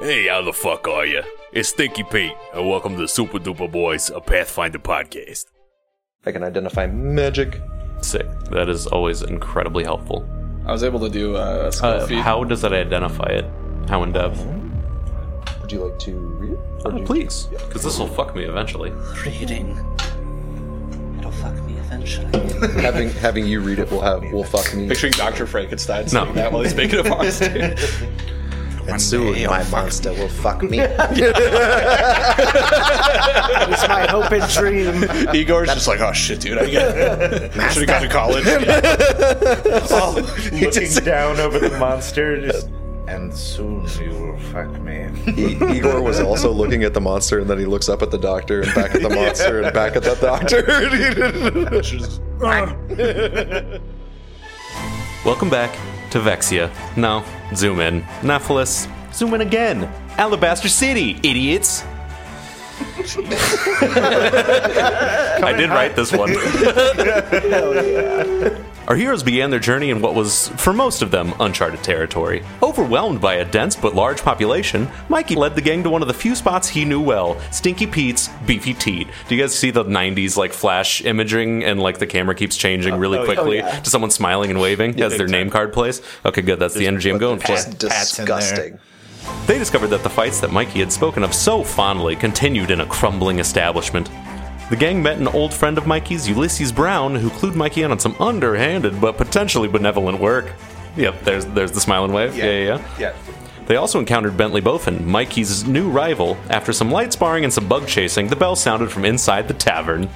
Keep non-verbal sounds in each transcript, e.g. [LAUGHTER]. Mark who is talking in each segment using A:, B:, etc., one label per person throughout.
A: Hey, how the fuck are you? It's Stinky Pete, and welcome to Super Duper Boys, a Pathfinder podcast.
B: I can identify magic.
C: Sick. That is always incredibly helpful.
D: I was able to do uh, a skill
C: Uh,
D: feat.
C: how does that identify it? How in depth?
B: Would you like to read it? Or do
C: Uh,
B: you-
C: please, because this will fuck me eventually.
E: Reading. It'll fuck me eventually.
B: having having you read it will have will fuck me.
D: Picturing Dr. Frankenstein
C: No.
D: saying that while he's making a monster.
F: And soon my monster will
B: [LAUGHS]
F: fuck me.
E: It's my hope and dream.
D: Igor's just like, oh shit, dude, I get
G: [LAUGHS]
D: it. Should have gone to college. [LAUGHS] Oh,
F: Looking down over the monster, just. And soon you will fuck me.
B: E- Igor was also looking at the monster, and then he looks up at the doctor, and back at [LAUGHS] the monster, and back at the doctor.
C: Welcome back to Vexia. No, zoom in. Nephilis, zoom in again. Alabaster City, idiots. I did write this one. Our heroes began their journey in what was, for most of them, uncharted territory. Overwhelmed by a dense but large population, Mikey led the gang to one of the few spots he knew well Stinky Pete's Beefy Teat. Do you guys see the 90s like flash imaging and like the camera keeps changing really quickly to someone smiling and waving as their name card plays? Okay, good. That's the energy I'm going for.
F: Just disgusting.
C: They discovered that the fights that Mikey had spoken of so fondly continued in a crumbling establishment. The gang met an old friend of Mikey's, Ulysses Brown, who clued Mikey in on some underhanded but potentially benevolent work. Yep, there's there's the smiling wave. Yeah, yeah, yeah.
D: yeah.
C: They also encountered Bentley Bofin, Mikey's new rival. After some light sparring and some bug chasing, the bell sounded from inside the tavern.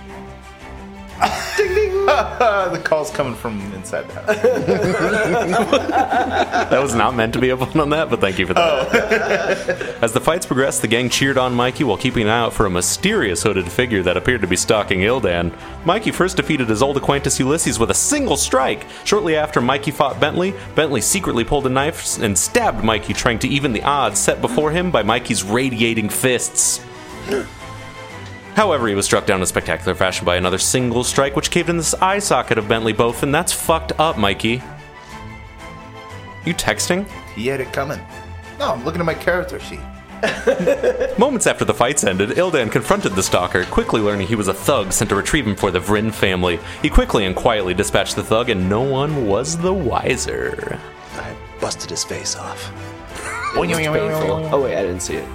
F: [LAUGHS] the call's coming from inside the
C: [LAUGHS]
F: house.
C: That was not meant to be a pun on that, but thank you for that. As the fights progressed, the gang cheered on Mikey while keeping an eye out for a mysterious hooded figure that appeared to be stalking Ildan. Mikey first defeated his old acquaintance Ulysses with a single strike. Shortly after Mikey fought Bentley, Bentley secretly pulled a knife and stabbed Mikey, trying to even the odds set before him by Mikey's radiating fists. However, he was struck down in spectacular fashion by another single strike, which caved in this eye socket of Bentley Bofin. That's fucked up, Mikey. You texting?
F: He had it coming. No, I'm looking at my character sheet.
C: Moments after the fights ended, Ildan confronted the stalker, quickly learning he was a thug sent to retrieve him for the Vryn family. He quickly and quietly dispatched the thug, and no one was the wiser.
B: I busted his face off.
D: Oh, wait, I didn't see it.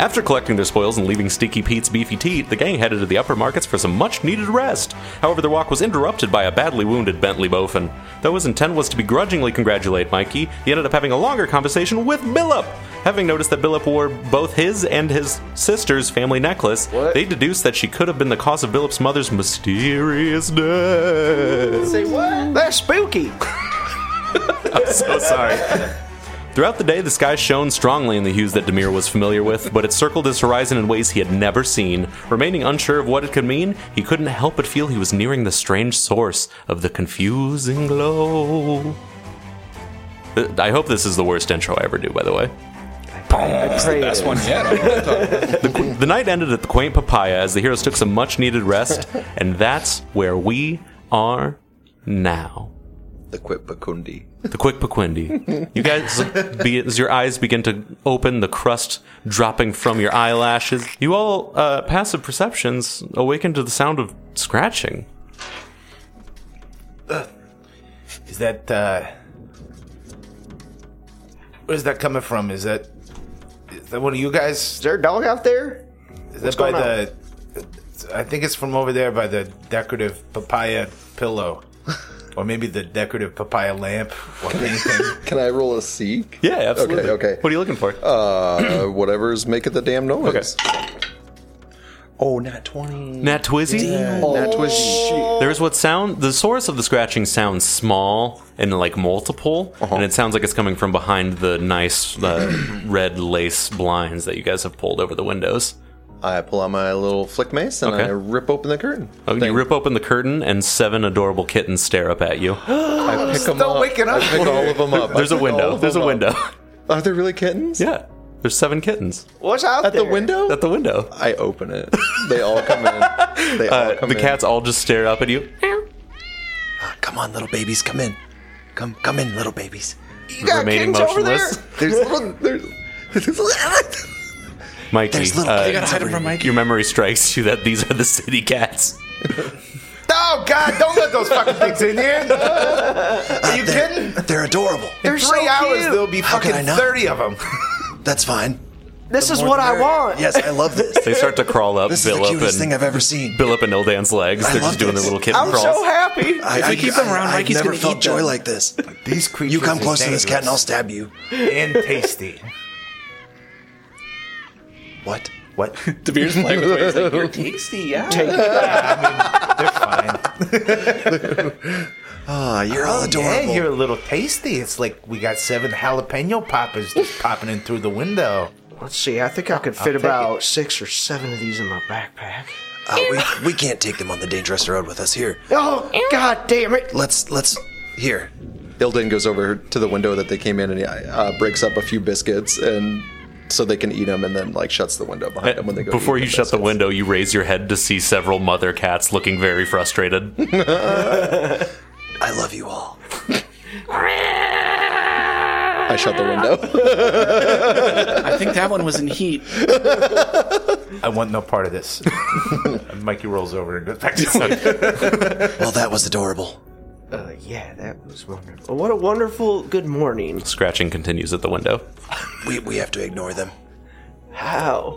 C: After collecting their spoils and leaving Stinky Pete's beefy teat, the gang headed to the upper markets for some much needed rest. However, their walk was interrupted by a badly wounded Bentley Bofin. Though his intent was to begrudgingly congratulate Mikey, he ended up having a longer conversation with Billop. Having noticed that Billop wore both his and his sister's family necklace, they deduced that she could have been the cause of Billop's mother's mysterious death.
E: They're spooky.
C: [LAUGHS] so sorry. Throughout the day, the sky shone strongly in the hues that Demir was familiar with, but it circled his horizon in ways he had never seen. Remaining unsure of what it could mean, he couldn't help but feel he was nearing the strange source of the confusing glow. Uh, I hope this is the worst intro I ever do, by the way.
E: Pray
D: That's
E: it.
D: one yet.
C: The night ended at the quaint papaya as the heroes took some much needed rest, and that's where we are now.
B: The quip bakundi.
C: The quick Paquindi. You guys, [LAUGHS] be, as your eyes begin to open, the crust dropping from your eyelashes, you all, uh, passive perceptions, awaken to the sound of scratching.
F: Is that, uh. Where's that coming from? Is that. Is that one of you guys?
H: Is there a dog out there?
F: Is that by the. I think it's from over there by the decorative papaya
H: [LAUGHS]
F: pillow. Or maybe the decorative papaya lamp or anything.
B: [LAUGHS] Can I roll a seek?
C: Yeah, absolutely.
B: okay.
C: What are you looking for?
B: Uh, whatever's making the damn noise. Oh, not twenty.
C: Nat Twizzy?
B: That was
C: There's what sound, the source of the scratching sounds small and like multiple,
B: Uh-huh.
C: and it sounds like it's coming from behind the
B: [CLEARS THROAT]
C: nice uh, red lace blinds that you guys have pulled over the windows.
B: I pull out my little flick mace and
C: Okay.
B: I rip open the curtain.
C: Oh, you rip open the curtain, and seven adorable kittens stare
B: [GASPS]
C: up at you.
B: I pick them
F: Still
B: Oh, up.
F: waking up.
B: I pick all of them up.
C: There's
B: I
C: a
B: pick all
C: window.
B: of
C: There's a
B: them up. [LAUGHS]
C: window.
B: Are there really kittens?
C: Yeah. There's seven kittens
H: What's out
B: At
H: there?
B: the window?
C: at the window.
B: I open it. They all come
C: [LAUGHS]
B: in. They all
C: Uh,
B: come
C: the
B: in.
C: cats all just stare up at you.
H: Come on, little babies, come in. Come, come in, little babies.
C: remaining motionless. [LAUGHS]
B: There's little. There's,
C: Mikey,
G: There's little
C: uh,
G: kids
D: gotta hide him from Mikey.
C: your memory strikes you that these are the city cats.
F: Oh God! Don't let those fucking things
H: [LAUGHS]
F: in here. Are you kidding?
G: They're adorable.
F: In three hours,
I: cute.
F: there'll be
G: How could I
F: fucking
G: not?
F: thirty of them.
G: That's fine.
I: This is what I want.
G: Yes, I love this.
C: They start to crawl up,
G: This is
C: Bill
G: the
C: up,
G: cutest
C: and
G: thing I've ever seen.
C: Bill up and Ildan's legs.
G: I
C: They're
G: love
C: just doing
G: this.
C: their little kitten
I: I'm
C: crawls.
I: so happy.
G: I,
D: we keep them around,
G: I,
D: Mikey's
G: I've never
D: gonna
G: felt
D: eat
G: joy
D: them.
G: like this.
F: These creatures.
G: You come
F: are
G: close to this cat, and I'll
F: dangerous
G: stab you.
F: And tasty.
G: What?
F: What?
D: Devere's playing with me. He's
B: [LAUGHS]
D: like, you're tasty, yeah.
F: They're
G: [LAUGHS]
F: fine.
G: Ah, you're all adorable.
F: Yeah, Oh, you're a little tasty. It's like we got seven jalapeno poppers
G: [LAUGHS]
F: just popping in through the window.
I: Let's see. I think I could fit about six or seven of these in my backpack.
G: Uh, we, we can't take them on the dangerous road with us here.
I: Oh God damn it!
G: Let's let's here.
B: Ilden goes over to the window that they came in and he uh, breaks up a few biscuits and so they can eat them and then like shuts the window behind them when they go.
C: Before
B: eat
C: you shut the
B: biscuits.
C: window, you raise your head to see several mother cats looking very frustrated.
G: I love you all.
B: I shut the
C: [LAUGHS]
B: window.
D: I think that one was in
G: [LAUGHS]
D: heat.
F: I want no part of this. And Mikey rolls over and goes
G: [LAUGHS]
F: back to sleep.
G: Well, that was adorable.
I: Uh, yeah, that was wonderful. What a wonderful good morning.
C: Scratching continues at the window.
G: We we have to ignore them.
I: How?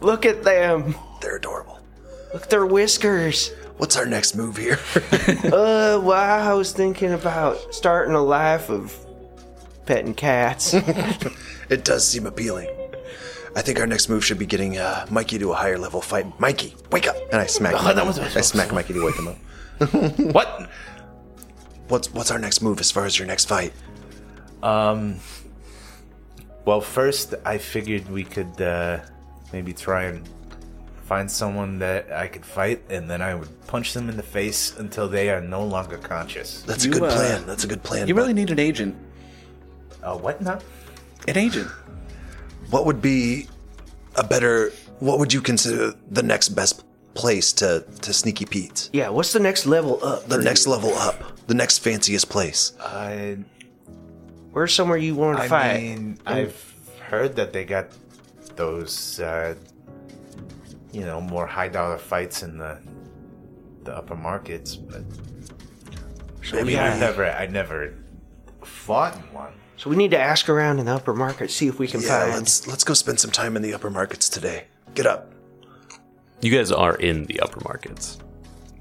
I: Look at them.
G: They're adorable.
I: Look at their whiskers.
G: What's our next move here?
I: Uh, well, I was thinking about starting a life of
F: [LAUGHS]
I: petting cats.
G: it does seem appealing. I think our next move should be getting uh, Mikey to a higher level fight. Mikey, wake up! Oh, And I smack. him. I smack Mikey to wake him up.
F: what?
G: What's what's our next move as far as your next fight?
F: Well, first, I figured we could uh, maybe try and find someone that I could fight, and then I would punch them in the face until they are no longer conscious.
G: That's
D: You,
G: a good
D: uh,
G: plan. That's a good plan.
D: You
G: but
D: really need an agent.
F: Uh, what now?
D: An agent.
G: what would be a better? What would you consider the next best place to to sneaky Pete's?
I: yeah, what's the next level up?
G: The next level up, the next fanciest place.
F: I,
I: Where's somewhere you want to
F: I
I: fight?
F: mean, I've heard that they got those, uh, you know, more high dollar fights in the the upper markets, but I mean, I've never, I never fought in one.
I: so we need to ask around in the upper market, see if we can
G: Yeah,
I: find.
G: let's let's go spend some time in the upper markets today. Get up.
C: You guys are in the upper markets.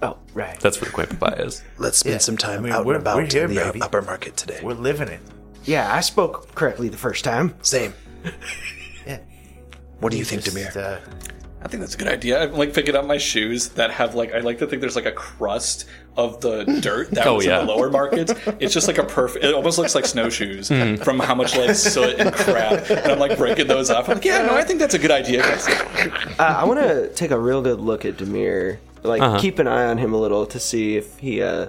I: Oh, right.
C: That's where the Quaint Papaya is.
G: Let's spend some time
F: I mean,
G: out and
F: we're-
G: about
F: we're here,
G: in the uh,
F: baby.
G: upper market today.
F: We're living it.
I: Yeah, I spoke correctly the first time.
G: [LAUGHS] Same.
F: Yeah.
G: What do you think, Demir?
F: Just, uh,
D: I think that's a good idea. I'm like picking up my shoes that have like I like to think there's like a crust of the dirt that
C: Oh,
D: was
C: yeah.
D: in the lower markets. It's just like a perfect. It almost looks like snowshoes from how much like soot and crap. And I'm like breaking those up. I'm like, yeah, no, I think that's a good idea. guys.
I: Uh, I want to take a real good look at Demir. Like, keep an eye on him a little to see if he uh,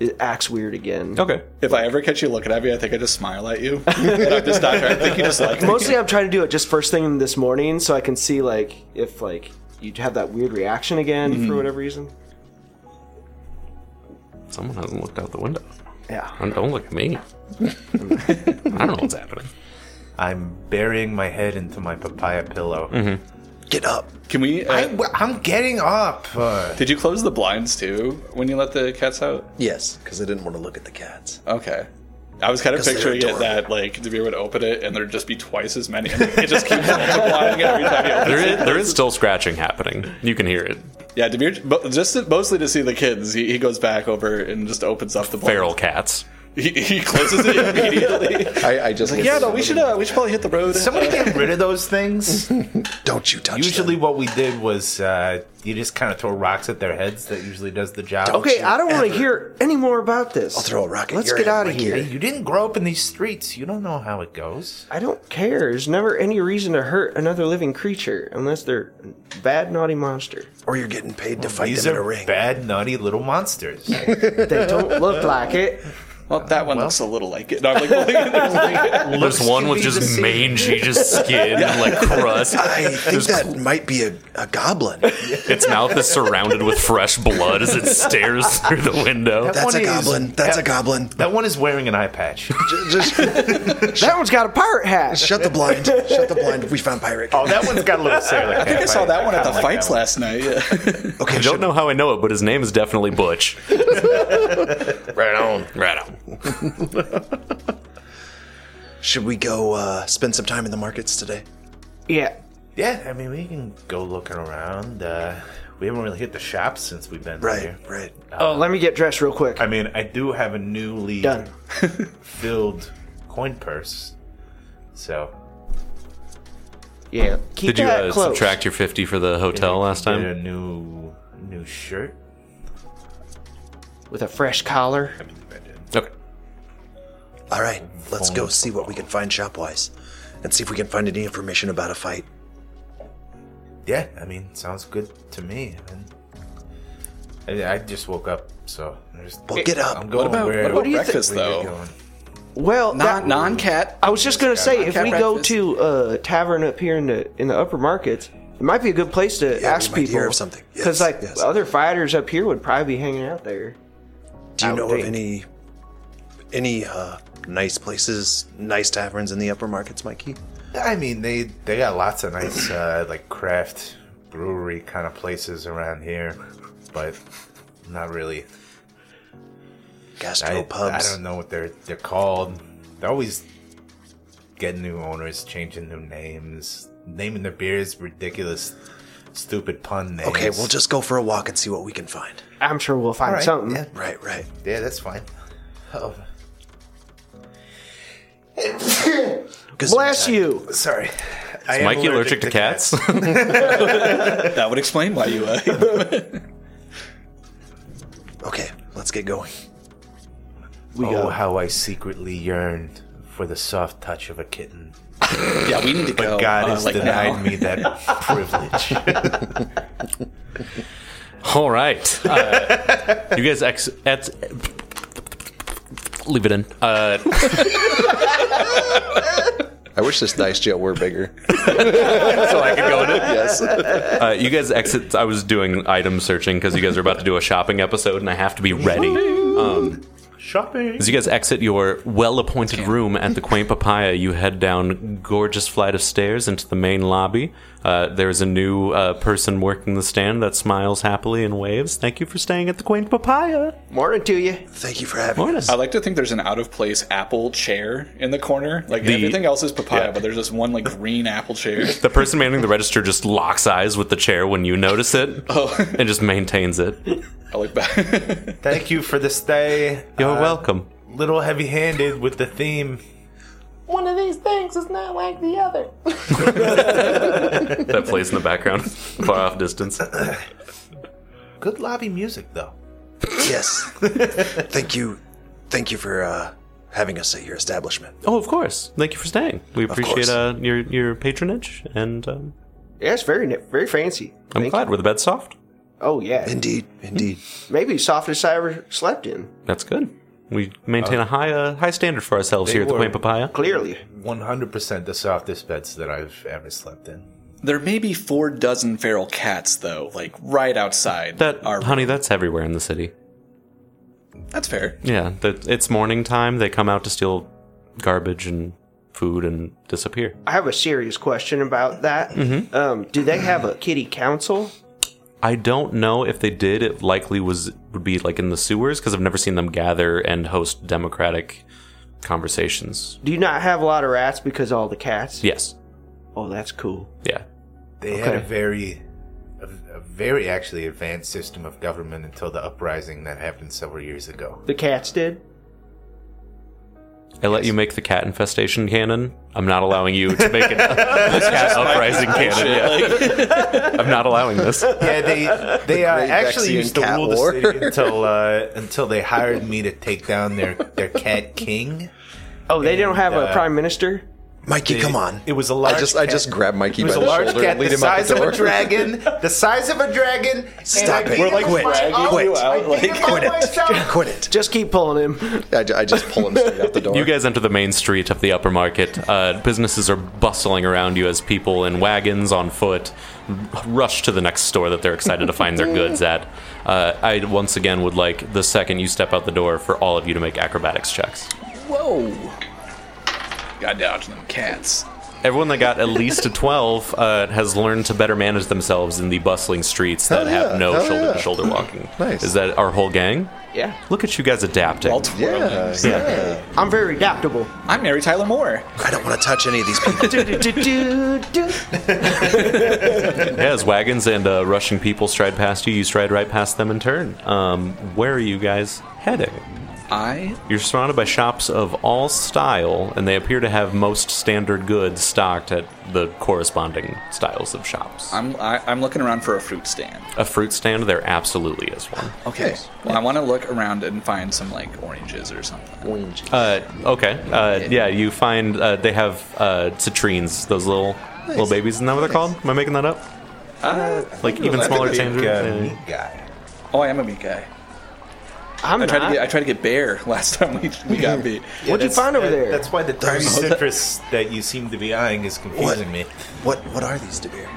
I: i- acts weird again.
C: Okay.
D: If I ever catch you looking at me, I think I just smile at you. And I'm just not trying. I think you just like me.
I: Mostly, I'm trying to do it just first thing this morning so I can see, like, if, like, you have that weird reaction again for whatever reason.
C: Someone hasn't looked out the window.
I: Yeah.
C: And [LAUGHS] don't look
A: [LAUGHS]
C: at me. I don't know what's happening.
F: I'm burying my head into my papaya pillow.
G: Get up.
D: Can we?
F: I,
D: Uh,
F: w- I'm getting up. Uh,
D: did you close the blinds too when you let the cats out?
G: Yes, because I didn't want to look at the cats.
D: Okay. I was kind of
G: 'Cause they're
D: picturing it
G: adorable.
D: that like Devere would open it and there'd just be twice as many. And it just keeps [LAUGHS] multiplying every time he opens
C: There is,
D: it.
C: there is still scratching happening. You can hear it.
D: Yeah, Demir, but just to, mostly to see the kids, he, he goes back over and just opens up the blinds.
C: Feral cats.
D: He, he closes it immediately.
B: I, I just
D: [LAUGHS] yeah, no, we should uh, we should probably hit the road.
F: somebody get rid of those [LAUGHS] things.
G: Don't you touch
F: usually,
G: them.
F: what we did was uh, you just kind of throw rocks at their heads. That usually does the job.
I: Okay, I don't want to hear any more about this. I'll
G: throw a rock at
I: Let's
G: your
I: get
G: head,
I: out of
G: Mikey.
I: here.
F: Hey, you didn't grow up in these streets. You don't know how it goes.
I: I don't care. There's never any reason to hurt another living creature unless they're a bad, naughty monster.
G: or you're getting paid to fight
F: These
G: them in a
F: are
G: ring.
F: bad, nutty little
G: [LAUGHS]
F: monsters.
I: They don't look like it.
D: Well, that one
F: well.
D: looks a little like it. And I'm like, well, [LAUGHS]
C: There's one with just mangy, just [LAUGHS] skin, like crust.
G: I think that might be a, a goblin.
C: Its mouth is surrounded with fresh blood as [LAUGHS] it stares through the window.
G: That's
F: one
G: a
F: is-
G: goblin. That's a goblin.
F: That one is wearing an eye patch.
G: Just [LAUGHS]
I: That one's got a pirate hat.
G: shut the blind. Shut the blind. We found pirate.
F: Oh, that one's got a little sailor.
D: I think I saw that one at the fights last night. Yeah.
G: Okay,
C: I don't know how I know it, but his name is definitely [LAUGHS] Butch.
F: Right on.
C: Right on.
G: Should we go uh, spend some time in the markets today?
I: Yeah.
F: Yeah, I mean, we can go looking around. Uh, we haven't really hit the shops since we've been
G: Right,
F: here.
G: right.
I: Oh, let me get dressed real quick.
F: I mean, I do have a newly
I: Done.
F: filled coin purse. So,
I: Yeah. Keep
C: Did you
I: that
C: uh,
I: close.
C: subtract your 50 for the hotel last
F: get
C: time?
F: a new new shirt.
I: with a fresh collar?
C: Okay.
G: All right, let's go see what we can find shop wise and see if we can find any information about a fight.
F: Yeah, I mean, sounds good to me. And I, I just woke up, so there's.
G: Well, get up.
F: I'm going
D: about-
F: where,
D: what about
F: where
D: breakfast,
F: you're
D: though?
F: going.
I: Well,
D: Not
I: that,
D: non-cat.
I: I was just gonna say, if we
D: cat
I: go
D: breakfast.
I: to a tavern up here in the in the upper markets, it might be a good place to
G: Yeah, we
I: ask
G: might hear
I: people
G: of something.
I: Because
G: Yes,
I: like
G: yes.
I: other fighters up here would probably be hanging out there.
G: Do you know of
I: outdate.
G: any any uh, nice places, nice taverns in the upper markets, Mikey?
F: I mean, they they got lots of nice uh, like craft brewery kind of places around here, but not really.
G: Gastro
F: I, I
G: pubs.
F: don't know what they're they're called. They're always getting new owners, changing new names, naming their beers ridiculous, stupid pun names.
G: Okay, we'll just go for a walk and see what we can find.
I: I'm sure we'll find
F: All right,
I: something.
F: Yeah,
G: Right, right.
F: yeah, that's fine. Oh, [COUGHS]
G: Good
I: Bless
G: sometime.
I: you.
F: sorry. I
C: Is
F: am
C: Mikey allergic to cats?
D: That would explain why
C: [LAUGHS]
D: you. Uh,
G: Okay, let's get going.
I: We
F: Oh,
I: go.
F: how I secretly yearned for the soft touch of a kitten.
D: yeah, we need to go.
F: God
D: uh,
F: has
D: like
F: denied
D: now.
F: me that privilege.
C: All right. Uh,
A: [LAUGHS]
C: you guys ex. Ex- Leave it in. Uh,
B: I wish this dice jail were
C: [LAUGHS]
B: bigger. [LAUGHS]
C: so I can go in it. [LAUGHS]
B: yes.
C: [LAUGHS] Uh, you guys exit. I was doing item searching because you guys are about to do a shopping episode, and I have to be ready. Um,
F: Shopping.
C: As you guys exit your well appointed room [LAUGHS] at the Quaint Papaya, you head down gorgeous flight of stairs into the main lobby. Uh, there's a new uh, person working the stand that smiles happily and waves. Thank you for staying at the Quaint Papaya.
I: Morning to you.
G: Thank you for having me.
C: Morning.
D: I like to think there's an out of place apple chair in the corner. Like
C: The-
D: everything else is papaya,
C: yeah.
D: but there's this one like green apple chair. [LAUGHS]
C: The person manning the register just locks eyes with the chair when you notice it and just maintains it.
D: Oh, I look back. [LAUGHS]
F: Thank you for the stay.
C: You're
A: Oh,
F: Uh,
C: welcome.
F: Little heavy-handed with the theme.
J: One of these things is not like the other.
C: That plays in the
A: [LAUGHS]
C: background, far off distance.
F: Good lobby music, though.
G: Yes. [LAUGHS] thank you. Thank you for uh, having us at your establishment.
C: Oh, of course. Thank you for staying. We appreciate
G: course.
C: uh, your your patronage, and um,
I: Yeah, it's very ni- very fancy.
C: I'm
I: Thank
C: glad
I: you.
C: we're the bed soft.
I: Oh yeah,
G: Indeed, indeed.
I: maybe softest I ever slept in.
C: That's good. We maintain a high uh, high standard for ourselves
F: They
C: here at the
F: were-
C: Quaint Papaya.
I: Clearly,
F: 100% the softest beds that I've ever slept in.
D: there may be four dozen feral cats though, like right outside
C: That
D: our.
C: honey, that's everywhere in the city.
D: That's fair.
C: Yeah, that it's morning time. They come out to steal garbage and food and disappear.
I: I have a serious question about that. Um, do they have a kitty council?
C: I don't know if they did. It likely was would be like in the sewers because I've never seen them gather and host democratic conversations.
I: Do you not have a lot of rats because all the cats?
C: Yes.
I: Oh, that's cool.
C: Yeah.
F: They had a
I: Okay.
F: very, a, a very actually advanced system of government until the uprising that happened several years ago.
I: The cats did.
C: I let you make the cat infestation cannon. I'm not allowing you
A: [LAUGHS]
C: to make it the cat uprising cannon. yeah. I'm not allowing this.
B: [LAUGHS]
F: Yeah, they they uh, actually
B: Vexian
F: used to
B: cat
F: rule the
B: war.
F: city
B: [LAUGHS]
F: until uh, until they hired me to take down their their cat king.
I: Oh, they don't have a
F: uh,
I: prime minister.
G: Mikey,
F: The-
G: come on.
F: It was a large.
B: I just I just
F: cat-
B: grab Mikey
F: It
B: by
F: was a
B: the
F: large
B: shoulder
F: cat
B: and lead
F: the
B: him out
F: size
B: the
F: of
B: door.
F: a dragon. The size of a dragon. and
G: Stop
F: I
G: it.
F: beat
G: We're like
F: by
G: dragging
F: all-
G: you
F: I
E: out,
F: beat
E: like,
F: him by
G: quit it.
F: myself.
G: Quit it.
I: Just keep pulling him. [LAUGHS]
B: I, ju- I just pull him straight out the door.
A: You guys enter the main street of the upper market. Uh, businesses are bustling around you as people in wagons on foot rush to the next store that they're excited to find their goods at. Uh, I once again would like the second you step out the door for all of you to make acrobatics checks.
E: Whoa. Got dodging them cats.
A: Everyone that got at least a 12 uh, has learned to better manage themselves in the bustling streets that
B: Hell yeah,
A: have no
B: hell
A: shoulder
B: yeah.
A: to shoulder walking.
B: [CLEARS THROAT] Nice.
A: Is that our whole gang?
I: Yeah.
A: Look at you guys adapting.
E: All twirling.
B: yeah, yeah.
I: I'm very adaptable. [LAUGHS]
E: I'm Mary Tyler Moore.
G: I don't want to touch any of these people.
I: Do-do-do-do-do.
A: Yeah, as wagons and uh, rushing people stride past you, you stride right past them in turn. Um, where are you guys heading?
E: I
A: You're surrounded by shops of all style, and they appear to have most standard goods stocked at the corresponding styles of shops.
E: I'm I, I'm looking around for a fruit stand.
A: A fruit stand, there absolutely is one.
E: Okay. Well, I want to look around and find some like oranges or something.
A: Uh, okay, uh, yeah, you find uh, they have uh, citrines, those little little babies. Isn't that what they're called? Am I making that up? like even smaller
F: Big,
A: tangerines.
F: uh,
A: yeah.
F: meat guy.
E: Oh, I am a meat guy.
I: I'm
E: I
I: not.
E: tried to get I tried to get bear [LAUGHS] last time we, we got
B: [LAUGHS]
E: beat.
I: What'd you
F: That's-
I: find over
F: that-
I: there?
F: That's why the term
G: Those-
F: citrus that you seem to be eyeing is confusing me.
G: What what are these, DeBeer?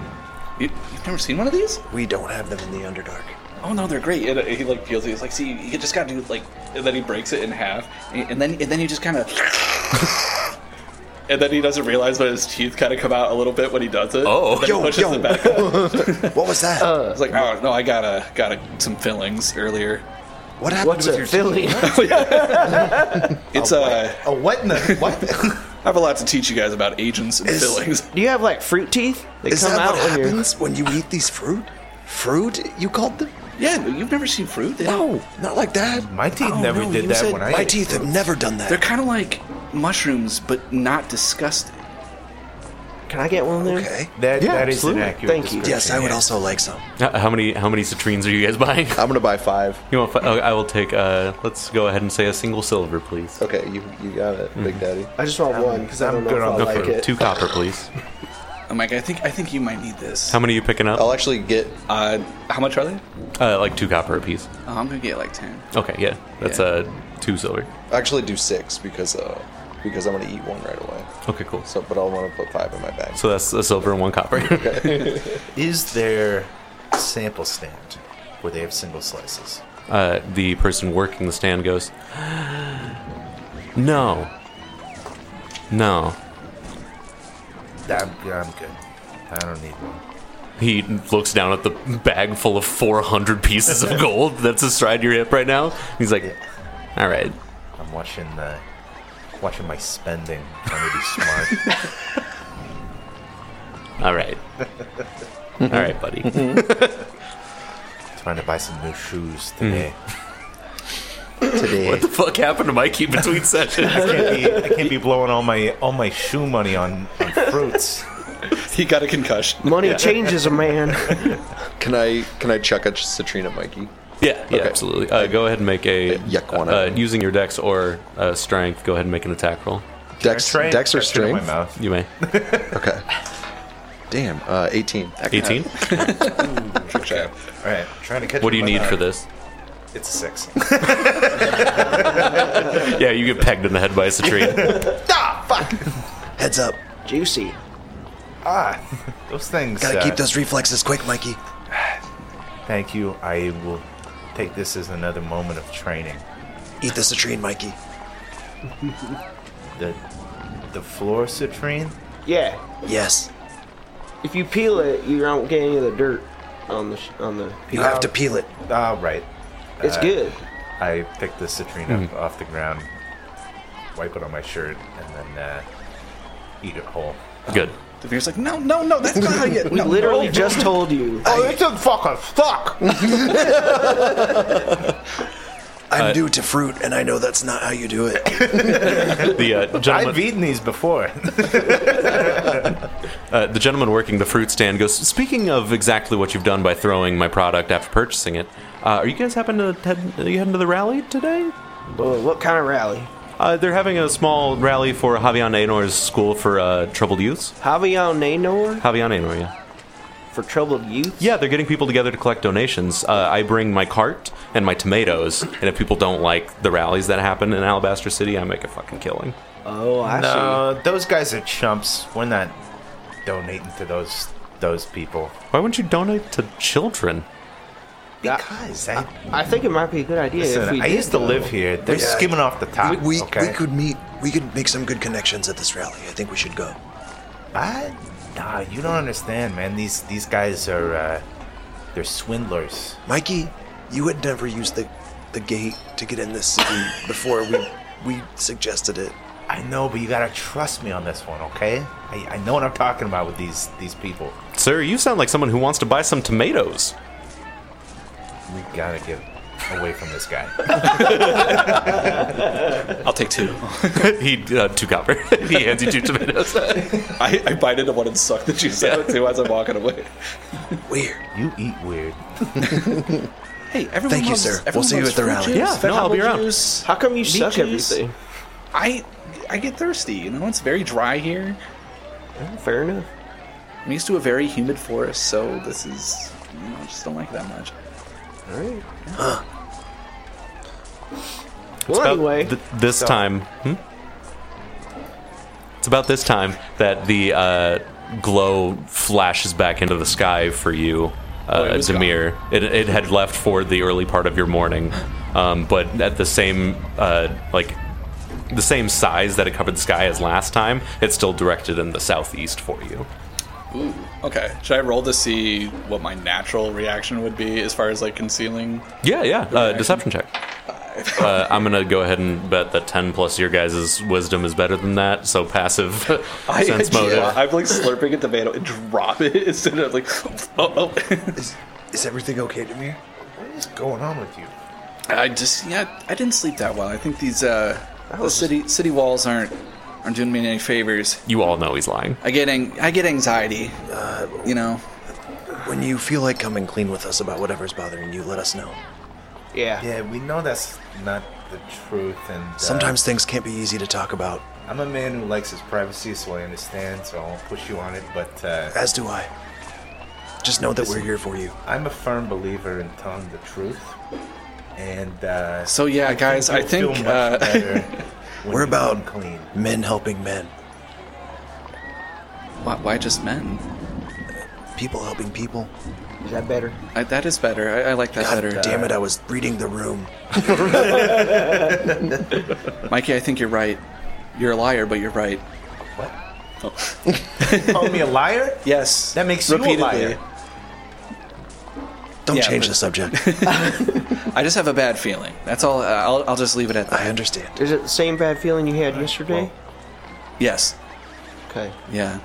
E: You, you've never seen one of these?
G: We don't have them in the Underdark.
E: Oh no, they're great. And uh, he like peels it. He's like, see, you just gotta do like, and then he breaks it in half, and, and then and then you just [LAUGHS] kind of. And then he doesn't realize that his teeth kind of come out a little bit when he does it.
A: Oh.
E: And then he
G: Yo,
E: pushes
G: yo.
E: it back up. [LAUGHS]
G: What was that?
E: It's like, oh no, I got to got to some fillings earlier.
G: what happened
I: What's
G: with
I: a
G: your
I: Philly?
E: It's uh,
F: Oh, what in the [LAUGHS] what?
E: I have a lot to teach you guys about agents and fillings.
I: Do you have like fruit teeth? They
G: Is
I: come
G: that
I: out
G: what
I: when you're.
G: happens when you eat these fruit? Fruit? You called them?
E: [LAUGHS] Yeah, you've never seen fruit. They don't-
G: No, not like that.
F: My teeth
E: Oh,
F: never
E: no,
F: did
E: you
F: that
E: said-
F: when I
G: My
F: ate.
G: teeth have never done
E: They're
G: that.
E: kind of like mushrooms, but not disgusting.
I: Can I get one there?
G: Okay.
F: That,
I: Yeah,
F: that is
I: absolutely.
F: an accurate
I: Thank you.
G: Yes, I would
F: description,
G: also like some.
A: How how many how many citrines are you guys buying? [LAUGHS]
B: I'm gonna buy five.
A: You want? Fi- oh, I will take. Uh, let's go ahead and say a single silver, please.
B: Okay, you you got it,
C: Mm-hmm.
B: Big Daddy.
I: I just want one because I
F: I'm
I: don't know
F: good
I: if
F: on
I: I
A: No,
I: like
A: for-
I: it.
A: two copper, please.
E: I'm like, Oh I think I think you might need this.
A: How many are you picking up?
B: I'll actually get
E: Uh, how much are they?
A: Uh, like two copper apiece.
E: Oh, I'm gonna get like ten.
A: Okay, yeah, that's
E: Yeah.
A: uh two silver.
B: actually do six because uh because I'm gonna eat one right away.
A: Okay, cool. So,
B: So, but I'll want to put five in my bag.
A: so that's a silver and one copper.
F: Is there a sample stand where they have single slices?
A: uh, the person working the stand goes, "No, no."
F: I'm, I'm good. I don't need one.
A: He looks down at the bag full of four hundred pieces of gold that's astride your hip right now. He's like, "All right."
F: I'm watching the watching my spending. Trying to be
I: [LAUGHS]
F: smart.
A: All right. All right, buddy.
F: trying to buy some new shoes
G: Hmm.
F: today.
B: today.
A: what the fuck happened to Mikey between sessions?
F: I, can't be, I can't be blowing all my all my shoe money on, on fruits.
E: He got a concussion.
I: Money changes a man. [LAUGHS]
B: Can I can I chuck a citrina, Mikey?
A: Yeah, yeah,
B: Okay.
A: absolutely. Uh, go ahead and make a
B: yuck one
A: uh,
B: out.
A: using your dex or uh, strength. Go ahead and make an attack roll.
B: Dex,
F: Try and
B: Dex or
F: stretch it in My
B: strength?
F: mouth.
A: You may
B: Okay. Damn, uh, 18.
A: eighteen.
E: Trick shot.
F: All right, trying to catch.
A: What do
F: it
A: you
F: in my
A: need for
F: mouth.
A: this?
F: It's a six. [LAUGHS]
A: Yeah, you get pegged in the head by a citrine.
G: Heads up.
I: Ah, Juicy.
F: ah, those things.
G: Gotta keep
F: uh,
G: those reflexes quick, Mikey.
F: Thank you. I will take this as another moment of training.
G: Eat the citrine, Mikey.
F: The the floor citrine.
I: Yeah.
G: Yes.
I: If you peel it, you don't get any of the dirt on the sh- on the.
G: You have to peel it.
F: Ah, right.
I: It's good.
F: I picked the citrine up
A: Hmm.
F: off the ground, wipe it on my shirt, and then uh, eat it whole.
A: Good.
E: The beer's like, no, no, no, that's not how you. No,
I: Literally
E: no.
I: just told you.
F: Oh, it's a fucking fuck.
G: I'm new to fruit, and I know that's not how you do it.
A: The uh,
F: [LAUGHS] I've
A: gentleman,
F: eaten these before.
A: uh, the gentleman working the fruit stand goes. Speaking of exactly what you've done by throwing my product after purchasing it, uh, are you guys happen to head, are you heading to the rally today?
I: Well, what kind of rally?
A: Uh, they're having a small rally for Javier Nanor's school for uh, troubled youths.
I: Javier Nanor
A: Javier Nanor, yeah.
I: for troubled youth.
A: Yeah, they're getting people together to collect donations. Uh, I bring my cart and my tomatoes, and if people don't like the rallies that happen in Alabaster City, I make a fucking killing.
I: Oh, I
F: No, those guys are chumps. We're not donating to those those people.
A: Why wouldn't you donate to children?
F: Because
G: Uh,
F: I,
I: see. I think it might be a good idea if
F: listen,
I: we
F: I
I: did,
F: used to
I: though.
F: live here. They're
G: Yeah.
F: skimming off the top.
G: We,
F: Ah, okay?
G: we could meet. We could make some good connections at this rally. I think we should go.
F: I, nah, you don't understand, man. These these guys are uh, they're swindlers.
G: Mikey, you had never used the, the gate to get in this city before we we suggested it.
F: I know, but you gotta trust me on this one, okay? I, I know what I'm talking about with these these people.
A: Sir, you sound like someone who wants to buy some tomatoes.
F: We gotta get away from this guy. [LAUGHS]
E: I'll take two.
A: he uh, two copper. [LAUGHS] he hands you two tomatoes.
E: [LAUGHS] I, I bite into one and suck the juice out too as I'm walking away.
G: Weird.
F: you eat weird.
E: Hey, everyone
G: [LAUGHS] Thank you,
E: loves-
G: sir. We'll
E: everyone
G: see you
E: loves
G: at the
E: fruit
G: rally.
E: juice,
A: Yeah, no, I'll be
E: vegetable
A: around.
E: juice.
I: How come you
E: meat
I: suck
E: juice.
I: everything?
E: I I get thirsty. You know, it's very dry here.
I: Fair enough.
E: I'm used to a very humid forest, so this is you know, I just don't like it that much.
I: All right. Well,
A: about
I: anyway,
A: th- this time, hmm? it's about this time that the uh, glow flashes back into the sky for you, uh,
E: Oh, it was
A: Demir. It, it had left for the early part of your morning, um, but at the same uh, like the same size that it covered the sky as last time, it's still directed in the southeast for you.
E: Ooh. Okay. Should I roll to see what my natural reaction would be as far as like concealing?
A: Yeah, yeah. Uh, deception check. Uh, I'm gonna go ahead and bet that 10 plus your guys' wisdom is better than that. So passive sense
E: [LAUGHS] I,
A: motive.
E: I'm like slurping a tomato and drop it [LAUGHS] instead of like, oh, oh.
G: Is is everything okay, Demir?
F: What is going on with you?
E: I just yeah, I didn't sleep that well. I think these uh, the city city walls aren't aren't doing me any favors.
A: You all know he's lying.
E: I get ang- I get anxiety. you know,
G: When you feel like coming clean with us about whatever's bothering you, let us know.
I: yeah.
F: Yeah, we know that's not the truth, and uh,
G: Sometimes things can't be easy to talk about,
F: I'm a man who likes his privacy, so I understand. So I won't push you on it, but uh,
G: as do I. Just know that we're here for you.
F: I'm a firm believer in telling the truth, and uh,
E: So yeah, guys, I
F: you'll feel
E: think
F: much
E: uh,
F: [LAUGHS] better when
G: We're
F: you
G: about
F: come clean.
G: men helping men,
E: [LAUGHS] why, why just men?
G: people helping people.
I: Is that better?
E: I, that is better. I, I like that uh,
G: God
E: better.
G: damn it, I was reading the room.
E: Mikey, I think you're right. You're a liar, but you're right.
F: What?
E: Oh.
G: [LAUGHS]
F: Call me a liar?
E: Yes,
F: That makes you a liar.
G: Don't
E: Yeah,
G: change
E: but-
G: the subject.
E: [LAUGHS] I just have a bad feeling. That's all. Uh, I'll, I'll just leave it at that.
G: I understand.
I: Is it the same bad feeling you had yesterday?
E: Yes.
I: Okay,
E: Yeah.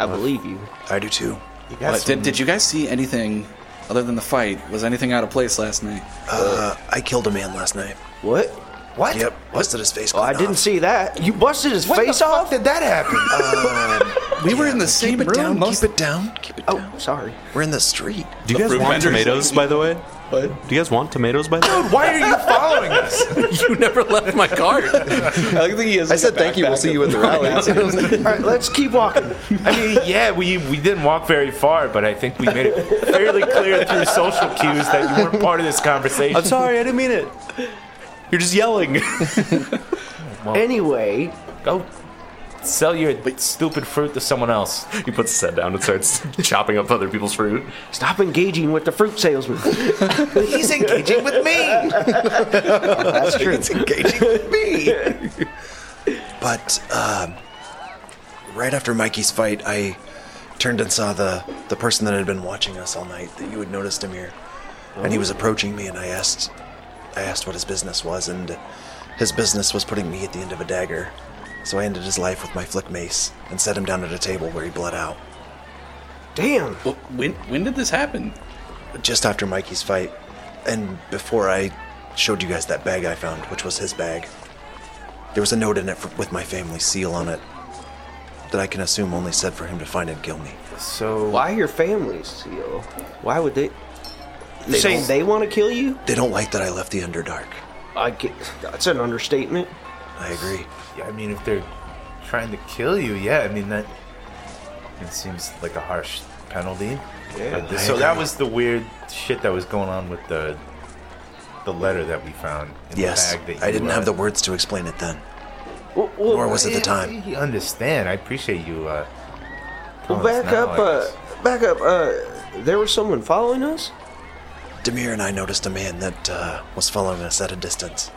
I: I believe you.
G: I do too.
F: You got
E: But
F: some-
E: did, did you guys see anything other than the fight? Was anything out of place last night?
G: Uh, I killed a man last night.
I: What?
F: what?
G: Yep, busted his face.
I: Oh, I
G: clean
I: didn't
G: off.
I: see that. You busted his
F: What
I: face
F: the
I: off.
F: fuck did that happen?
E: [LAUGHS] We were in the
G: Um, Keep
E: same
G: it
E: room.
G: down.
E: most-
G: Keep it down. Keep it down.
I: [LAUGHS] Oh, sorry.
G: We're in the street.
A: Do you guys
E: fruit
A: want
E: vendors
A: tomatoes,
E: lady.
A: by the way?
E: What?
A: Do you guys want tomatoes, by the way?
F: Why are you following us?
A: you [LAUGHS] never left my cart.
E: I think he is.
B: I said thank you. We'll see you at the rally.
I: All right, let's
F: [LAUGHS]
I: keep walking.
F: [LAUGHS] I mean, yeah, we we didn't walk very far, but I think we made it fairly clear through social cues that you weren't part of this conversation.
A: I'm sorry, I didn't mean it. You're just yelling.
I: Anyway,
F: Go sell your stupid fruit to someone else.
A: [LAUGHS] he puts his head down and starts [LAUGHS] chopping up other people's fruit.
I: stop engaging with the fruit salesman.
F: [LAUGHS] He's engaging with me.
I: [LAUGHS] That's true.
G: engaging with me. But um, right after Mikey's fight, I turned and saw the, the person that had been watching us all night that you had noticed him here. And he was approaching me, and I asked, I asked what his business was, and his business was putting me at the end of a dagger. So I ended his life with my flick mace and set him down at a table where he bled out.
I: Damn.
E: Well, when when did this happen?
G: Just after Mikey's fight, and before I showed you guys that bag I found, which was his bag, there was a note in it for, with my family's seal on it that I can assume only said for him to find and kill me.
F: So
I: Why your family seal? Why would they? You
G: They
I: saying
G: don't-
I: they want to kill you?
G: They don't like that I left the Underdark.
I: I get, that's an understatement.
G: I agree.
F: Yeah, I mean, if they're trying to kill you, yeah, I mean that it seems like a harsh penalty. Yeah. so that was the weird shit that was going on with the the letter that we found. In
G: Yes,
F: the bag that
G: I
F: you,
G: didn't
F: uh,
G: have the words to explain it then,
I: Well, well, eh,
G: nor was it the time.
F: You understand? I appreciate you. Uh,
I: well,
F: telling us
I: back
F: now,
I: up,
F: I guess.
I: uh, back up. Uh, there was someone following us.
G: Demir and I noticed a man that uh, was following us at a distance.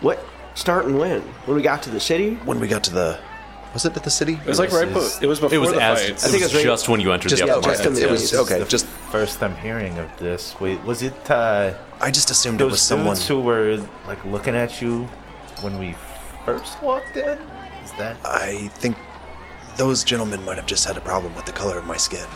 I: What? Starting when? When we got to the city?
G: When we got to the, was it at the city?
E: It was like right.
F: is-
E: But it was before
A: It was
E: the
A: as
E: fights.
A: it
I: think
A: was
I: it's right-
A: just when you entered
B: Just-
A: the
B: yeah,
A: upper
B: just
A: market.
B: in the- it was
I: Yeah.
B: okay. Just
F: First, I'm hearing of this. Wait, was it uh,
G: I just assumed it
F: those
G: was someone.
F: dudes who were like looking at you when we first walked in? Is that?
G: I think those gentlemen might have just had a problem with the color of my skin,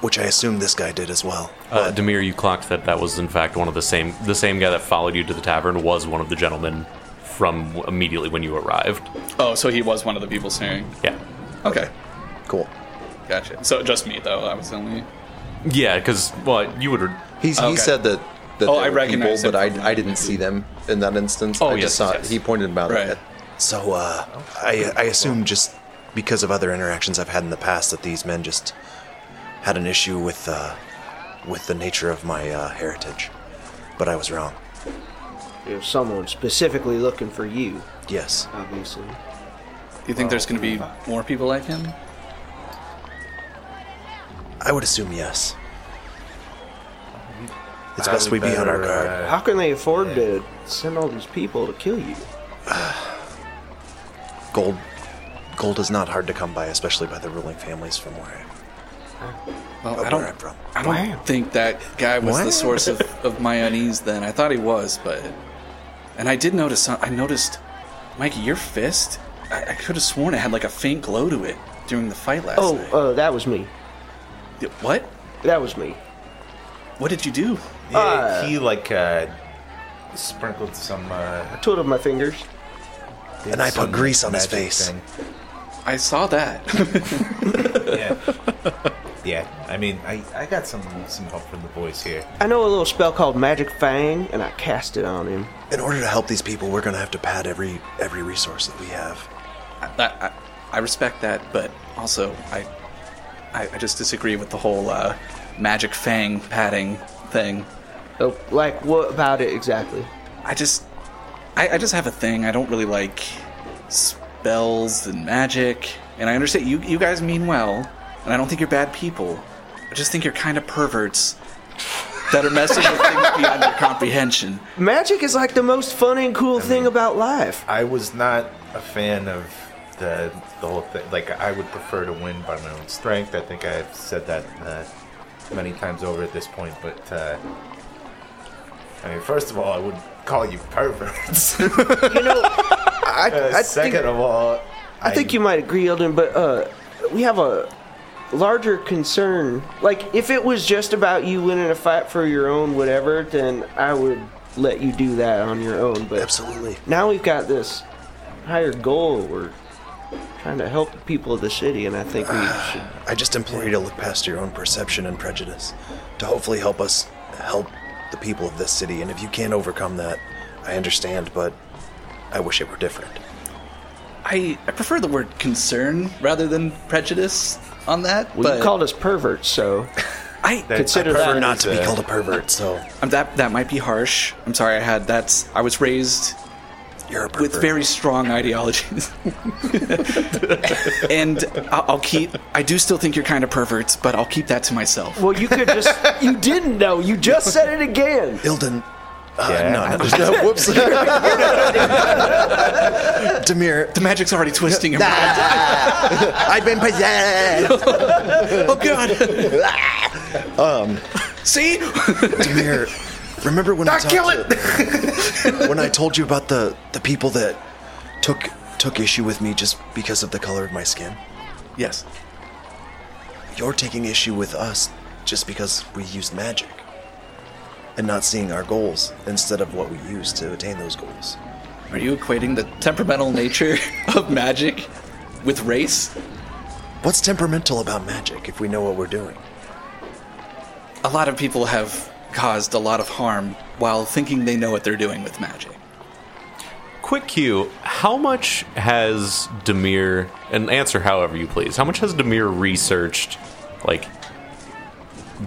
G: which I assume this guy did as well.
A: Uh, Demir, you clocked that that was in fact one of the same the same guy that followed you to the tavern was one of the gentlemen from immediately when you arrived.
E: Oh, so he was one of the people singing.
A: Yeah,
E: Okay,
B: cool.
E: gotcha. So just me though. I was the only.
A: yeah, because well, you would.
B: He's,
E: Okay.
B: He said that. that
E: Oh,
B: they
E: I
B: were
E: recognize
B: people,
E: him
B: but
E: from-
B: I, I didn't see them in that instance.
A: Oh,
B: I
A: yes,
B: just saw
A: yes.
B: He pointed them out. [LAUGHS]
E: Right.
B: at-
G: So uh, I, I assume just because of other interactions I've had in the past that these men just had an issue with uh, with the nature of my uh, heritage, but I was wrong.
I: It was someone specifically looking for you,
G: Yes,
I: obviously.
E: Do you think there's going to be more people like him?
G: I would assume yes. It's best we be on our
F: Better,
G: guard.
F: uh,
I: How can they afford to send all these people to kill you?
G: Gold, gold is not hard to come by, especially by the ruling families from where I
E: Well,
G: Of
E: I don't.
G: where I'm from.
E: I don't think that guy was the
G: What?
E: source of, of my unease. Then I thought he was, but and I did notice. some- I noticed, Mikey, your fist. I, I could have sworn it had like a faint glow to it during the fight last
I: Oh,
E: night.
I: uh, that was me.
E: Yeah, what?
I: That was me.
E: What did you do?
F: Yeah, he like uh, sprinkled some. Uh,
I: Twiddled my fingers.
F: did
G: And I put
F: some
G: grease on his
F: magic
G: face.
F: thing.
E: I saw that.
F: Yeah, [LAUGHS] yeah. I mean, I, I got some some help from the boys here.
I: I know a little spell called Magic Fang, and I cast it on him.
G: In order to help these people, we're gonna have to pad every every resource that we have.
E: I, I, I respect that, but also I, I, I just disagree with the whole uh, magic fang padding thing.
I: Oh, like, what about it exactly?
E: I just, I, I just have a thing. I don't really like spells and magic, and I understand you, you guys mean well, and I don't think you're bad people. I just think you're kind of perverts that are messing with things beyond your comprehension.
I: Magic is like the most fun and cool thing about life.
F: I was not a fan of the the whole thing. Like, I would prefer to win by my own strength. I think I've said that uh, many times over at this point. But uh, I mean, first of all, I would call you perverts.
I: I,
F: Uh, [LAUGHS]
I: I
F: second
I: think,
F: of all,
I: I think you might agree, Eldon, but uh, we have a larger concern. Like, if it was just about you winning a fight for your own whatever, then I would let you do that on your own. But
G: Absolutely.
I: now we've got this higher goal. We're trying to help the people of the city, and I think we should.
G: I just implore you to look past your own perception and prejudice to hopefully help us help the people of this city. And if you can't overcome that, I understand, but I wish it were different.
E: I, I prefer the word concern rather than prejudice on that.
I: Well,
E: but
I: you called us perverts, so
E: I
I: consider that.
G: Not to be called a pervert, so
E: Um, that that might be harsh. I'm sorry. I had that's. I was raised
G: you're a pervert.
E: with very strong ideologies, [LAUGHS] and I'll, I'll keep. I do still think you're kind of perverts, but I'll keep that to myself.
I: Well, you could just. [LAUGHS] You didn't know. You just said it again.
G: Ilden. Uh,
F: Yeah.
G: No, no, there's no. Whoops. [LAUGHS] Demir,
E: The magic's already twisting
G: [LAUGHS]
E: him. around.
G: Ah, I've
E: [LAUGHS]
G: been possessed.
E: Oh God! um,
G: [LAUGHS] Um.
E: see, [LAUGHS]
G: Demir, remember when I talked
E: kill
G: to- when I told you about the the people that took took issue with me just because of the color of my skin?
E: yes,
G: You're taking issue with us just because we used magic and not seeing our goals instead of what we use to attain those goals.
E: are you equating the temperamental nature [LAUGHS] of magic with race?
G: What's temperamental about magic if we know what we're doing?
E: A lot of people have caused a lot of harm while thinking they know what they're doing with magic.
A: quick cue, how much has Demir and answer however you please, how much has Demir researched like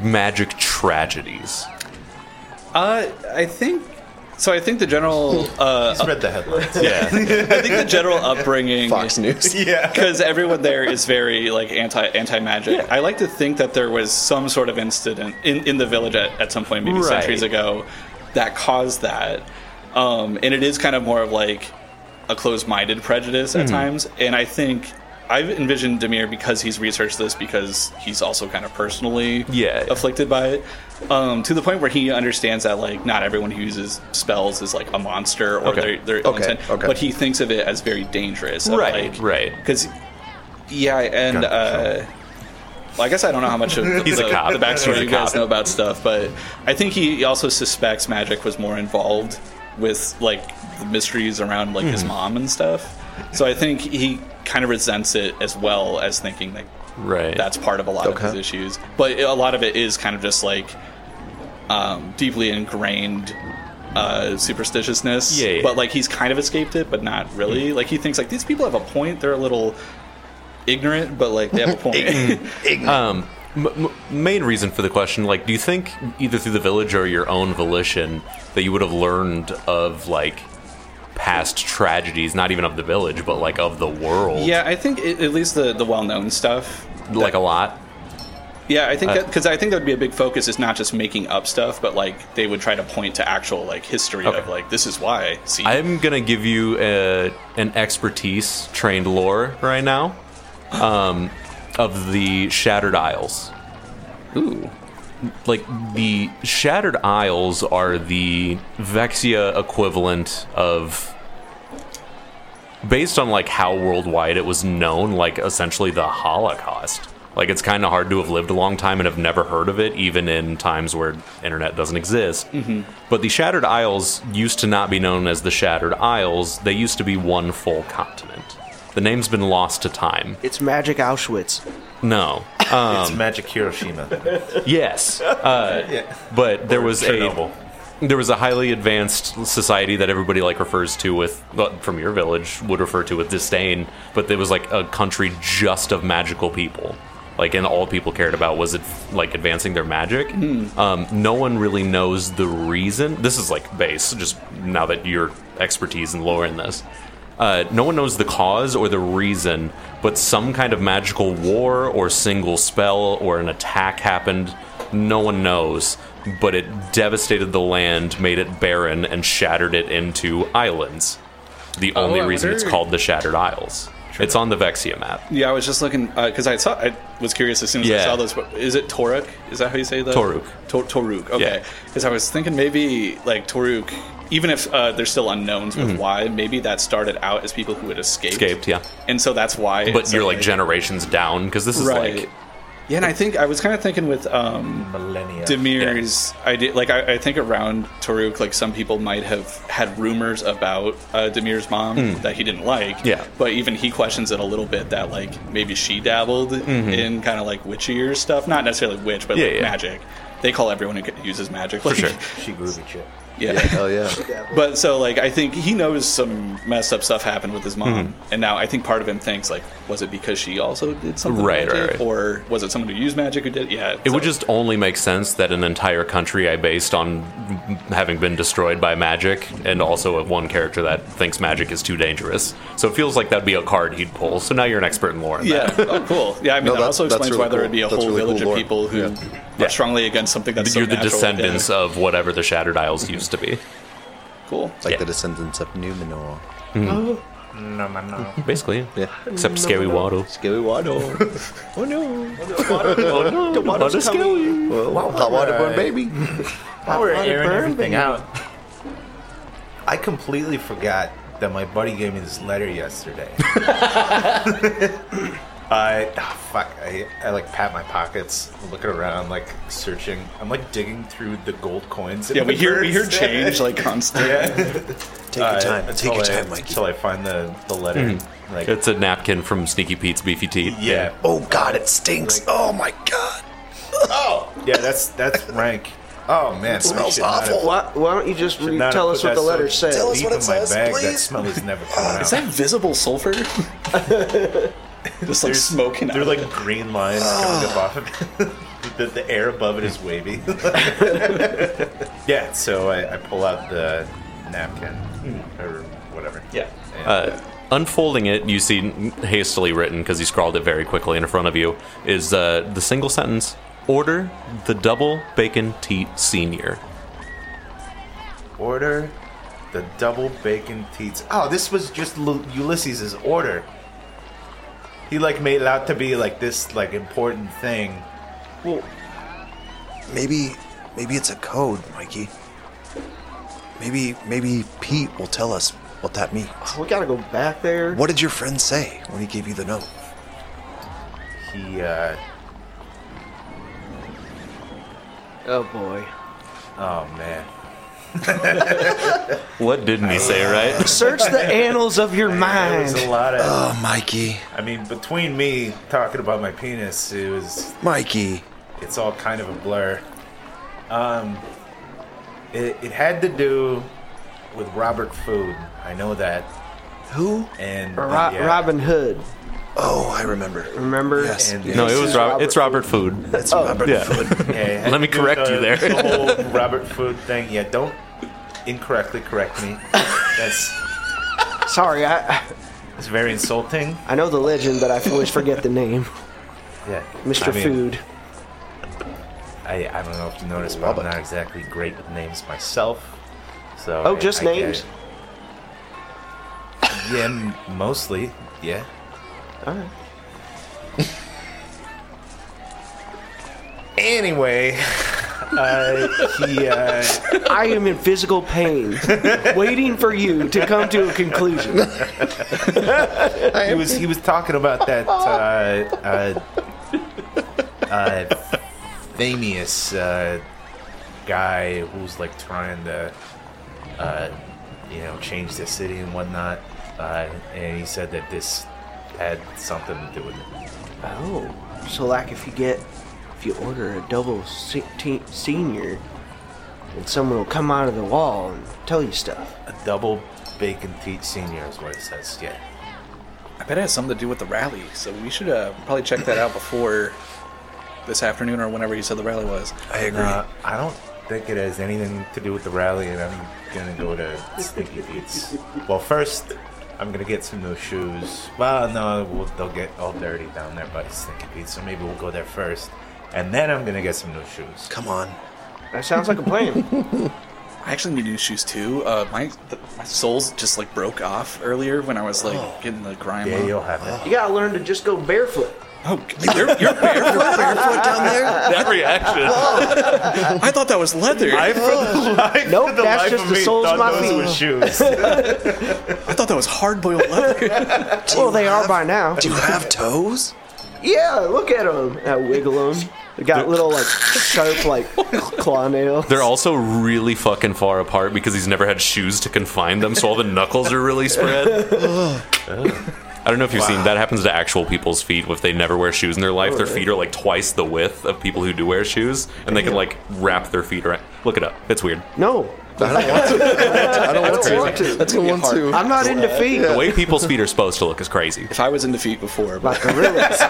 A: magic tragedies?
D: Uh, I think so. I think the general, uh,
F: Just read the headlines.
A: Yeah.
D: [LAUGHS] I think the general upbringing,
B: Fox
D: [LAUGHS]
B: News.
F: yeah.
D: because everyone there is very like anti anti magic. I like to think that there was some sort of incident in, in the village at, at some point, maybe
A: Right.
D: centuries ago, that caused that. Um, and it is kind of more of like a closed minded prejudice
A: Mm-hmm.
D: at times. And I think I've envisioned Demir because he's researched this because he's also kind of personally
A: Yeah.
D: afflicted by it. Um, to the point where he understands that like not everyone who uses spells is like a monster or
A: Okay.
D: they're, they're
B: Okay,
D: intent-
B: okay.
D: but he thinks of it as very dangerous of,
A: Right,
D: like,
A: right.
D: because yeah, and uh, well, I guess I don't know how much of the,
A: [LAUGHS] He's a
D: the-
A: cop.
D: the backstory
A: He's a
D: you guys
A: cop.
D: know about stuff, but I think he also suspects magic was more involved with like the mysteries around like
A: Hmm.
D: his mom and stuff. So I think he kind of resents it as well as thinking like
A: Right.
D: that's part of a lot
B: Okay.
D: of his issues. But a lot of it is kind of just like um, deeply ingrained uh, superstitiousness.
A: Yeah, Hmm. yeah.
D: But like he's kind of escaped it, but not really. Like he thinks like these people have a point. They're a little ignorant, but like they
A: [LAUGHS]
D: have a point.
A: Um, m- m- main reason for the question, like, do you think either through the village or your own volition that you would have learned of like past tragedies, not even of the village, but like of the world?
D: [LAUGHS] yeah, I think it, at least the the well known stuff.
A: like a lot.
D: Yeah, I think
A: Uh,
D: that because I think that would be a big focus is not just making up stuff, but like they would try to point to actual like history
A: Okay.
D: of like this is why. See,
A: I'm gonna give you uh an expertise trained lore right now, um, of the Shattered Isles.
D: ooh,
A: like the Shattered Isles are the Vexia equivalent of based on like how worldwide it was known, like essentially the Holocaust. Like it's kind of hard to have lived a long time and have never heard of it, even in times where internet doesn't exist. But the Shattered Isles used to not be known as the Shattered Isles; they used to be one full continent. The name's been lost to time.
I: It's magic Auschwitz.
A: No.
F: It's Magic Hiroshima.
A: Yes, uh, but there was
F: Chernobyl.
A: a there was a highly advanced society that everybody like refers to with well, from your village would refer to with disdain, but there was like a country just of magical people. Like, and all people cared about was it like advancing their magic. Um, no one really knows the reason. This is like base, just now that your expertise and lore in this. Uh, no one knows the cause or the reason, but some kind of magical war or single spell or an attack happened. No one knows, but it devastated the land, made it barren, and shattered it into islands. The only
D: Oh, I
A: reason it's
D: wonder-
A: called the Shattered Isles. It's on the Vexia map.
D: yeah, I was just looking because I saw. I was curious as soon as
A: Yeah.
D: I saw those. But is it Toruk? Is that how you say that?
A: Toruk.
D: Tor- Toruk. Okay. Because I was thinking maybe like Toruk, even if uh, there's still unknowns with why, maybe that started out as people who had escaped.
A: Mm-hmm. Escaped, yeah.
D: And so that's why.
A: But
D: it's
A: you're like generations down because this is
D: right.
A: like
D: yeah, and I think I was kind of thinking with um,
F: Millennia.
D: Demir's idea, like I, I think around Toruk, like some people might have had rumors about uh, Demir's mom that he didn't like.
A: Hmm. Yeah.
D: but even he questions it a little bit that like maybe she dabbled in kind of like witchier stuff, not necessarily witch, but
A: Mm-hmm. Yeah,
D: like
A: yeah.
D: magic. They call everyone who uses magic like,
A: sure.
F: she groovy chip.
D: [LAUGHS] Yeah.
B: Hell Oh, yeah.
D: but so like I think he knows some messed up stuff happened with his mom,
A: Mm-hmm.
D: and now I think part of him thinks like, was it because she also did something
A: Right,
D: magic,
A: right, right.
D: or was it someone who used magic who did? Yeah,
A: It would
D: so-
A: just only make sense that an entire country I based on having been destroyed by magic, and also a one character that thinks magic is too dangerous. So it feels like that'd be a card he'd pull. So now you're an expert in lore. In
D: Yeah.
E: [LAUGHS]
D: Oh, cool. Yeah. I mean,
B: No,
D: that
B: that's-
D: also
B: that's
D: explains
B: really
D: why there
B: cool.
D: would be a
B: That's
D: whole
B: really
D: village
B: cool
D: of
B: lore.
D: people who
B: Yeah.
D: are strongly against something
A: That.
D: that's so
A: You're the
D: natural. Yeah.
A: descendants of whatever the Shattered Isles used to be.
D: Cool.
B: Like
A: Yeah.
B: the descendants of Numenor.
F: No, no, no.
A: Basically, yeah.
B: Yeah. [LAUGHS]
A: except Scary Waddle.
B: Scary Waddle. oh no.
A: Oh no,
B: water's
A: scary.
B: Well, hot water burn baby.
F: Now we're
I: wanna
F: airing
I: burn
F: everything
I: them.
F: out. [LAUGHS] I completely forgot that my buddy gave me this letter yesterday. [LAUGHS] I ah, fuck. I, I like pat my pockets, looking around, like searching. I'm like digging through the gold coins. in
D: Yeah. We
F: the
D: hear we hear
F: purse.
D: change like constantly.
G: Take your time. Take your
F: until Uh, I-
G: time, Mikey.
F: Until I find the the letter. Like
A: It's a napkin from Sneaky Pete's Beefy Teeth.
F: yeah,
G: Oh God, it stinks. Oh my God.
F: yeah. That's that's rank. Oh man, it
G: smells awful.
I: Why, why don't you just re-
F: not
I: tell
F: have
I: us
F: put
I: what the
F: that so
I: letters say?
G: Tell us
F: Deep
G: what it
F: in
G: says,
F: my bag, that
G: please.
F: smell is never coming
E: Is
F: out.
E: that [LAUGHS] visible sulfur? [LAUGHS] Just like smoking out.
F: They're
E: of
F: like green lines coming up off of it. [LAUGHS] the, the air above it is wavy. [LAUGHS] yeah, so I, I pull out the napkin or whatever. Yeah.
A: Uh, unfolding it, you see hastily written because he scrawled it very quickly in front of you is uh, the single sentence: "Order the double bacon tea senior."
F: order the double bacon teats. Oh, this was just L- Ulysses' order. He like made it out to be like this like important thing.
G: Maybe, maybe it's a code, Mikey. Maybe, maybe Pete will tell us what that means.
I: We gotta go back there.
G: What did your friend say when he gave you the note?
F: He uh
I: Oh boy.
F: oh man.
A: What didn't he say? Right?
I: [LAUGHS] Search the annals of your
F: There's a
I: mind.
F: lot of
G: Oh, Mikey,
F: I mean between me talking about my penis, it was
G: Mikey.
F: it's all kind of a blur. Um it, it had to do with Robert Food. I know that.
G: Who?
F: And
I: [LAUGHS] Ro-
F: yeah.
I: Robin Hood.
G: Oh, I remember.
I: Remember?
G: Yes.
F: And-
A: No, it was
I: It's
A: Robert.
I: Robert
A: It's Robert Food.
G: It's Robert
A: yeah.
G: Food.
F: Yeah, it had
A: Let me
F: to do with
A: correct you
F: the-
A: there.
F: The whole Robert Food thing. Yeah, don't incorrectly correct
I: [LAUGHS]
F: me. That's
I: Sorry, I
F: it's very insulting.
I: I know the legend, but I always forget the [LAUGHS] name.
F: Yeah,
I: Mr.
F: I mean,
I: Food.
F: I, I don't know if you noticed, but I'm not exactly great with names myself. So
I: Oh,
F: I-
I: just
F: I get
I: names?
F: it. Yeah, m- mostly. Yeah.
I: All right.
F: [LAUGHS] Anyway, [LAUGHS] uh, he uh,
I: I am in
F: [LAUGHS]
I: physical pain, waiting for you to come to a conclusion.
F: he was he was talking about that uh, uh, uh, famous uh, guy who's like trying to uh, you know change the city and whatnot, uh, and he said that this had something to do with it.
I: Oh, so like if you get, if you order a double se- te- senior, and someone will come out of the wall and tell you stuff.
F: A double bacon teat senior is what it says. Yeah,
E: I bet it has something to do with the rally, so we should uh, probably check that out before this afternoon or whenever you said the rally was.
G: I agree.
F: uh, I don't think it has anything to do with the rally, and I'm gonna go to Stinky Beats. Well, first. I'm gonna get some new shoes. Well, no, we'll, they'll get all dirty down there by Stinky Beats, so maybe we'll go there first, and then I'm gonna get some new shoes.
G: Come on.
I: That sounds like
B: [LAUGHS]
I: a plan.
E: I actually need new shoes too. Uh, my the, my soles just like broke off earlier when I was like
B: Oh,
E: getting the grime.
F: Yeah,
E: up.
F: you'll have it.
I: you gotta learn to just go
B: [LAUGHS]
I: barefoot.
E: Oh, you're, you're barefoot.
G: Foot down there?
A: That reaction.
E: I thought that was leather. I,
I: Nope, that's just the soles of my feet.
F: shoes.
E: thought that was hard boiled leather.
I: Well, they are by
G: [LAUGHS]
I: now.
G: Do you have toes?
I: Yeah, look at them. I wiggle them. They got little like sharp
B: [LAUGHS]
I: like claw nails.
A: They're also really fucking far apart because he's never had shoes to confine them, so all the knuckles are really spread. I don't know if you've seen that happens to actual people's feet if they never wear shoes in their life. Their feet are like twice the width of people who do wear shoes, and they can like wrap their feet around. Look it up; it's weird.
I: no, [LAUGHS]
B: I don't want to.
I: want to.
B: I don't want to.
I: I'm not into feet.
A: The way people's feet are supposed to look is crazy.
E: if I was in defeat before, but
I: Like gorillas.
A: [LAUGHS]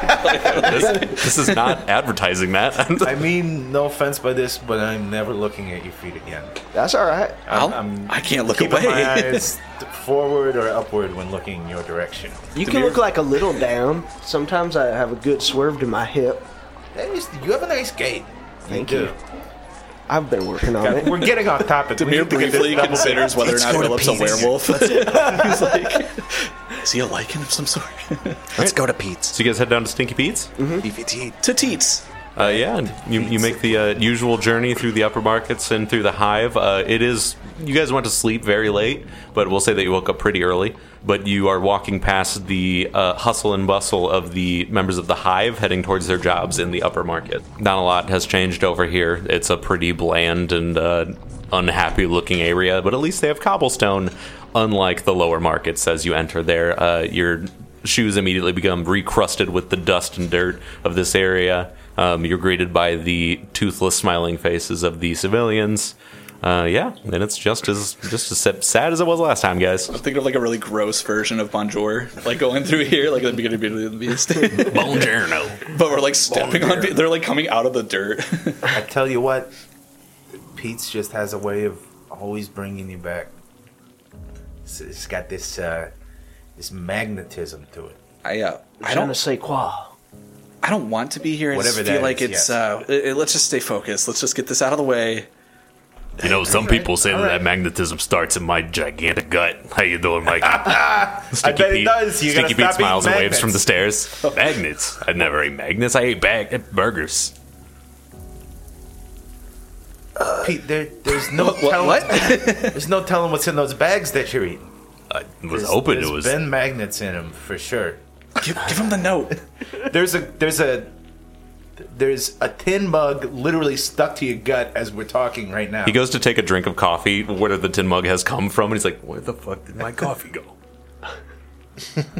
A: This, this is not advertising [LAUGHS] that.
F: I mean, no offense by this, but I'm never looking at your feet again.
I: That's all right.
E: I'll,
F: I'm-
E: I can not look
F: Keeping my [LAUGHS]
E: away.
F: eyes forward or upward when looking in your direction.
I: You can look like a little down. Sometimes I have a good swerve to my hip.
F: That is, you have a nice gait.
I: Thank
F: do.
I: you. I've been working on
F: God,
I: it.
F: We're getting off topic. We
E: Demir
F: need to get this
E: briefly
F: double
E: considers whether or
G: Let's
E: not
G: go to
E: Philip's a
G: Pete's.
E: werewolf. [LAUGHS] He's like, is he a lichen of some sort?
G: [LAUGHS] Let's go to Pete's.
A: So you guys head down to Stinky Pete's.
G: BVT.
E: to teats.
A: Uh, yeah, and you, you make the uh, usual journey through the upper markets and through the hive. Uh, it is you guys went to sleep very late, but we'll say that you woke up pretty early. But you are walking past the uh, hustle and bustle of the members of the hive heading towards their jobs in the upper market. Not a lot has changed over here. It's a pretty bland and uh, unhappy looking area, but at least they have cobblestone, unlike the lower markets. As you enter there, uh, your shoes immediately become recrusted with the dust and dirt of this area Um, you're greeted by the toothless, smiling faces of the civilians. Uh, yeah, and it's just as just as sad- sad as it was last time, guys.
E: I'm thinking of like a really gross version of Bonjour, like going through here, like at the beginning of Beauty and the Beast. [LAUGHS] but
K: Bonjourno.
E: we're like stepping on, pe- they're like coming out of the dirt.
F: I tell you what, Pete's just has a way of always bringing you back. It's, it's got this uh, this magnetism to it.
E: I uh, I
I: I don't
E: don't,
I: say quoi.
E: I don't want to be here. I just
F: Whatever
E: feel
F: that
E: like
F: is,
E: it's.
F: yes.
E: Uh, it- it- let's just stay focused. Let's just get this out of the way.
K: You know, some people say that, that magnetism starts in my gigantic gut. [LAUGHS] How you doing,
F: [LAUGHS]
K: Mikey? Stinky
F: bet it does. You gotta
A: Stinky Pete
F: stop eating
A: smiles and waves
F: magnets. Oh.
A: from the stairs.
K: magnets. I never ate magnets. I ate bag- burgers.
F: Pete, there, there's no
E: What?
F: telling,
E: what?
F: [LAUGHS] there's no telling what's in those bags that you're eating.
K: I was
F: There's-
K: hoping
F: there's
K: it was.
F: been magnets in them for sure.
E: give, give him the note.
F: [LAUGHS] There's a there's a there's a tin mug literally stuck to your gut as we're talking right now.
A: He goes to take a drink of coffee, where the tin mug has come from, and he's like, "Where the fuck did my coffee
F: [LAUGHS]
A: go?"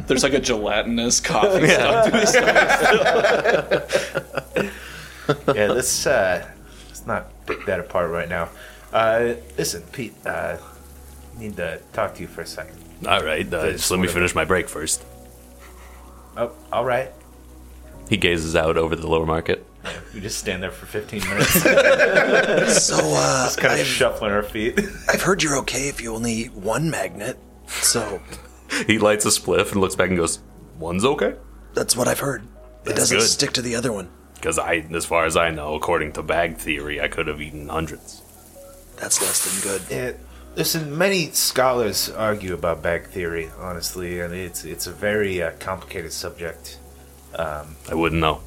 E: There's like a gelatinous coffee. stuck to his stomach.
F: yeah, let's uh, let's not pick that apart right now. Uh, listen, Pete, uh, need to talk to you for a second.
K: All right, uh, just let me finish my break first.
F: Oh, all right.
A: He gazes out over the lower market.
F: We just stand there for 15 [LAUGHS] minutes,
G: So, uh,
F: kind of
G: I've,
F: shuffling our feet.
G: I've heard you're okay if you only eat one magnet. So,
A: He lights a spliff and looks back and goes, "One's okay."
G: that's what I've heard. it doesn't
K: good.
G: stick to the other one.
K: Because I, as far as I know, according to bag theory, I could have eaten hundreds.
G: That's less than good.
F: Yeah, listen, many scholars argue about bag theory, honestly, and it's it's a very uh, complicated subject.
K: I wouldn't know.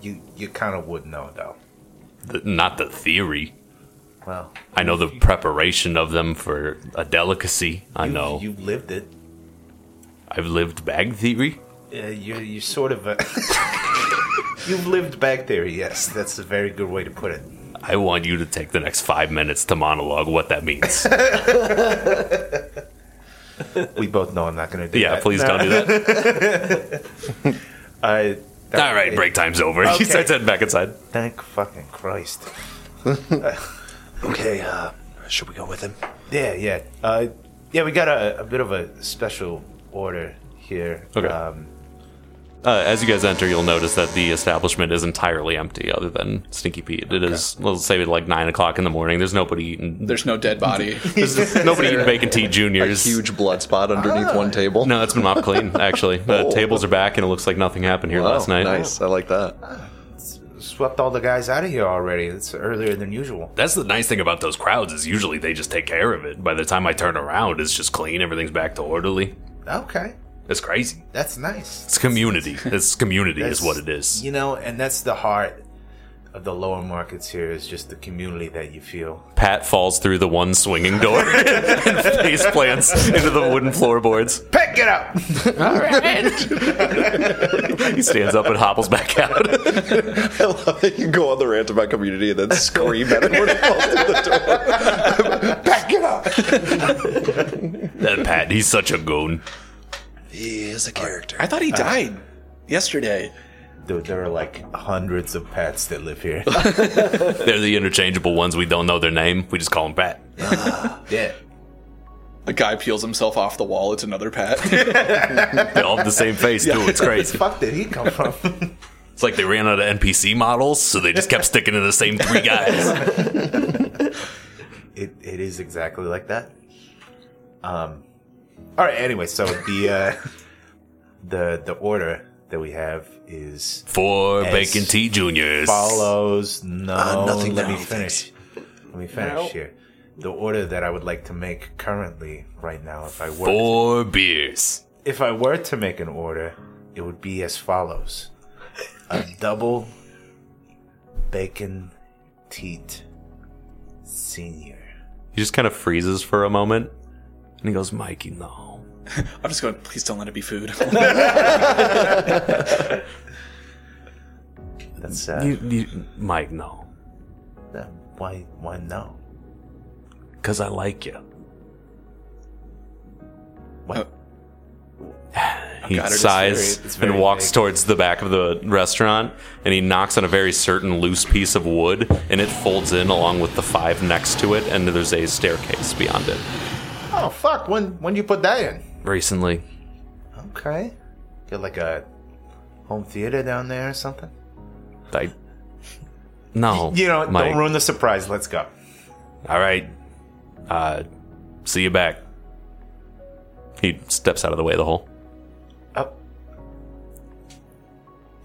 F: You you kind of would know though.
K: The, not the theory.
F: Well,
K: I know the preparation of them for a delicacy. I
F: you-
K: know.
F: you lived it.
K: I've lived bag theory.
F: Uh, you're you're sort of a. [LAUGHS] You've lived bag theory, yes. That's a very good way to put it.
K: I want you to take the next five minutes to monologue what that
B: [LAUGHS]
K: means.
F: We both know I'm not going to do that.
A: Yeah, please
F: [LAUGHS]
A: don't do that.
F: Uh,
K: All right, break time's over.
F: Okay.
A: He starts heading back inside.
F: thank fucking Christ.
G: Okay, uh, should we go with him?
F: Yeah, yeah. Uh, yeah, we got a, a bit of a special order here.
A: Okay.
F: Um,
A: Uh, as you guys enter, you'll notice that the establishment is entirely empty, other than Stinky Pete. It is, let's say, like nine o'clock in the morning. There's nobody
B: [LAUGHS]
A: eating.
E: There's no dead body.
A: There's nobody eating bacon tea juniors.
B: Huge blood spot underneath one table.
A: No, it's been mopped clean. Actually,
B: [LAUGHS]
A: the tables are back, and it looks like nothing happened here
B: Wow,
A: last night.
B: Oh. Nice. I like that. [LAUGHS]
F: swept all the guys out of here already. It's earlier than usual.
K: That's the nice thing about those crowds is usually they just take care of it. By the time I turn around, it's just clean. Everything's back to orderly.
F: Okay.
K: It's crazy.
F: That's nice.
K: It's
F: [LAUGHS]
K: community. It's community
F: That's
K: is what it is.
F: You know, and that's the heart of the lower markets here is just the community that you feel.
A: Pat falls through the one swinging
F: [LAUGHS]
A: door and face plants into the wooden floorboards.
F: Pick it up! [LAUGHS]
A: He stands up and hobbles back out.
B: I love that you go on the rant about community [LAUGHS] and then scream at everyone who falls through the door. Back it up.
K: [LAUGHS] That Pat, he's such a goon.
G: He is a character.
E: I thought he died yesterday.
F: Dude, there are like hundreds of pets that live here.
K: They're the interchangeable ones. We don't know their name. We just call them Pat.
F: yeah.
E: A guy peels himself off the wall. It's another Pat.
K: They all have the same face too. It's
F: The
K: crazy.
F: fuck did he come from?
K: It's like they ran out of NPC models, so they just kept sticking to the same three
F: [LAUGHS]
K: guys.
F: it, it is exactly like that. Um, all right. Anyway, so the uh, [LAUGHS] the the order that we have is
K: Four
F: As
K: bacon tea juniors.
F: follows. No,
G: Uh, nothing
F: Let
G: now,
F: me finish. Let me finish here. The order that I would like to make currently, right now, if I were
K: Four beers.
F: if I were to make an order, it would be as follows: a double bacon teat senior.
A: He just kind of freezes for a moment, and he goes, "Mikey, no."
E: [LAUGHS] I'm just going. Please don't let it be food. [LAUGHS]
F: That's uh,
A: You, you, Mike, no,
F: uh, why why no?
A: because I like you.
F: What?
A: He
F: God, it is
A: sighs
F: very- it's very
A: and walks
F: big.
A: towards the back of the restaurant, and he knocks on a very certain loose piece of wood, and it folds in along with the five next to it, and there's a staircase beyond it.
F: Oh fuck! When when you put that in?
A: Recently,
F: Okay. Get like a home theater down there or something.
A: I no,
F: You know,
A: Mike.
F: don't ruin the surprise. Let's go.
A: All right, uh, see you back. He steps out of the way of the hole.
F: Up.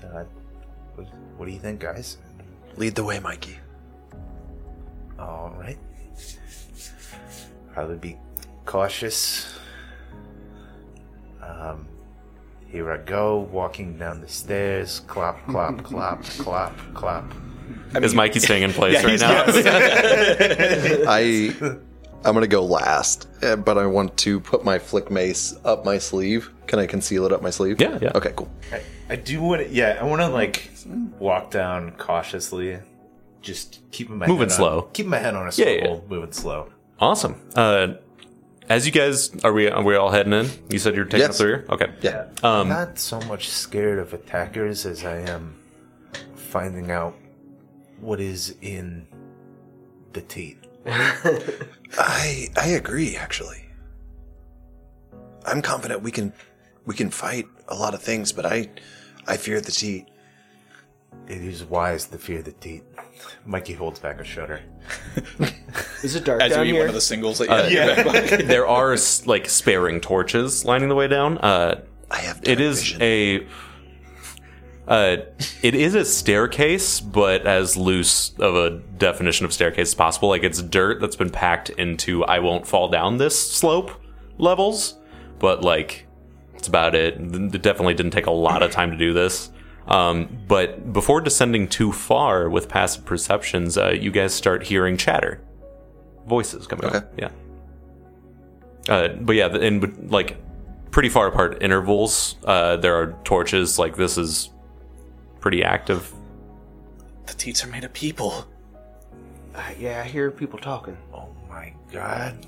F: Uh, what, what do you think, guys?
G: Lead the way, Mikey.
F: All right. I would be cautious. Um, here I go, walking down the stairs. Clop, clop, clop, clop, clop.
A: Is Mikey staying in place right now?
B: I I'm gonna go last, eh, but I want to put my flick mace up my sleeve. Can I conceal it up my sleeve?
A: Yeah, yeah.
B: Okay, cool.
F: I, I do want to, yeah, I want to like walk down cautiously, just keeping my
A: Moving
F: head on-
A: slow.
F: keeping my head on a
A: Yeah,
F: swivel,
A: yeah.
F: moving slow.
A: [LAUGHS] Awesome. Uh, as you guys are we are we all heading in? You said you're taking
B: Yes.
A: us through here. Okay.
B: [LAUGHS] Yeah.
A: Um,
F: I'm not so much scared of attackers as I am finding out what is in the teeth.
G: I I agree, actually. I'm confident we can we can fight a lot of things, but I I fear the tea.
F: It is wise to fear the teeth. Mikey holds back a shudder.
I: Is it dark
E: As you
I: down
E: eat
I: here?
E: one of the singles that you had in your back pocket.
A: there are s- like sparing torches lining the way down. Uh,
G: I have
A: it
G: dark
A: is
G: vision.
A: a uh, it is a staircase, but as loose of a definition of staircase as possible. Like it's dirt that's been packed into I won't fall down this slope levels, but like that's about it. It definitely didn't take a lot of time to do this. Um, but before descending too far with passive perceptions, uh, you guys start hearing chatter, voices coming. Okay. Yeah. Uh, but yeah, in bet- like pretty far apart intervals, uh, there are torches. Like this is pretty active.
E: The teats are made of people.
I: Uh, yeah, I hear people talking.
F: Oh my god.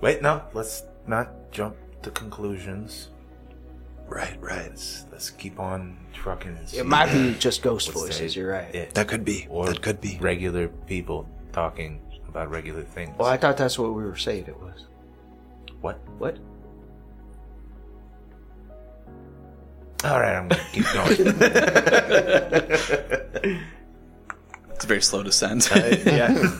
F: Wait, no, let's not jump to conclusions.
G: right, right.
F: Let's, let's keep on trucking. and see.
I: It might be [CLEARS THROAT] just ghost voices.
F: that?
I: You're right.
F: Yeah.
G: That could be.
F: or
G: that could be.
F: regular people talking about regular things.
I: Well, I thought that's what we were saying. It was
F: What?
I: what?
F: All right, I'm gonna keep going.
G: [LAUGHS]
E: It's a very slow descent.
F: yeah.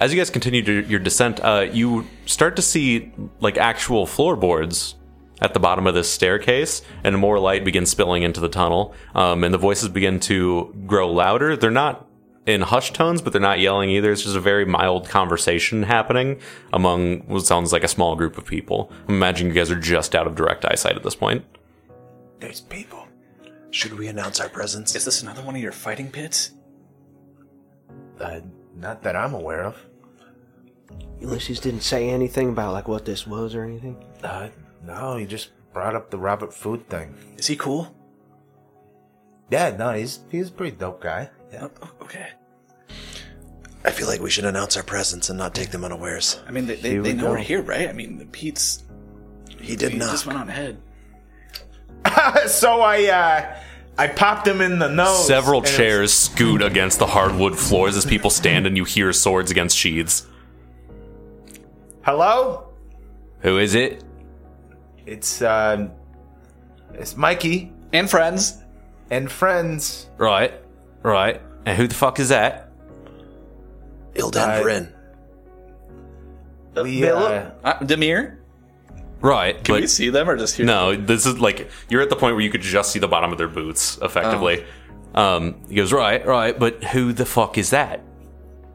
A: As you guys continue to, your descent, uh, you start to see like actual floorboards at the bottom of this staircase, and more light begins spilling into the tunnel. Um, and the voices begin to grow louder. They're not in hushed tones, but they're not yelling either. It's just a very mild conversation happening among what sounds like a small group of people. I'm imagining you guys are just out of direct eyesight at this point.
F: There's people.
G: Should we announce our presence?
E: Is this another one of your fighting pits?
F: Uh, not that I'm aware of.
I: Ulysses didn't say anything about like what this was or anything.
F: Uh, no, you just brought up the Robert Food thing.
E: [LAUGHS] Is he cool?
F: Yeah, no, he's he's a pretty dope guy. Yeah.
E: Oh, oh, okay.
G: I feel like we should announce our presence and not take them unawares.
E: I mean, they, they,
F: Here we
E: they know
F: go.
E: we're here, right? I mean, the Pete's.
G: He did
E: he
G: not.
E: just went on ahead.
F: [LAUGHS] so I uh, I popped him in the nose.
A: Several
F: and it was-
A: chairs scoot against the hardwood floors as people stand and you hear swords against sheaths.
F: Hello,
A: Who is it?
F: it's um, it's Mikey
E: And friends.
F: and friends.
A: Right. Right. And who the fuck is that?
G: Ildan
F: I-
G: Vryn.
F: Uh, We, uh,
E: Uh, Demir?
A: Right.
E: Can
A: but
E: we see them or just hear
A: no, this is like you're at the point where you could just see the bottom of their boots effectively.
F: Oh.
A: Um he goes, "Right, right, but who the fuck is that?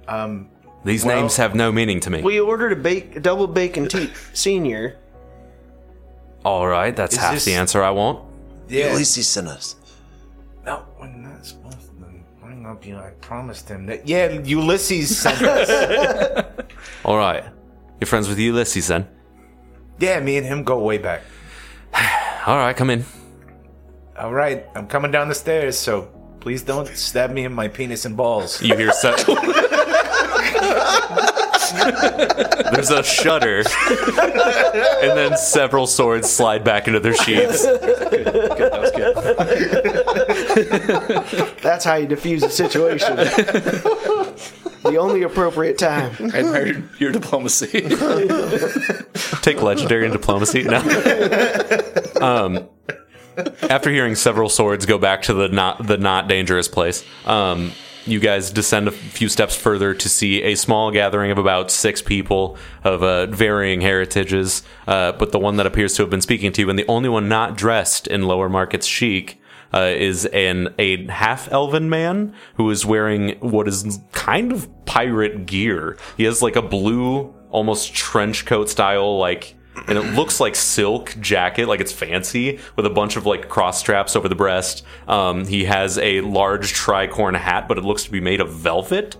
F: um,
A: These
F: Well-
A: names have no meaning to me."
I: Well, you ordered a bake, a double bacon tea, senior.
A: All right, that's
F: Is
A: half
F: this-
A: the answer I want.
F: yeah.
G: Ulysses sent us.
F: No, we're not supposed to bring up you. I promised him that. Yeah, Ulysses sent us.
A: All right. You're friends with Ulysses then?
F: yeah, me and him go way back.
A: All right, come in.
F: All right, I'm coming down the stairs, so please don't stab me in my penis and balls.
A: You hear se- There's a shudder, and then several swords slide back into their sheaths.
I: That's how you defuse a situation. the only appropriate time.
E: I admire your diplomacy.
A: Take legendary and diplomacy. No. Um, after hearing several swords go back to the not the not dangerous place, um, you guys descend a few steps further to see a small gathering of about six people of uh, varying heritages. Uh, but the one that appears to have been speaking to you, and the only one not dressed in lower markets chic. Uh, is an a half elven man who is wearing what is kind of pirate gear. He has like a blue, almost trench coat style, like and it looks like silk jacket, like it's fancy, with a bunch of like cross straps over the breast. Um, he has a large tricorn hat, but it looks to be made of velvet.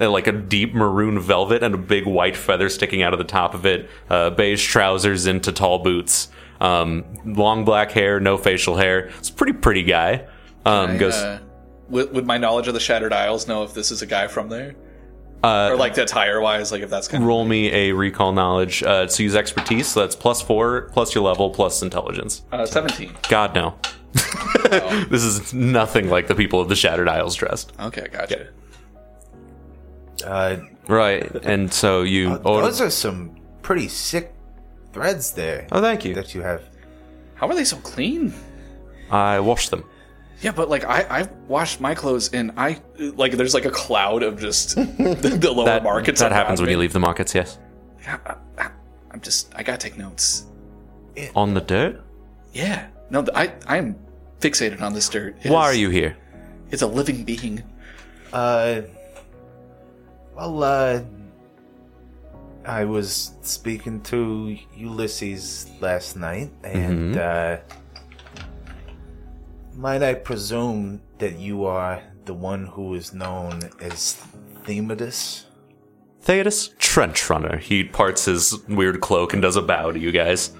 A: uh, Like a deep maroon velvet and a big white feather sticking out of the top of it, uh, beige trousers into tall boots, um, long black hair, no facial hair. It's a pretty pretty guy. Um, goes,
E: Uh, would, would my knowledge of the Shattered Isles know if this is a guy from there? Uh, or like attire wise, like if that's kind of
A: roll me a recall knowledge uh, to use expertise. So that's plus four, plus your level, plus intelligence.
E: uh, seventeen.
A: God, no. [LAUGHS] this is nothing like the people of the Shattered Isles dressed.
E: Okay, gotcha.
F: Uh,
A: Right, and so you
E: Uh,
A: order.
F: those are some pretty sick threads there
A: oh, thank you.
F: that you have.
E: How are they so clean?
A: I washed them.
E: Yeah, but like I, I washed my clothes and I like there's like a cloud of
A: [LAUGHS]
E: just the, the lower
A: That,
E: markets.
A: that
E: around
A: happens when
E: me.
A: you leave the markets, yes.
E: I'm just I gotta take notes.
A: On the dirt?
E: Yeah, no, th- I I'm fixated on this dirt. It
A: Why are
E: is-
A: you here?
E: It's a living being.
F: Uh, well, uh, I was speaking to Ulysses last night, and
A: Mm-hmm.
F: uh, might I presume that you are the one who is known as Themidus?
A: Theodos Trench Runner. He parts his weird cloak and does a bow to you guys.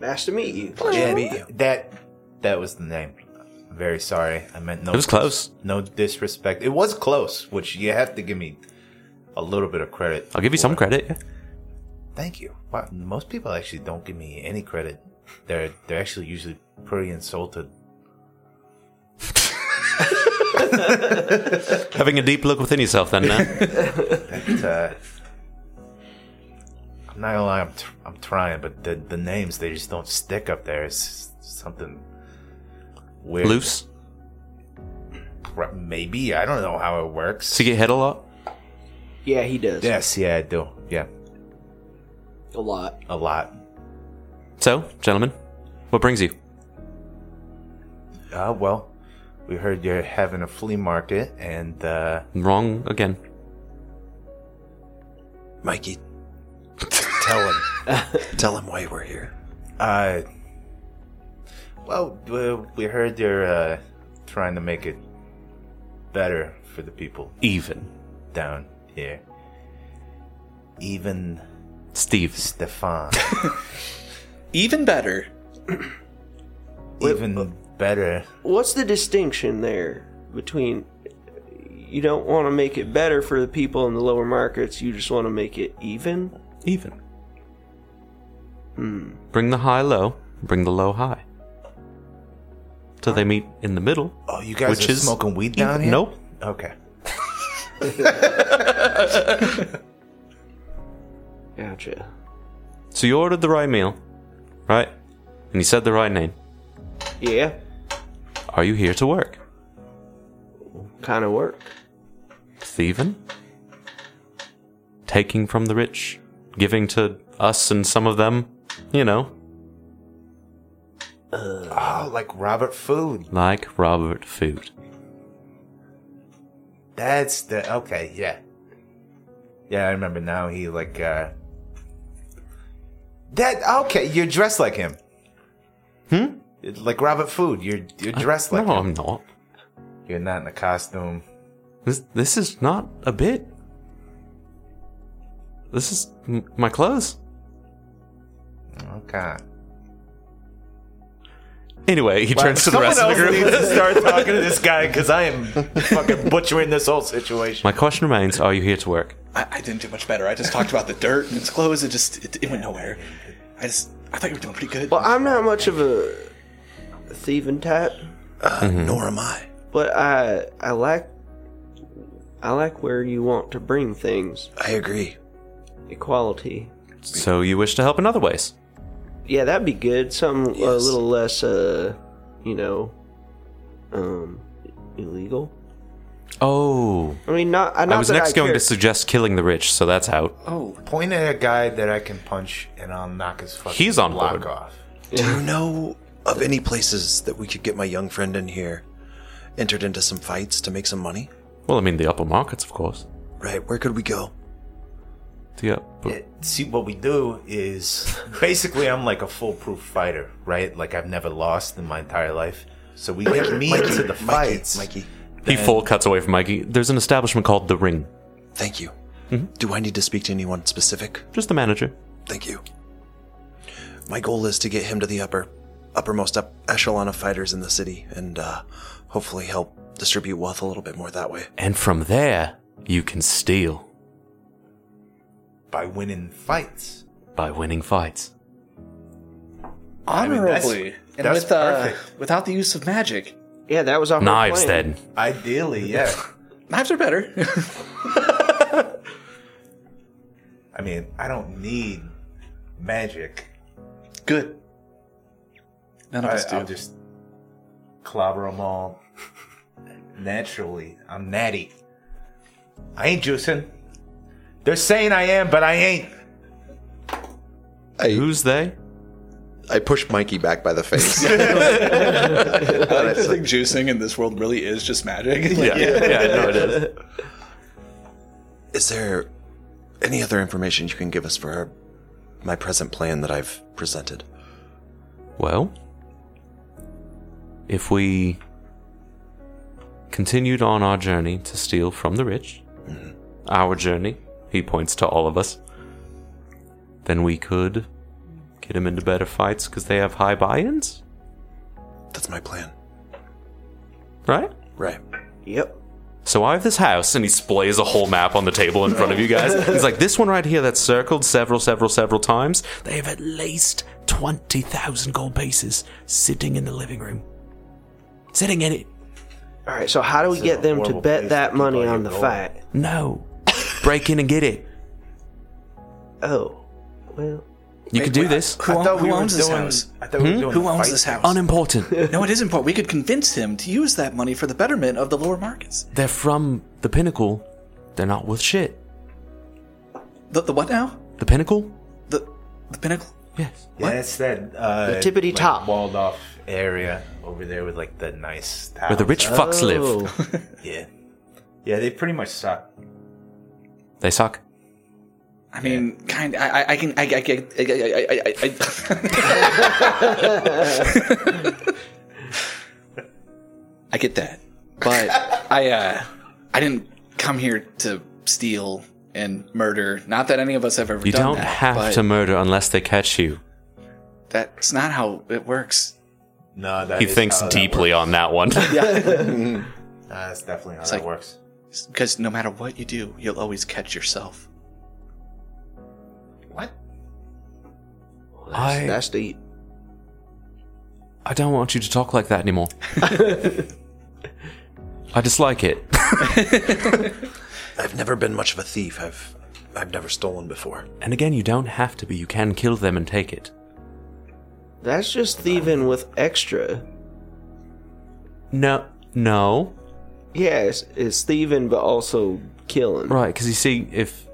I: Nice to meet you.
F: Yeah, that that was the name. Very sorry, I meant no.
A: It was close.
F: No disrespect. It was close, which you have to give me a little bit of credit.
A: I'll give you some credit. yeah.
F: Thank you. Wow, most people actually don't give me any credit. They're they're actually usually pretty insulted.
A: Having a deep look within yourself, then. Now.
F: But, uh, I'm not gonna lie, I'm, tr- I'm trying, but the the names they just don't stick up there. It's something weird.
A: Loose.
F: Pro- Maybe I don't know how it works.
A: So you get hit a lot.
I: Yeah, he does.
F: yes, yeah, I do. Yeah,
I: A lot.
F: a lot.
A: So, gentlemen, what brings you?
F: Uh, well, we heard you're having a flea market, and uh,
A: Wrong again.
G: Mikey, tell him. tell him why we're here.
F: uh, well, we- we heard you're uh, trying to make it better for the people
A: Even.
F: down here. Even
A: Steve.
F: [LAUGHS] Stefan,
E: Even better.
F: even better.
I: What's the distinction there between you don't want to make it better for the people in the lower markets, you just want to make it even?
A: Even. Bring the high low, bring the low high. So they meet in the middle.
F: Oh, you guys
A: Which
F: are
A: is
F: smoking weed down
A: even-
F: here?
A: Nope.
F: Okay.
I: Gotcha.
A: So you ordered the right meal, right? And you said the right name.
I: Yeah,
A: Are you here to work?
I: kind of work.
A: Thieving? Taking from the rich? Giving to us and some of them? You know,
F: Oh, like Robert Food.
A: like Robert Food.
F: That's the okay, yeah. Yeah, I remember now he like uh That okay, you're dressed like him. Hmm? Uh, Like Robert Food, you're you're dressed like
A: no,
F: him.
A: I'm not.
F: You're not in a costume.
A: This, this is not a bit. This is m- my clothes.
F: Okay.
A: Anyway, he turns to the
F: Someone
A: rest of the
F: else
A: group.
F: needs to start talking to this guy because I am
A: [LAUGHS]
F: fucking butchering this whole situation.
A: My question remains: Are you here to work?
E: I, I didn't do much better. I just talked about the dirt and its clothes. It just it, it went nowhere. I just I thought you were doing pretty good.
I: Well, I'm not much of a thieving type,
G: Nor am I.
I: but I I like I like where you want to bring things.
G: I agree.
I: Equality.
A: So you wish to help in other ways?
I: Yeah, that'd be good. Something a
G: Yes.
I: little less, uh, you know, um, illegal.
A: Oh,
I: I mean, not. not
A: I was
I: that
A: next
I: I
A: going
I: care-
A: to suggest killing the rich, so that's out.
F: Point at a guy that I can punch, and I'll knock his fucking
A: He's on
F: block
A: board.
F: off.
G: Do you know of any places that we could get my young friend in here, entered into some fights to make some money?
A: Well, I mean the upper markets, of course.
G: Right, where could we go?
A: The upper-
F: Yeah, See, what we do is basically I'm like a foolproof fighter, right? Like I've never lost in my entire life. So we get me into the fights.
G: Mikey, Mikey,
A: he full cuts away from Mikey. There's an establishment called the Ring.
G: thank you.
E: Mm-hmm.
G: Do I need to speak to anyone specific?
A: Just the manager.
G: Thank you. My goal is to get him to the upper, uppermost up echelon of fighters in the city, and uh, hopefully help distribute wealth a little bit more that way.
A: And from there, you can steal
F: by winning fights.
A: by winning fights.
F: mean, that's-
E: honorably and
F: that's
E: with uh,
F: perfect.
E: without the use of magic.
I: Yeah, that was our whole
A: Knives,
I: plan.
A: then.
F: Ideally,
A: [LAUGHS]
F: yeah.
E: Knives are better. [LAUGHS]
F: I mean, I don't need magic.
E: good. None of
F: I,
E: us do.
F: I'll just clobber them all naturally. I'm natty. I ain't juicing. They're saying I am, but I ain't.
B: I,
A: Who's they?
B: I push Mikey back by the [LAUGHS] face.
E: I like to think juicing in this world really is just magic.
A: yeah,
E: Like,
A: I know it is.
G: Is there any other information you can give us for our, my present plan that I've presented?
A: [LAUGHS] Well, if we continued on our journey to steal from the rich, our journey, he points to all of us, then we could get him into better fights because they have high buy ins,
G: That's my plan.
A: right?
G: Right.
I: Yep.
A: So I have this house, and he splays a whole map on the table in front of you guys. He's like, this one right here that's circled several, several, several times. They have at least 20,000 gold pieces sitting in the living room. Sitting in it.
I: All right. So how do we get them to
F: horrible place
I: bet
F: to
I: that
F: keep all
I: money
F: your
I: on the
F: gold.
I: fight?
A: No. Break in and get it.
I: Oh, well,
A: You can do this.
E: Who, own- who owns this
F: doing-
E: house? Hmm?
F: I thought we were doing
E: Who
F: the
E: owns
F: fight
E: this
F: thing.
E: house?
A: Unimportant.
E: no, it is important. We could convince him to use that money for the betterment of the lower markets.
A: They're from the pinnacle. They're not worth shit.
E: The, the what now?
A: The pinnacle?
E: The the pinnacle?
A: Yes.
F: Yeah, that's that uh,
I: The tippity
F: like,
I: top.
F: walled off area over there with like the nice towers.
A: Where the rich fucks live.
I: Oh,
F: Yeah, yeah, they pretty much suck.
A: They suck.
E: I mean, kind. I, I, I can. I, I, I, I, I, I, I, [LAUGHS] I get that, but I, uh, I didn't come here to steal and murder. Not that any of us have ever
A: You
E: done
A: don't
E: that,
A: have
E: but
A: to murder unless they catch you.
E: That's not how it works.
F: No, that
A: He
F: is
A: thinks
F: how that
A: deeply
F: works.
A: on that
F: [LAUGHS]
A: one.
F: Nah, that's definitely how
E: It's
F: that
E: like-
F: works.
E: Because no matter what you do, you'll always catch yourself.
F: What?
A: I
I: that's deep.
A: I don't want you to talk like that anymore. I dislike it.
G: I've never been much of a thief. I've I've never stolen before.
A: And again, you don't have to, but you can kill them and take it.
I: That's just thieving with extra.
A: No, no.
I: Yeah, it's, it's thieving, but also killing.
A: Right, because you see, if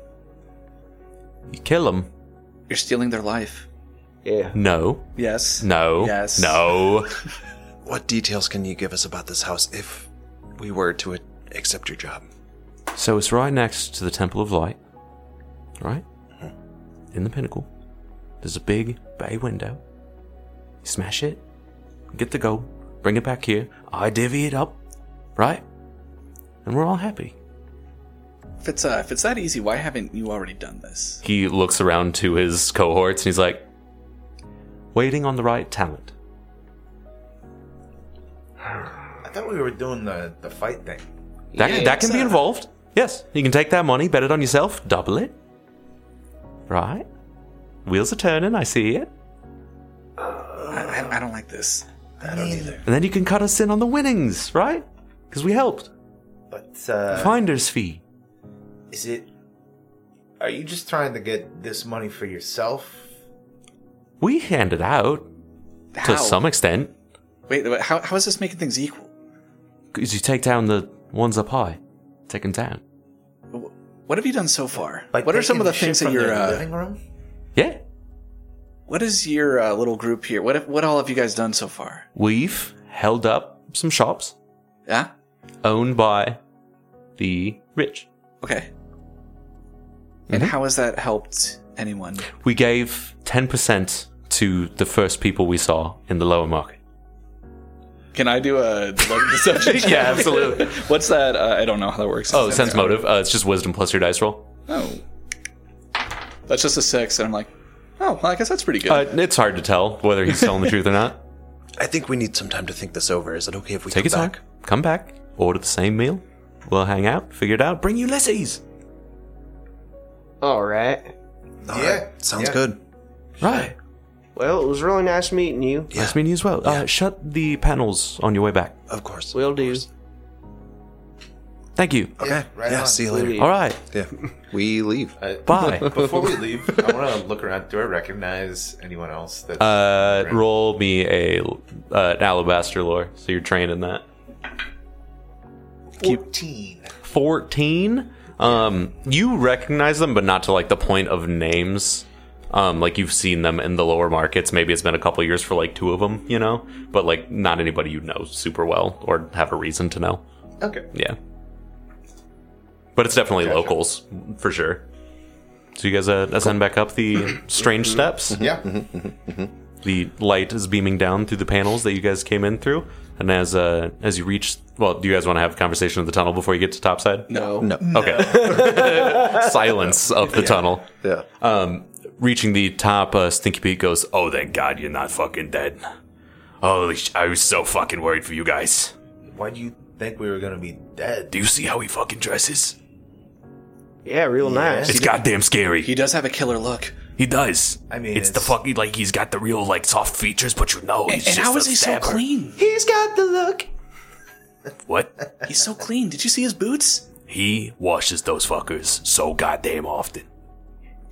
A: you kill them,
E: You're stealing their life.
I: Yeah.
A: no,
E: Yes.
A: no,
E: Yes.
A: no.
G: What details can you give us about this house if we were to a- accept your job?
A: So it's right next to the Temple of Light, right? In the pinnacle, there's a big bay window. You smash it, get the gold, bring it back here. I divvy it up, right? And we're all happy.
E: If it's uh, if it's that easy, why haven't you already done this?
A: he looks around to his cohorts and he's like, waiting on the right talent.
F: I thought we were doing the, the fight thing.
A: That, that can be involved. Yes, you can take that money, bet it on yourself, double it. Right? Wheels are turning, I see it.
E: I, I don't like this.
F: I don't either.
A: And then you can cut us in on the winnings, right? Because we helped.
F: But uh,
A: Finder's fee.
F: is it? Are you just trying to get this money for yourself?
A: We hand it out
E: How?
A: to some extent.
E: Wait, wait, how, how is this making things equal?
A: Because you take down the ones up high. Take them down.
E: Wh- What have you done so far?
F: By
E: what are some
F: taking
E: of the
F: shit
E: things that
F: from
E: your
F: their
E: uh,
F: living room?
A: Yeah.
E: what is your uh, little group here? What have- what all have you guys done so far?
A: We've held up some shops
E: Yeah.
A: owned by the rich.
E: Okay. And how has that helped anyone?
A: We gave 10% to the first people we saw in the lower market.
E: Can I do a [LAUGHS] like, deception? check?
A: Yeah, absolutely.
E: What's that? Uh, I don't know how that works.
A: [LAUGHS] Oh, sense motive. Uh, it's just wisdom plus your dice roll.
E: Oh. That's just a six, and I'm like, oh, well, I guess that's pretty good.
A: Uh, it's hard to tell whether he's telling the truth or not.
G: I think we need some time to think this over. Is it okay if we
A: Take
G: come
A: your time.
G: back?
A: Come back. Order the same meal. We'll hang out, figure it out. Bring Ulysses.
I: All right.
G: All
F: Yeah.
G: right, Sounds
F: Yeah.
G: good.
A: Right.
I: Well, it was really nice meeting you.
A: Nice meeting you as well. Uh, shut the panels on your way back.
G: Of course.
I: Will do.
A: Thank you.
G: okay.
F: Yeah, right
G: yeah.
F: on.
G: See you later.
A: All right.
B: Yeah. We leave.
F: [LAUGHS] Uh,
A: Bye.
F: Before we leave, I want to look around. Do I recognize anyone else? That
A: Uh, roll me a uh, an alabaster lore. So you're trained in that.
F: fourteen.
A: 14 um you recognize them but not to like the point of names um like you've seen them in the lower markets maybe it's been a couple years for like two of them you know but like not anybody you know super well or have a reason to know
F: Okay.
A: yeah but it's definitely
F: Gotcha.
A: locals for sure so you guys uh, ascend back up the strange steps
F: Yeah.
A: the light is beaming down through the panels that you guys came in through and as uh as you reach well do you guys want to have a conversation of the tunnel before you get to topside
E: no.
B: No.
K: [LAUGHS]
A: Okay. Silence up the tunnel.
B: Yeah.
A: Reaching the top, uh, Stinky Pete goes,
K: Oh, thank God you're not fucking dead. Holy sh- I was so fucking worried for you guys.
F: Why do you think we were gonna be dead?
K: Do you see how he fucking dresses?
I: Yeah, real nice.
K: It's goddamn
E: He
K: scary.
E: does have a killer look.
K: He does.
F: I mean,
K: it's, the
F: it's-
K: fucking like he's got the real like soft features, but you know, he's
E: And, and
K: just
E: how
K: a
E: is he
K: stabber.
E: so clean?
I: He's got the look.
K: What?
E: He's so clean. Did you see his boots?
K: He washes those fuckers so goddamn often.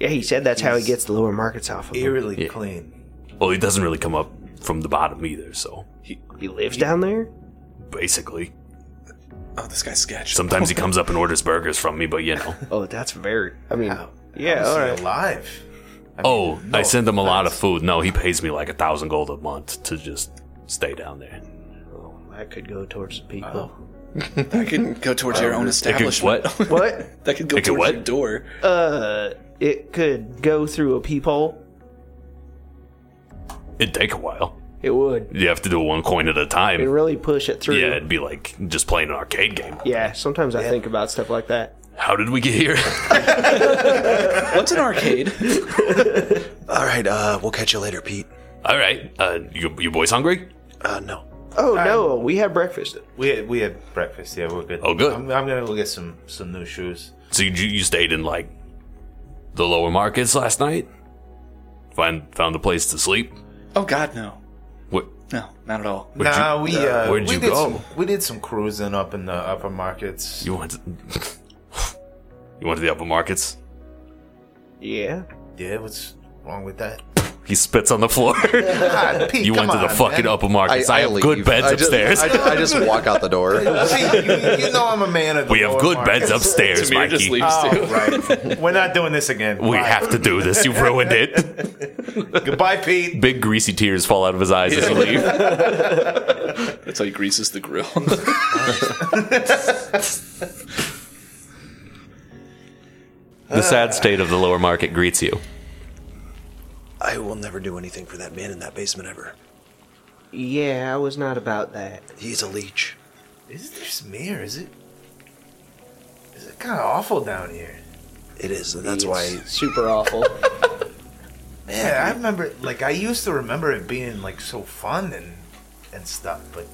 I: Yeah, he said that's how he gets the lower markets off of him.
F: Eerily clean.
K: Well, he doesn't really come up from the bottom either. So
I: He lives down there.
K: basically,
E: Oh, this guy's sketch.
K: sometimes he comes up and orders burgers from me, but you know.
I: Oh, that's very. I mean,
F: How
I: yeah,
F: is
I: all
F: he
I: right.
F: Alive. [LAUGHS] I
K: Oh,
F: mean,
K: I
F: no
K: send him a lot of
F: offense.
K: food. No, he pays me like a thousand gold a month to just stay down there.
I: Oh, I could go towards the people.
E: That could go towards your own
K: It could,
E: establishment.
F: Oh.
K: what?
I: What? [LAUGHS]
E: That could go
K: It could
E: towards
K: what?
E: your door.
I: Uh, it could go through a peephole.
K: It'd take a while.
I: It would.
K: You have to do it one coin at a
I: It
K: time.
I: really push it through.
K: Yeah, it'd be like just playing an arcade game.
I: Yeah, sometimes I think about stuff like that.
K: How did we get here? [LAUGHS]
E: What's an [LAUGHS] arcade?
G: All right. Uh, we'll catch you later, Pete.
K: All right, uh, you, you boys hungry?
G: Uh, no.
I: Oh no, we had breakfast.
F: We had, we had breakfast. Yeah, we're good.
K: Oh, good.
F: I'm, I'm gonna go get some some new shoes.
K: So you, you stayed in like the lower markets last night? Find found a place to sleep?
E: oh God, no,
K: What?
E: no, not at all.
K: Where'd
F: nah,
K: you-
F: we uh,
K: where'd
F: we
K: you
F: did
K: go?
F: Some, we did some cruising up in the upper markets.
K: You went? you went to the upper markets?
I: Yeah.
F: yeah, what's wrong with that?
K: He spits on the
A: [LAUGHS]
K: floor.
F: God, Pete,
K: you
F: come
K: went to the
F: on,
K: fucking
F: man.
K: upper markets. I, have
B: leave.
K: good beds
B: I just-
K: upstairs.
A: [LAUGHS]
B: I, ju- I just walk out the door.
F: See, you, you know I'm a man of the
K: we have
F: lower
K: good
F: markets.
K: beds upstairs,
E: Samir just
K: Mikey.
E: leaves too.
F: Oh, right. We're not doing this again.
K: We
F: Bye.
K: have to do this. You've ruined it.
F: Goodbye, Pete.
A: Big greasy tears fall out of his eyes as he leaves.
E: That's how he greases the grill.
A: The sad state of the lower market greets you.
G: I will never do anything for that man in that basement ever.
I: Yeah, I was not about that.
G: He's a leech.
F: Is this smear? Is it? Is it kind of awful down here?
G: It is, and that's why.
I: It's super awful.
F: Man, I remember. Like I used to remember it being like so fun and and stuff, but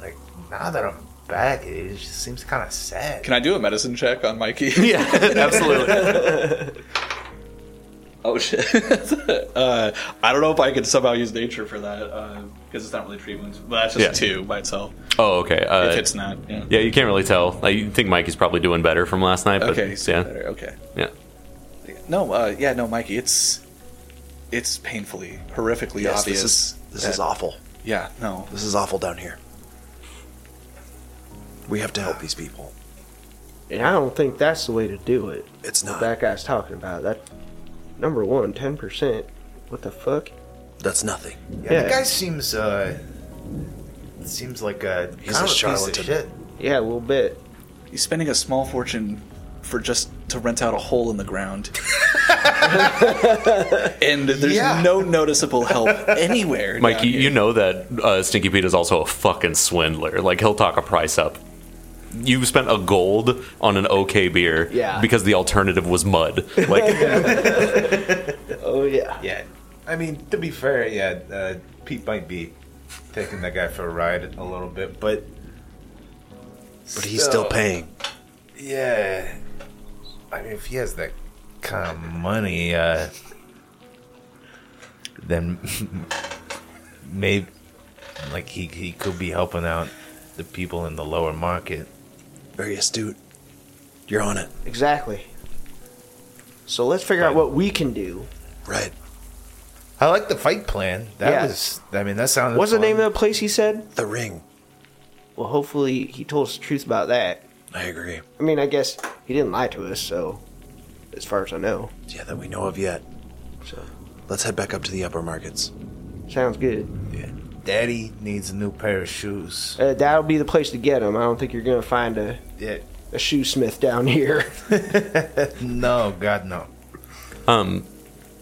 F: Like now that I'm back, it just seems kind of sad.
E: Can I do a medicine check on Mikey?
A: [LAUGHS] Yeah, absolutely.
E: [LAUGHS] Oh shit! [LAUGHS] uh, I don't know if I could somehow use nature for that because it's not really three wounds. Well, that's just
A: Yeah.
E: two by itself.
A: Oh, okay. Uh,
E: if it's not, yeah.
A: yeah, you can't really tell. I think Mikey's probably doing better from last night. But,
E: Okay, so
A: yeah,
E: better. Okay.
A: yeah.
E: No, uh, yeah, no, Mikey. It's it's painfully, horrifically
G: Yes,
E: obvious.
G: this is this is
E: that-
G: awful.
E: yeah, no,
G: This is awful down here. We have to help these people.
I: And I don't think that's the way to do it.
G: It's not.
I: That guy's talking about that. Number one, 10%. What the fuck?
G: That's nothing.
F: Yeah,
I: Yeah.
F: the guy seems uh seems like a
G: He's
F: kind
G: a
F: of piece
G: charlatan.
F: of shit.
I: Yeah, a little bit.
E: he's spending a small fortune for just to rent out a hole in the
I: [LAUGHS]
E: ground, and there's
F: Yeah.
E: no noticeable help anywhere.
A: Mike,
E: down
A: you,
E: here.
A: you know that uh, Stinky Pete is also a fucking swindler. Like he'll talk a price up. You spent a gold on an okay beer
I: Yeah.
A: because the alternative was mud.
E: [LAUGHS]
A: Like,
I: Oh, yeah.
F: Yeah, I mean to be fair, yeah, uh, Pete might be taking that guy for a ride a little bit, but
G: But he's still paying.
F: Yeah, I mean if he has that kind of money, uh, then [LAUGHS] maybe like he he could be helping out the people in the lower market.
G: Very astute. You're on it.
I: Exactly. So let's figure out what we can do.
G: Right.
F: I like the fight plan. That
I: Yeah.
F: was, I mean, that sounded.
I: What's the
F: fun.
I: name of the place he said?
G: The ring.
I: Well, hopefully he told us the truth about that.
G: I agree.
I: I mean, I guess he didn't lie to us, so as far as I know.
G: Yeah, that we know of yet.
I: So
G: Let's head back up to the upper markets.
I: sounds good.
F: Daddy needs a new pair of shoes.
I: Uh, that'll be the place to get him. I don't think you're gonna find a,
F: Yeah.
I: a shoesmith down here.
F: No, God, no.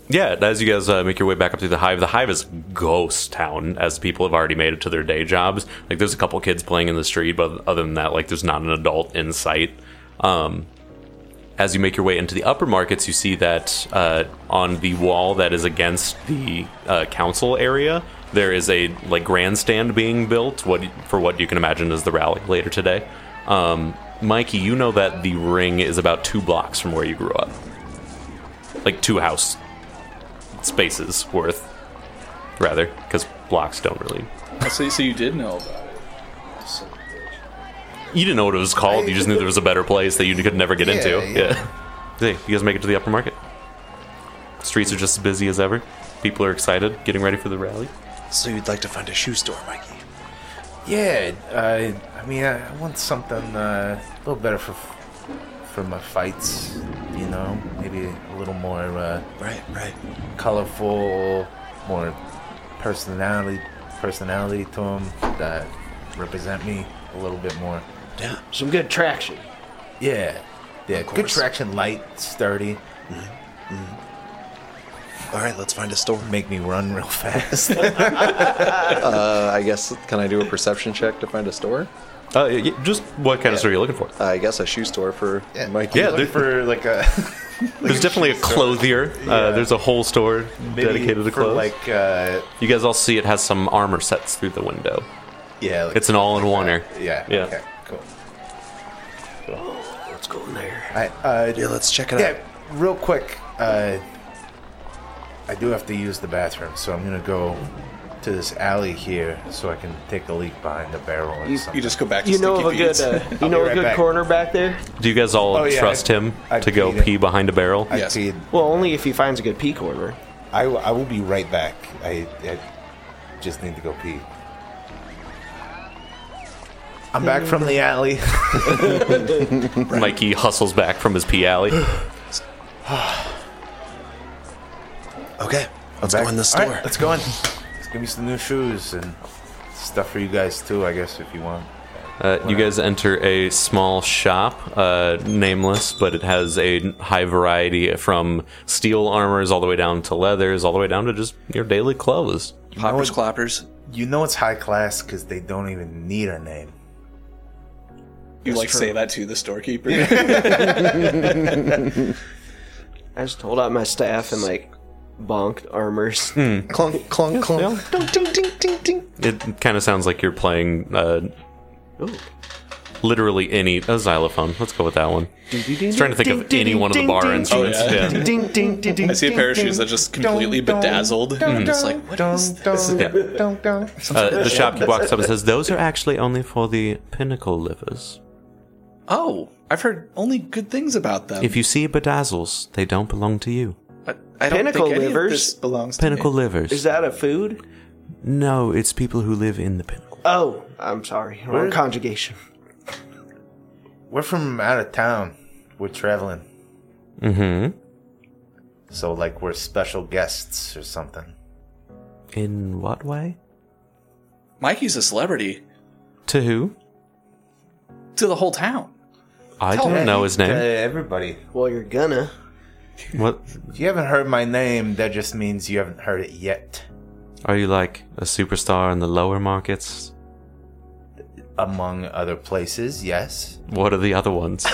A: yeah, as you guys uh, make your way back up through the hive, the hive is ghost town, as people have already made it to their day jobs. Like, there's a couple kids playing in the street, but other than that, like, there's not an adult in sight. Um, as you make your way into the upper markets, you see that uh, on the wall that is against the uh, council area, there is a like grandstand being built. What for what you can imagine is the rally later today. Um, Mikey, you know that the ring is about two blocks from where you grew up, like two house spaces worth, rather, because blocks don't really.
E: so, so you did know about it.
A: You didn't know what it was called. You just knew there was a better place that you could never get into.
F: Yeah, yeah.
A: Yeah. [LAUGHS] Hey, you guys make it to the upper market. Streets are just as busy as ever. People are excited, getting ready for the rally.
G: So you'd like to find a shoe store, Mikey?
F: Yeah, uh, I mean, I I want something uh, a little better for for my fights. You know, maybe a little more uh,
G: Right, right.
F: colorful, more personality personality to them that represent me a little bit more.
G: Yeah.
I: Some good traction.
F: Yeah, yeah. Good
G: course.
F: traction, light, sturdy.
G: All right, let's find a store.
F: Make me run real [LAUGHS] fast.
B: Uh, I guess can I do a perception check to find a store? Uh,
A: Uh, y- just what kind of store are you looking for?
B: I guess a shoe store for Mikey.
A: Yeah,
F: Look
A: there-
F: for like a
A: there's definitely a clothier. Uh, there's a whole store
F: maybe
A: dedicated to
F: for
A: clothes.
F: like uh,
A: you guys all see it has some armor sets through the window.
F: yeah, like
A: It's an all-in-oneer.
F: Uh, Yeah.
A: Yeah.
F: Okay. Cool.
I: Let's go in there.
F: I, uh,
G: Yeah, let's check it
F: yeah.
G: out.
F: Real quick, uh, I do have to use the bathroom, so I'm gonna go to this alley here so I can take a leak behind the barrel or something.
E: You just go back. to
I: You know of a
E: Stinky
I: good
E: Pete's.
I: uh, you
F: I'll
I: know
F: be
I: a
F: right
I: good
F: back.
I: corner back there.
A: Do you guys all
F: Oh, yeah,
A: trust
F: I-
A: him
F: I
A: to go
F: peed it.
A: pee behind a barrel?
F: I
E: Yes.
F: peed.
I: Well, only if he finds a good pea corner.
F: I, w- I will be right back. I, I just need to go pee. I'm back from the alley.
A: Mikey hustles back from his pee
F: [LAUGHS]
A: alley.
G: Okay, let's
F: back.
G: go in the
F: All
G: store.
F: right, let's go in. Let's give me some new shoes and stuff for you guys too, I guess, if you want.
A: Uh, you guys enter a small shop, uh, nameless, but it has a high variety from steel armors all the way down to leathers, all the way down to just your daily clothes.
E: poppers clappers.
F: You know it's high class because they don't even need a name.
E: You like say that to the storekeeper.
I: I just hold out my staff and like bonked armors.
B: Clunk, clunk, clunk.
A: It kind of sounds like you're playing uh, Literally any a xylophone. Let's go with that one. I was trying to think of any one of the bar instruments.
I: Oh,
A: Yeah.
D: I see a pair of shoes that's just completely bedazzled. and I'm just like, what is this?
A: Uh, the shopkeep walks up and says, "Those are actually only for the pinnacle livers.
D: Oh, I've heard only good things about them.
A: If you see bedazzles, they don't belong to you.
D: I, I don't
I: Pinnacle
D: think any of
I: livers?
D: this belongs to
A: Pinnacle
D: me.
A: livers.
I: [LAUGHS] Is that a food?
A: no, it's people who live in the pinnacle.
I: Oh, I'm sorry. Wrong conjugation.
F: We're from out of town. We're traveling.
A: Mm-hmm.
F: So, like, we're special guests or something.
A: In what way?
D: Mikey's a celebrity
A: To who?
D: to the whole town.
A: I
D: Tell
A: don't
D: me.
A: know his
F: Uh,
A: name.
F: everybody.
I: Well, you're gonna.
A: What?
F: If you haven't heard my name, that just means you haven't heard it yet.
A: Are you like a superstar in the lower markets?
F: Among other places, yes.
A: What are the other ones?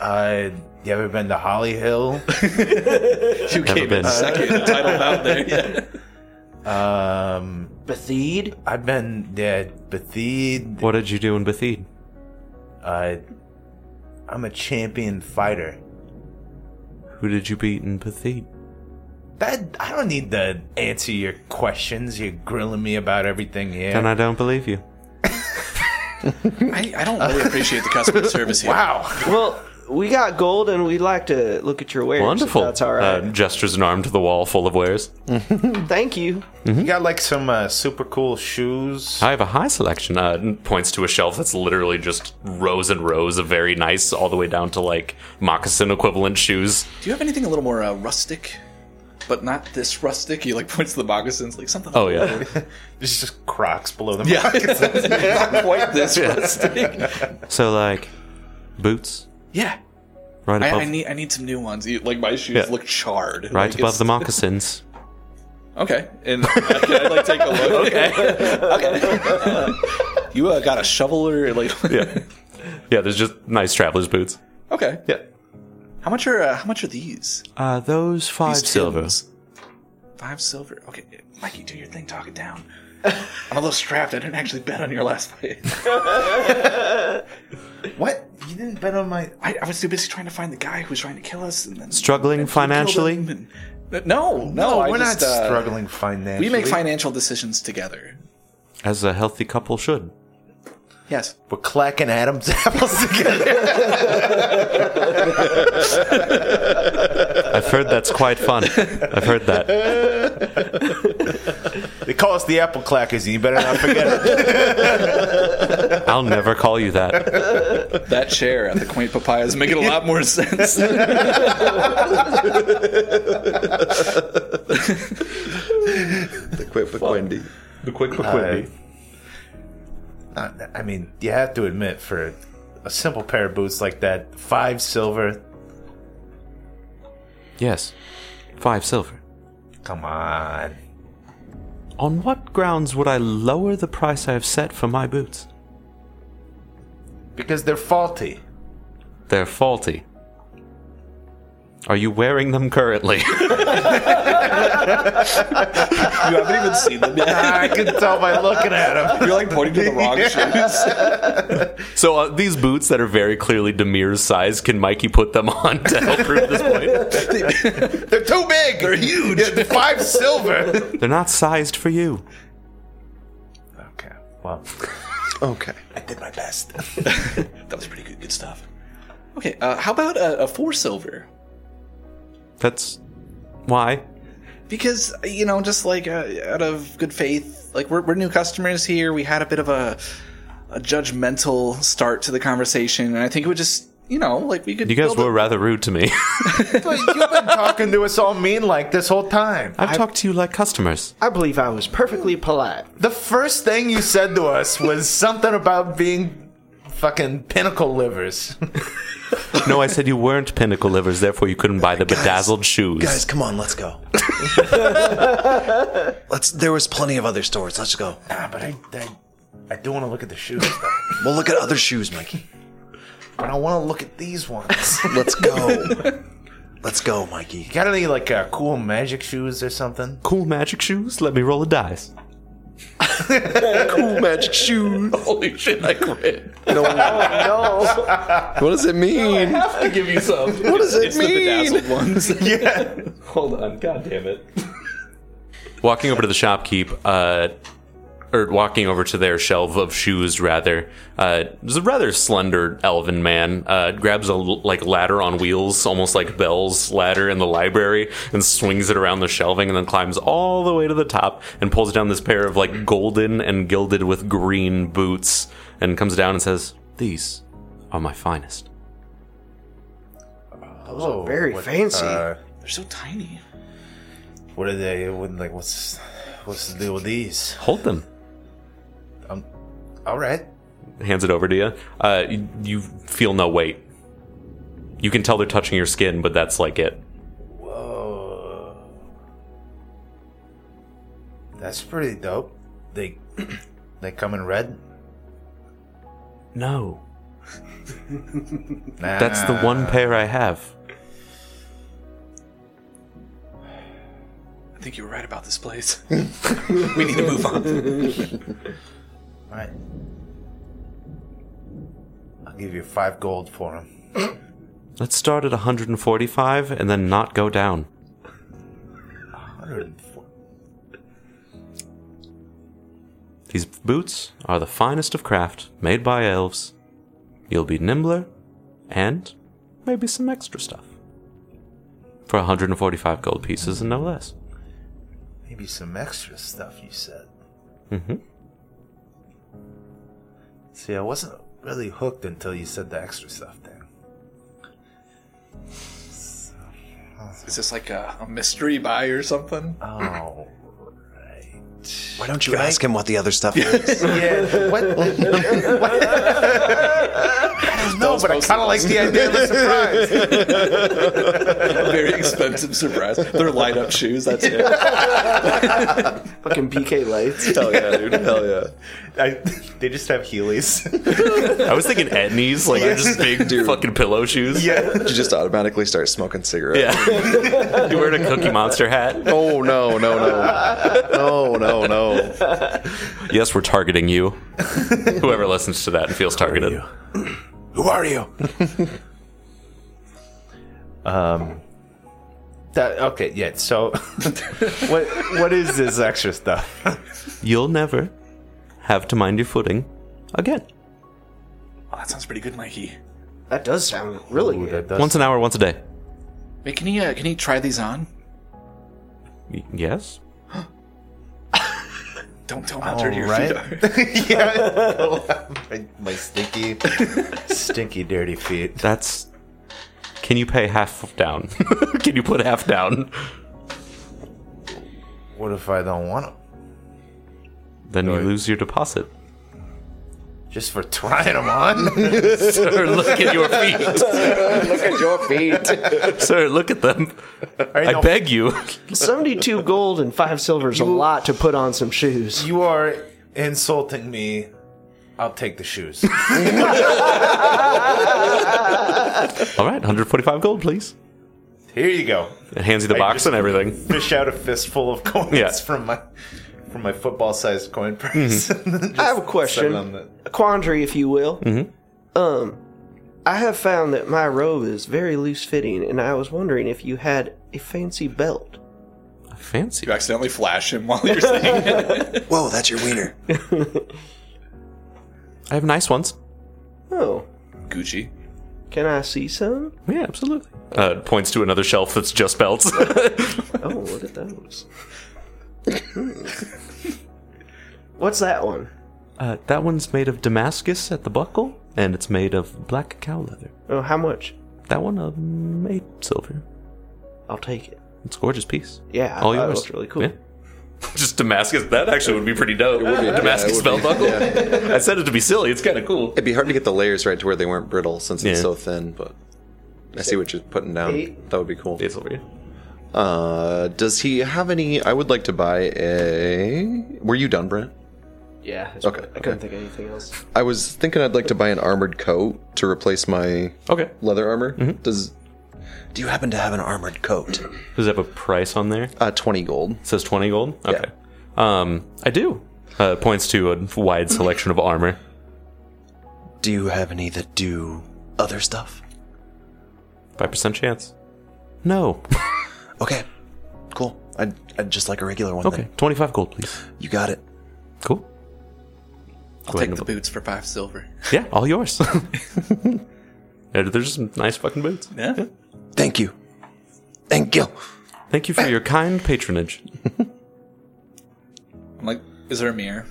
F: Uh, you ever been to Holly Hill?
D: [LAUGHS] You came in
A: been.
D: second, title out there. Yeah.
F: um,
I: Bethede?
F: I've been there, Bethede.
A: What did you do in Bethede?
F: Uh, I'm a champion fighter.
A: Who did you beat in Bethede?
F: That I don't need to answer your questions. You're grilling me about everything here.
A: And I don't believe you.
D: I, I don't really appreciate the customer
I: [LAUGHS]
D: service here.
F: wow.
I: Well, we got gold and we'd like to look at your wares. if
A: Wonderful.
I: That's all right.
A: Uh, gestures an arm to the wall full of wares.
I: Thank you.
A: Mm-hmm.
F: You got like some uh, super cool shoes.
A: I have a high selection. Uh, and points to a shelf that's literally just rows and rows of very nice, all the way down to like moccasin equivalent shoes.
D: Do you have anything a little more uh, rustic? But not this rustic. He like points to the moccasins, like something.
A: Oh yeah,
F: It's just Crocs below
A: [LAUGHS]
F: them.
D: yeah. not quite this rustic.
A: so like boots
D: Yeah,
A: right
D: I,
A: above,
D: I need I need some new ones. You- Like my shoes
A: Yeah.
D: look charred.
A: right
D: Like,
A: above
D: it's-
A: the
D: [LAUGHS]
A: moccasins.
D: Okay, and I- can I like take a
A: [LAUGHS]
D: look? okay, [LAUGHS] You uh, got a shovel or like?
A: yeah, yeah. There's just nice traveler's boots.
D: Okay,
A: Yeah,
D: how much are uh, how much are these?
A: uh, those five
D: These
A: silver.
D: tins. Five silver. Okay, Mikey, do your thing. Talk it down. I'm a little strapped. I didn't actually bet on your
A: [LAUGHS]
D: last fight.
F: What? You didn't bet on my.
D: I, I was too busy trying to find the guy who was trying to kill us and then
A: Struggling
D: and she killed
A: financially?
D: him and- no, no,
F: Oh,
D: I
F: we're
D: just,
F: not
D: uh,
F: struggling financially.
D: We make financial decisions together.
A: As a healthy couple should.
D: Yes.
F: We're clacking Adam's [LAUGHS] apples together.
A: I've heard that's quite fun. I've heard that.
F: they call us the apple clackers, and you better not forget
A: [LAUGHS]
F: it.
A: I'll never call you that.
D: That chair at the quaint papayas make it a
A: [LAUGHS]
D: lot more sense.
B: The quit the Quindy.
A: The quick
F: Quindy. Uh, I mean, you have to admit, for a simple pair of boots like that, five silver.
A: Yes, five silver.
F: Come on.
A: On what grounds would I lower the price I've set for my boots?
F: Because they're faulty.
A: They're faulty. Are you wearing them currently? [LAUGHS]
D: you haven't even seen them yet.
F: [LAUGHS] I can tell by looking at them.
D: You're like pointing to the wrong shoes.
A: so uh, these boots that are very clearly Demir's size, can Mikey put them on to help prove this point?
F: They're too big. They're huge. five silver.
A: [LAUGHS] They're not sized for you.
F: Okay. Well,
B: Okay.
F: I did my [LAUGHS] best.
D: That was pretty good. Good stuff. Okay, uh, how about a, a four silver?
A: That's why.
D: because you know just like uh, out of good faith like we're, we're new customers here we had a bit of a a judgmental start to the conversation and i think it would just you know like we could
A: You guys
D: build a-
A: were rather rude to me. [LAUGHS]
F: But you've been talking to us all mean like this whole time.
A: I've talked to you like customers.
I: I believe I was perfectly polite.
F: The first thing you said to us was something about being fucking pinnacle livers.
A: No, I said you weren't pinnacle livers, therefore you couldn't buy the bedazzled shoes.
G: Guys, come on, let's go. let's. There was plenty of other stores. Let's go.
F: Ah, but I, I, I do want to look at the shoes, though.
G: We'll look at other shoes, Mikey.
F: [LAUGHS] but I want to look at these [LAUGHS] ones.
G: Let's go. let's go, Mikey.
F: Got any like uh, cool magic shoes or something?
A: cool magic shoes? Let me roll a dice.
B: cool magic shoes.
L: Holy shit, I quit.
I: No.
B: What does it mean?
L: have to give you some.
B: What does it mean?
D: Dazzled ones.
L: Hold on, god damn it.
A: Walking over to the shopkeep, uh, or walking over to their shelf of shoes, rather, uh, there's a rather slender elven man. Uh, grabs a l- like ladder on wheels, almost like Bell's ladder in the library, and swings it around the shelving, and then climbs all the way to the top and pulls down this pair of like golden and gilded with green boots, and comes down and says, "These are my finest."
F: Oh, uh,
I: very fancy.
D: They're so tiny.
F: what are they? What, like, what's what's the deal with these?
A: Hold them.
F: All right.
A: hands it over to you. Uh, you, you feel no weight. You can tell they're touching your skin, but that's like it.
F: Whoa. That's pretty dope. They [CLEARS THROAT] they come in red.
A: No,
F: Nah.
A: that's the one pair I have.
D: I think you were right about this place. we need to move on.
F: All right. I'll give you five gold for them.
A: Let's start at 145 and then not go down.
F: 104.
A: These boots are the finest of craft, made by elves. You'll be nimbler, and maybe some extra stuff. For 145 gold pieces and no less.
F: Maybe some extra stuff you said.
A: Mhm.
F: See, I wasn't really hooked until you said the extra stuff thing.
D: Is this like a, a mystery buy or something?
F: Oh.
G: Why don't you ask him what the other stuff is?
F: yeah. [LAUGHS] What? I don't know, but I kind of like the idea of a surprise.
D: A very expensive surprise. They're light up shoes. That's it.
I: [LAUGHS] Fucking PK lights.
B: Hell yeah, dude. Hell yeah.
F: [LAUGHS] I, they just have Heelys.
A: I was thinking Etnies, like they're just big fucking pillow shoes.
F: yeah.
B: You just automatically start smoking cigarettes.
A: [LAUGHS] Yeah. you wearing a Cookie Monster hat?
B: Oh no, no, no. No, no, no.
A: Yes, we're targeting [LAUGHS] you. Whoever listens to that and feels targeted.
F: [LAUGHS] Who are you? um. That, okay, yeah. So, [LAUGHS] what what is this extra stuff?
A: You'll never have to mind your footing again.
D: Oh, that sounds pretty good, Mikey.
I: That does sound really
F: Ooh,
I: good.
F: that does-
A: Once an hour, once a day.
D: Wait, can he uh, can he try these on?
A: Y- yes?
D: Don't tell him how dirty your
F: [LAUGHS]
D: feet are.
F: yeah. my, my stinky, stinky, dirty feet.
A: That's. Can you pay half down? [LAUGHS] Can you put half down?
F: What if I don't want them?
A: Then you lose your deposit.
F: Just for trying them on? [LAUGHS]
A: Sir, [LAUGHS] look at your feet. [LAUGHS] look at your feet. [LAUGHS] Sir, look at them. I
F: no.
A: beg you.
I: 72 gold and 5 silver's a lot to put on some shoes.
F: you are insulting me. I'll take the shoes.
B: [LAUGHS]
A: All right, 145 gold, please.
F: Here you go.
A: It hands you the
F: I
A: box
F: just-
A: and [LAUGHS] everything.
F: Fish out a fistful of coins
A: Yeah.
F: from my from my football-sized coin purse.
B: Mm-hmm.
I: I have a question. A quandary, if you will. Mm-hmm. Um, I have found that my robe is very loose fitting, and I was wondering if you had a fancy belt.
A: Fancy.
D: You accidentally flash him while you're saying it.
G: Whoa, that's your wiener.
A: I have nice ones.
I: Oh,
D: Gucci.
I: can I see some?
A: Yeah, absolutely. Uh, points to another shelf that's just [LAUGHS] belts.
I: Oh, look at those. Hmm. What's that one?
A: Uh, that one's made of Damascus at the buckle, and it's made of black cow leather.
I: Oh, how much?
A: That one uh, made silver.
I: I'll take it.
A: It's a gorgeous piece.
I: Yeah, I
A: all
I: thought it
A: yours.
I: looked really cool.
A: [LAUGHS] Just Damascus. That actually would be pretty dope. Damascus belt buckle. [LAUGHS] I said it to be silly. It's kind of cool.
B: It'd be hard to get the layers right to where they weren't brittle since it's
A: Yeah.
B: so thin, but I see what you're putting down.
I: Eight.
B: That would be cool.
A: It's over here.
B: Uh, does he have any? I would like to buy a. Were you done, Brent?
I: Yeah.
B: Okay,
I: I couldn't think of anything else.
B: I was thinking I'd like to buy an armored coat to replace my
A: Okay.
B: leather armor.
A: Mm-hmm.
B: Does
G: Do you happen to have an armored coat?
A: Does it have a price on there?
B: uh, twenty uh, gold?
A: It says 20 gold? Okay. Um, I do. Uh, points to a wide selection of armor.
G: Do you have any that do other stuff?
A: Five percent chance. No.
G: Okay, cool. I'd, I'd just like a regular one.
A: Okay.
G: Then.
A: Twenty-five gold, please.
G: You got it.
A: Cool.
D: I'll
A: Go ahead
D: take
A: and-
D: the boots for five
A: [LAUGHS]
D: silver.
A: Yeah, all yours. They're they're just some nice fucking boots.
D: Yeah.
G: Thank you. Thank you.
A: Thank you for your kind patronage.
D: I'm like, is there a mirror?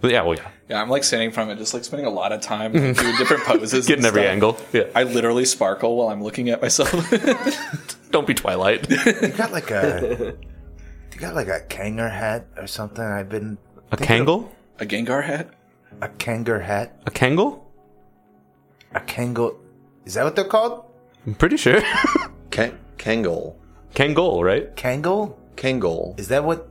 A: But yeah, well, yeah.
D: Yeah, I'm like standing from it, just like spending a lot
A: [LAUGHS]
D: of time doing different poses,
A: Getting
D: and
A: every
D: stuff.
A: angle. Yeah.
D: I literally sparkle while I'm looking at myself.
A: [LAUGHS] Don't be Twilight.
F: [LAUGHS] You got
B: [LAUGHS]
F: like a. you got like a Kanger hat or something. I've been
A: A Kangle?
D: a Gengar hat.
F: a Kanger hat.
A: A Kangle?
F: A Kangle. Is that what they're called?
A: I'm pretty sure. [LAUGHS]
B: Ka- Kangol.
A: Kangol, right?
F: Kangle?
B: Kangol.
F: Is that what?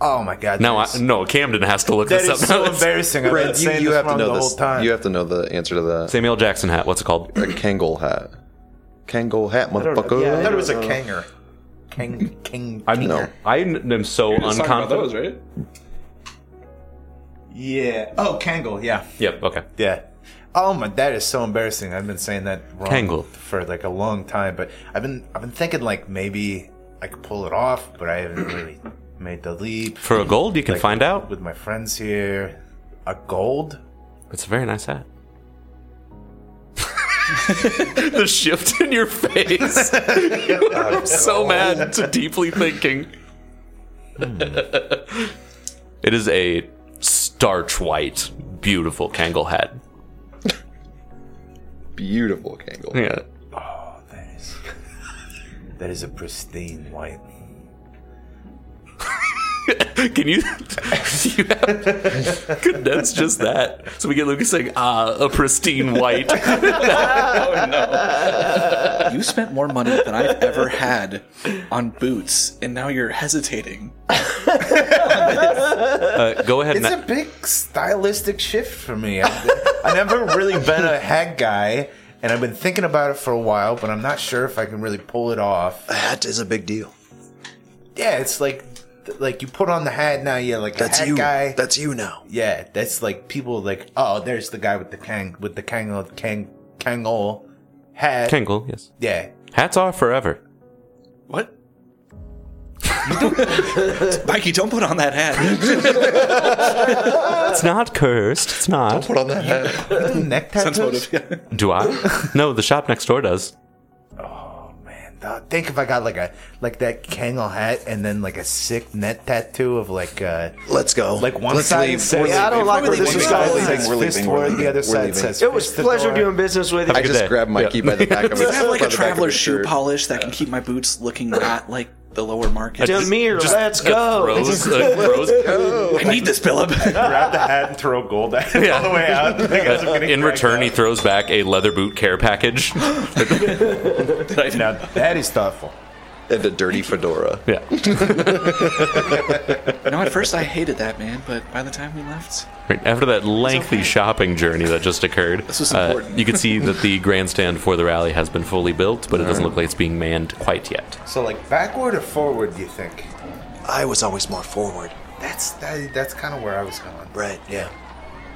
F: Oh my god!
A: No,
F: that's-
A: I, no, Camden has to look
F: that
A: this up.
B: [LAUGHS]
F: is
A: [LAUGHS]
F: so embarrassing. I've been
B: Brad, you,
F: saying
B: you
F: this
B: have to
F: wrong
B: know
F: the
B: this.
F: whole time.
B: You have to know the answer to that.
A: Samuel Jackson hat. What's it called?
B: A Kangol hat. Kangol hat,
I: don't know.
B: motherfucker.
I: Yeah,
F: I thought it
I: don't
F: was a
I: know.
F: Kanger. Kang, King.
A: I know. I n- am so
D: Just talking
A: unconfident.
D: about those, right?
F: Yeah. Oh, Kangle. Yeah.
A: Yep. Okay.
F: Yeah. Oh my, that is so embarrassing. I've been saying that wrong
A: Kangle.
F: for like a long time, but I've been I've been thinking like maybe I could pull it off, but I haven't really [CLEARS THROAT] made the leap
A: For a gold, you can
F: Like-
A: find out.
F: with my friends here. A gold?
A: It's a very nice hat. [LAUGHS] the shift in your face. [LAUGHS] I'm so mad to deeply thinking. it is a starch white, beautiful Kangle hat.
B: Beautiful Kangol.
A: Yeah. [LAUGHS]
F: That is [LAUGHS] that is a pristine white.
A: Can you? [LAUGHS] you have, condense just that so we get Lucas saying, "Ah, a pristine white."
D: You spent more money than I've ever had on boots, and now you're hesitating.
A: Uh, go ahead.
F: It's
A: and
F: a big stylistic shift for me. I've, I've never really been a hat guy, and I've been thinking about it for a while, but I'm not sure if I can really pull it off.
G: A hat is a big deal.
F: Yeah, it's like like you put on the hat now. You're like
G: That's
F: a hat
G: you.
F: guy.
G: That's you now.
F: yeah, that's like people like oh, there's the guy with the kang with the kangle kang kangle hat.
A: Kangle, yes.
F: Yeah,
A: Hats are forever.
D: What? [LAUGHS] Mikey, don't put on that hat.
A: [LAUGHS] It's not cursed. It's not.
B: Put on that hat.
F: neck
D: Sense
F: tattoos.
D: motive. Yeah.
A: Do I? No, the shop next door does.
F: Man, I think if I got like a like that kangle hat and then like a sick neck tattoo of like uh
G: Let's go.
F: like one
G: Let's
F: side
G: leave.
F: says
I: Yeah, I don't like where
F: one
I: this is
F: side
I: going.
F: says
B: We're leaving,
F: fist
B: we're
F: toward, the
B: leaving,
F: other
B: we're
F: side
B: leaving.
F: says
I: It was
F: fist to
I: pleasure
F: door.
I: doing business with you.
B: I just
A: day.
B: grabbed Mikey by the back of his
D: I have like
B: by
D: a
B: the back of
D: traveler's
B: his
D: shoe
B: shirt.
D: polish that can keep my boots looking not like the lower market. I,
I: Demir, let's go.
A: Rose,
D: [LAUGHS]
A: uh, Rose,
D: need this,
A: [LAUGHS]
D: Philip.
F: [LAUGHS] grab the hat and throw gold at it on the way out. I guess I'm
A: uh,
F: getting
A: in
F: cracked
A: return,
F: up.
A: he throws back a leather boot care
D: [GASPS]
A: package.
F: now that is thoughtful.
B: And a dirty fedora.
A: Yeah.
D: you know, at first I hated that man, but by the time we left,
A: Right, After that lengthy shopping journey that just occurred,
D: This was
A: uh,
D: important.
A: you can see that the grandstand for the rally has been fully built, but it doesn't look like it's being manned quite yet.
F: So like backward or forward? Do you think?
G: I was always more forward.
F: That's that, that's kind of where I was going.
G: Right, yeah.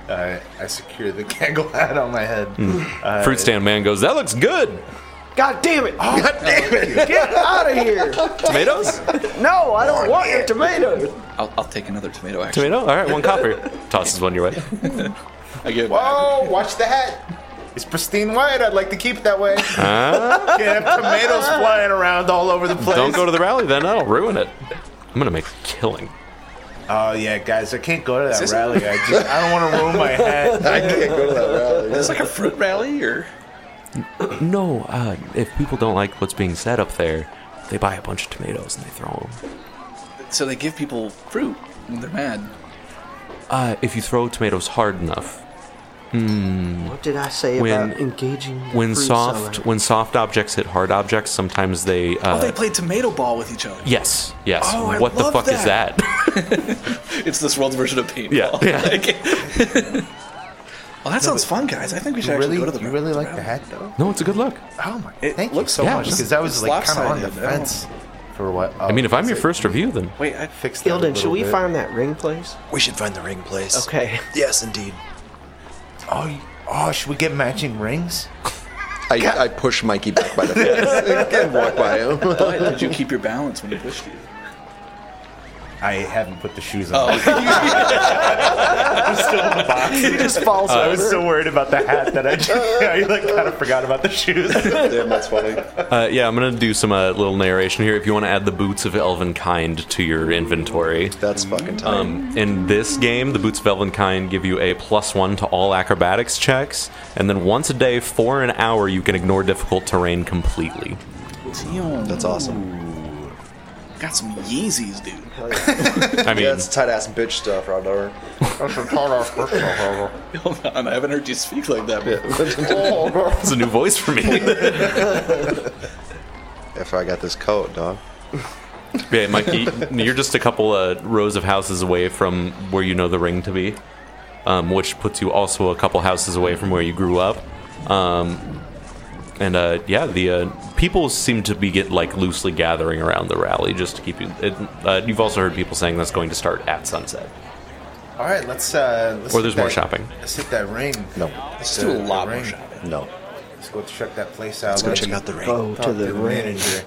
F: Uh, I secured the [LAUGHS] kangle hat on my head.
A: Hmm.
F: [LAUGHS]
A: Fruit stand man goes, "That looks good."
I: God damn it!
F: God damn it!
I: Get out of here!
D: [LAUGHS]
A: Tomatoes?
I: No, I don't want your tomatoes.
D: I'll, I'll take another tomato. Actually,
A: Tomato? All right, one copper. Tosses one your way.
D: I give it back.
F: Whoa! Watch the hat. It's pristine white. I'd like to keep it that way. [LAUGHS] Can't have tomatoes flying around all over the place.
A: Don't go to the rally then. That'll ruin it. I'm gonna make a killing.
F: oh yeah, guys, I can't go to that rally. I just I don't want to ruin my hat.
B: I can't go to that rally.
D: It's like a fruit rally, or
A: No, uh, if people don't like what's being said up there, they buy a bunch of tomatoes and they throw them.
D: so they give people fruit when they're mad.
A: Uh, if you throw tomatoes hard enough,
I: What did I say
A: When-
I: about engaging? the
A: when
I: fruit
A: soft
I: seller?
A: when soft objects hit hard objects, sometimes they. Uh,
D: Oh, they play tomato ball with each other.
A: yes, yes.
D: Oh, I
A: what the
D: love
A: fuck is
D: that.
A: that? [LAUGHS]
D: It's this world's version of
A: Yeah,
D: paintball.
A: yeah.
D: Like- well, that sounds fun, guys. I think we should actually
F: Really,
D: go to the.
F: you really like the hat though?
A: no, it's a good look.
F: Oh my!
D: It
F: thank you
D: looks
F: so
A: yeah,
F: much
A: it's-
F: because I was
D: it's
F: like kind of on the
D: lopsided, I don't-
F: fence. For what?
A: I mean, if I'm your first review, then
E: Wait, I,
F: fixed that a
I: Ilden, should
F: little
I: we
F: bit.
I: find that ring, please?
G: We should find the ring place.
I: Okay.
G: Yes, indeed.
F: Oh, you- oh, should we get matching rings?
B: I, I push Mikey back by the face and walk by him.
E: but did you keep your balance when he pushed you?
F: I haven't put the shoes on.
D: Oh.
F: [LAUGHS] I'm still in the box.
I: He just falls
F: I
I: over.
F: was so worried about the hat that [LAUGHS] I just, I like kind of forgot about the [LAUGHS] shoes.
B: Damn, that's funny.
A: uh, yeah, I'm gonna do some uh, little narration here. If you want to add the boots of elven kind to your inventory,
B: That's fucking time.
A: Um, in this game, the Boots of Elvenkind give you a plus one to all acrobatics checks, and then once a day for an hour, you can ignore difficult terrain completely.
E: Damn,
B: that's awesome.
E: got some Yeezys, dude.
A: I mean,
B: Yeah, that's tight ass bitch stuff, Rod Dover.
E: Hold on, I haven't heard you speak like that. Before.
A: it's a new voice for me. yeah,
B: If I got this coat, dog.
A: Mikey, you're just a couple uh, rows of houses away from where you know the ring to be, um, which puts you also a couple houses away from where you grew up. Um, and uh, yeah, the uh, people seem to be get like loosely gathering around the rally just to keep you. It, uh, you've also heard people saying that's going to start at sunset.
F: All right, let's. Uh, let's
A: Or
F: hit
A: there's more
F: that-
A: shopping.
F: Let's hit that ring.
B: No,
F: let's
E: do a lot more shopping.
B: no.
F: Let's go check Oh. that place out.
G: Let's go check out the ring.
I: Go to the ring.
F: manager.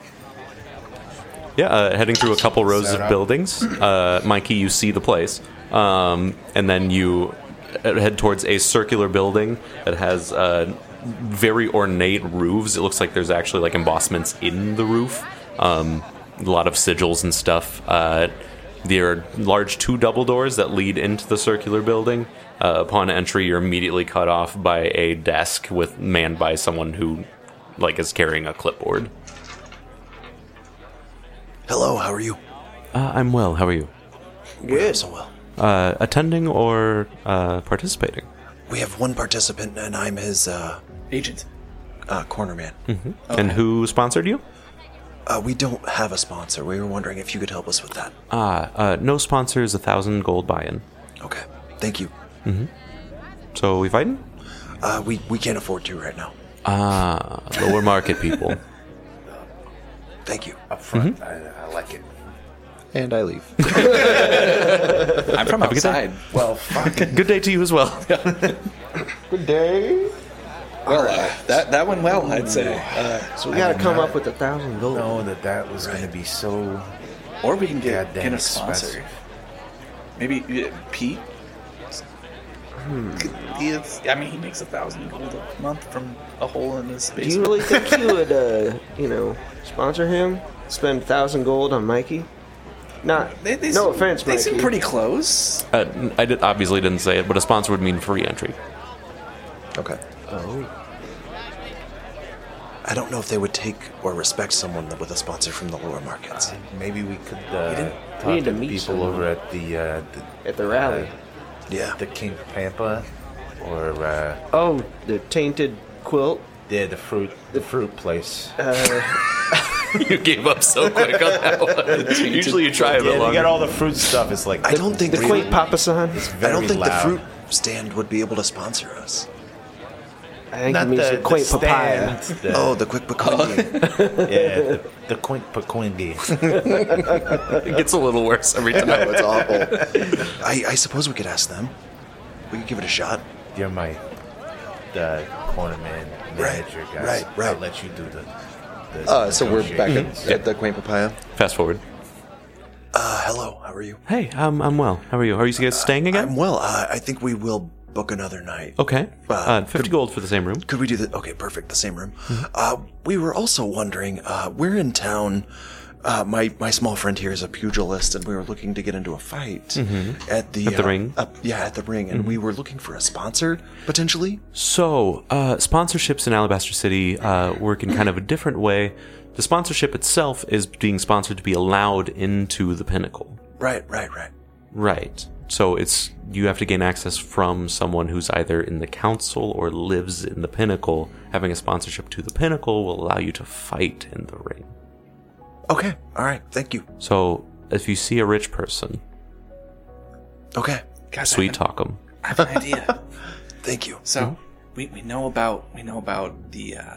A: Yeah, uh, heading through a couple rows
F: Set
A: of
F: up. [CLEARS THROAT]
A: buildings. Uh, Mikey, you see the place. Um, and then you uh, head towards a circular building that has uh, very ornate roofs. It looks like there's actually like embossments in the roof, um, a lot of sigils and stuff. Uh, there are large two double doors that lead into the circular building. Uh, upon entry, you're immediately cut off by a desk with manned by someone who, like, is carrying a clipboard.
G: Hello, how are you?
A: Uh, I'm well. How are you?
G: Good. So well.
A: uh, attending or uh, participating.
G: We have one participant, and I'm his uh,
E: Agent.
G: uh, corner man.
A: And who sponsored you?
G: Uh, we don't have a sponsor. We were wondering if you could help us with that.
A: Ah, uh, no sponsor is a thousand gold buy-in.
G: Okay. Thank you.
A: So we fighting?
G: Uh, we we can't afford to right now.
A: Ah, [LAUGHS] lower market people.
G: Thank you.
F: Up
A: Mm-hmm.
F: front, I, I like it.
B: And I leave.
E: I'm from
A: a good day.
E: outside.
F: Well, fuck.
A: Good day to you as well. [LAUGHS]
E: Well, uh, that that went well, I'd say. Uh,
I: So we gotta come up with a thousand gold.
F: know that that was going to be so.
E: or we can get,
F: Goddamn
E: get a sponsor.
F: expensive.
E: Maybe uh, Pete.
I: Hmm.
E: He is- I mean, he makes a thousand gold a month from a hole in his
I: Do you
E: basement.
I: really think you would, uh, you know, sponsor him? Spend a thousand gold on Mikey? Not.
E: They- they
I: no
E: seem-
I: offense,
E: They
I: Mikey.
E: seem pretty close.
A: Uh, n- I did, obviously didn't say it, but a sponsor would mean free entry. [LAUGHS]
B: Okay.
G: I don't know if they would take or respect someone with a sponsor from the lower markets.
F: Maybe we could uh, talk
I: need
F: to
I: to
F: the
I: meet
F: people
I: someone.
F: over at the, uh, the
I: At the rally.
G: Yeah.
F: the King Pampa, or uh,
I: Oh, the tainted quilt. uh,
F: yeah, the fruit the fruit place. [LAUGHS]
A: you gave up so quick on that [LAUGHS] one. Usually you try a bit
F: yeah, they got
A: longer.
F: all the fruit stuff. It's like
G: I don't think
I: The
G: they
I: quaint
G: would-
I: Papa San.
G: I don't
F: very
G: think
F: loud.
G: the fruit stand would be able to sponsor us.
I: I think he means the, quaint papaya.
F: stand, the-
G: Oh, the
B: [LAUGHS]
G: quick Bakundi.
F: yeah, the, the quint paquindi. [LAUGHS]
A: It gets a little worse every time.
B: That's awful.
G: I, I suppose we could ask them. We could give it a shot.
F: You're my the corner man
G: Right,
F: manager guys.
G: right, right. Oh,
F: I'll let you do the. the
B: Uh, so we're back
F: negotiations.
B: at, at the Quaint Papaya.
A: Fast forward.
G: Uh, hello, how are you?
A: Hey, um, I'm well. How are you? Are you guys staying
G: I'm
A: again?
G: well. Uh, I think we will book another night.
A: Okay. Uh,
G: Uh,
A: 50 gold for the same room.
G: Could we do that? Okay, perfect. The same room. Uh, we were also wondering. Uh, we're in town. Uh, my my small friend here is a pugilist, and we were looking to get into a fight at the
A: At the
G: uh,
A: ring?
G: uh, yeah, at the ring, and we were looking for a sponsor potentially.
A: So, uh, sponsorships in Alabaster City uh, work in kind of a different way. The sponsorship itself is being sponsored to be allowed into the pinnacle.
G: Right, right, right.
A: Right. So it's you have to gain access from someone who's either in the council or lives in the pinnacle. Having a sponsorship to the pinnacle will allow you to fight in the ring.
G: Okay, all right. Thank you.
A: So if you see a rich person,
G: Okay,
E: Guys,
A: sweet talk them.
E: I
I: [LAUGHS]
E: have an idea.
G: thank you.
E: So we, we know about we know about the uh,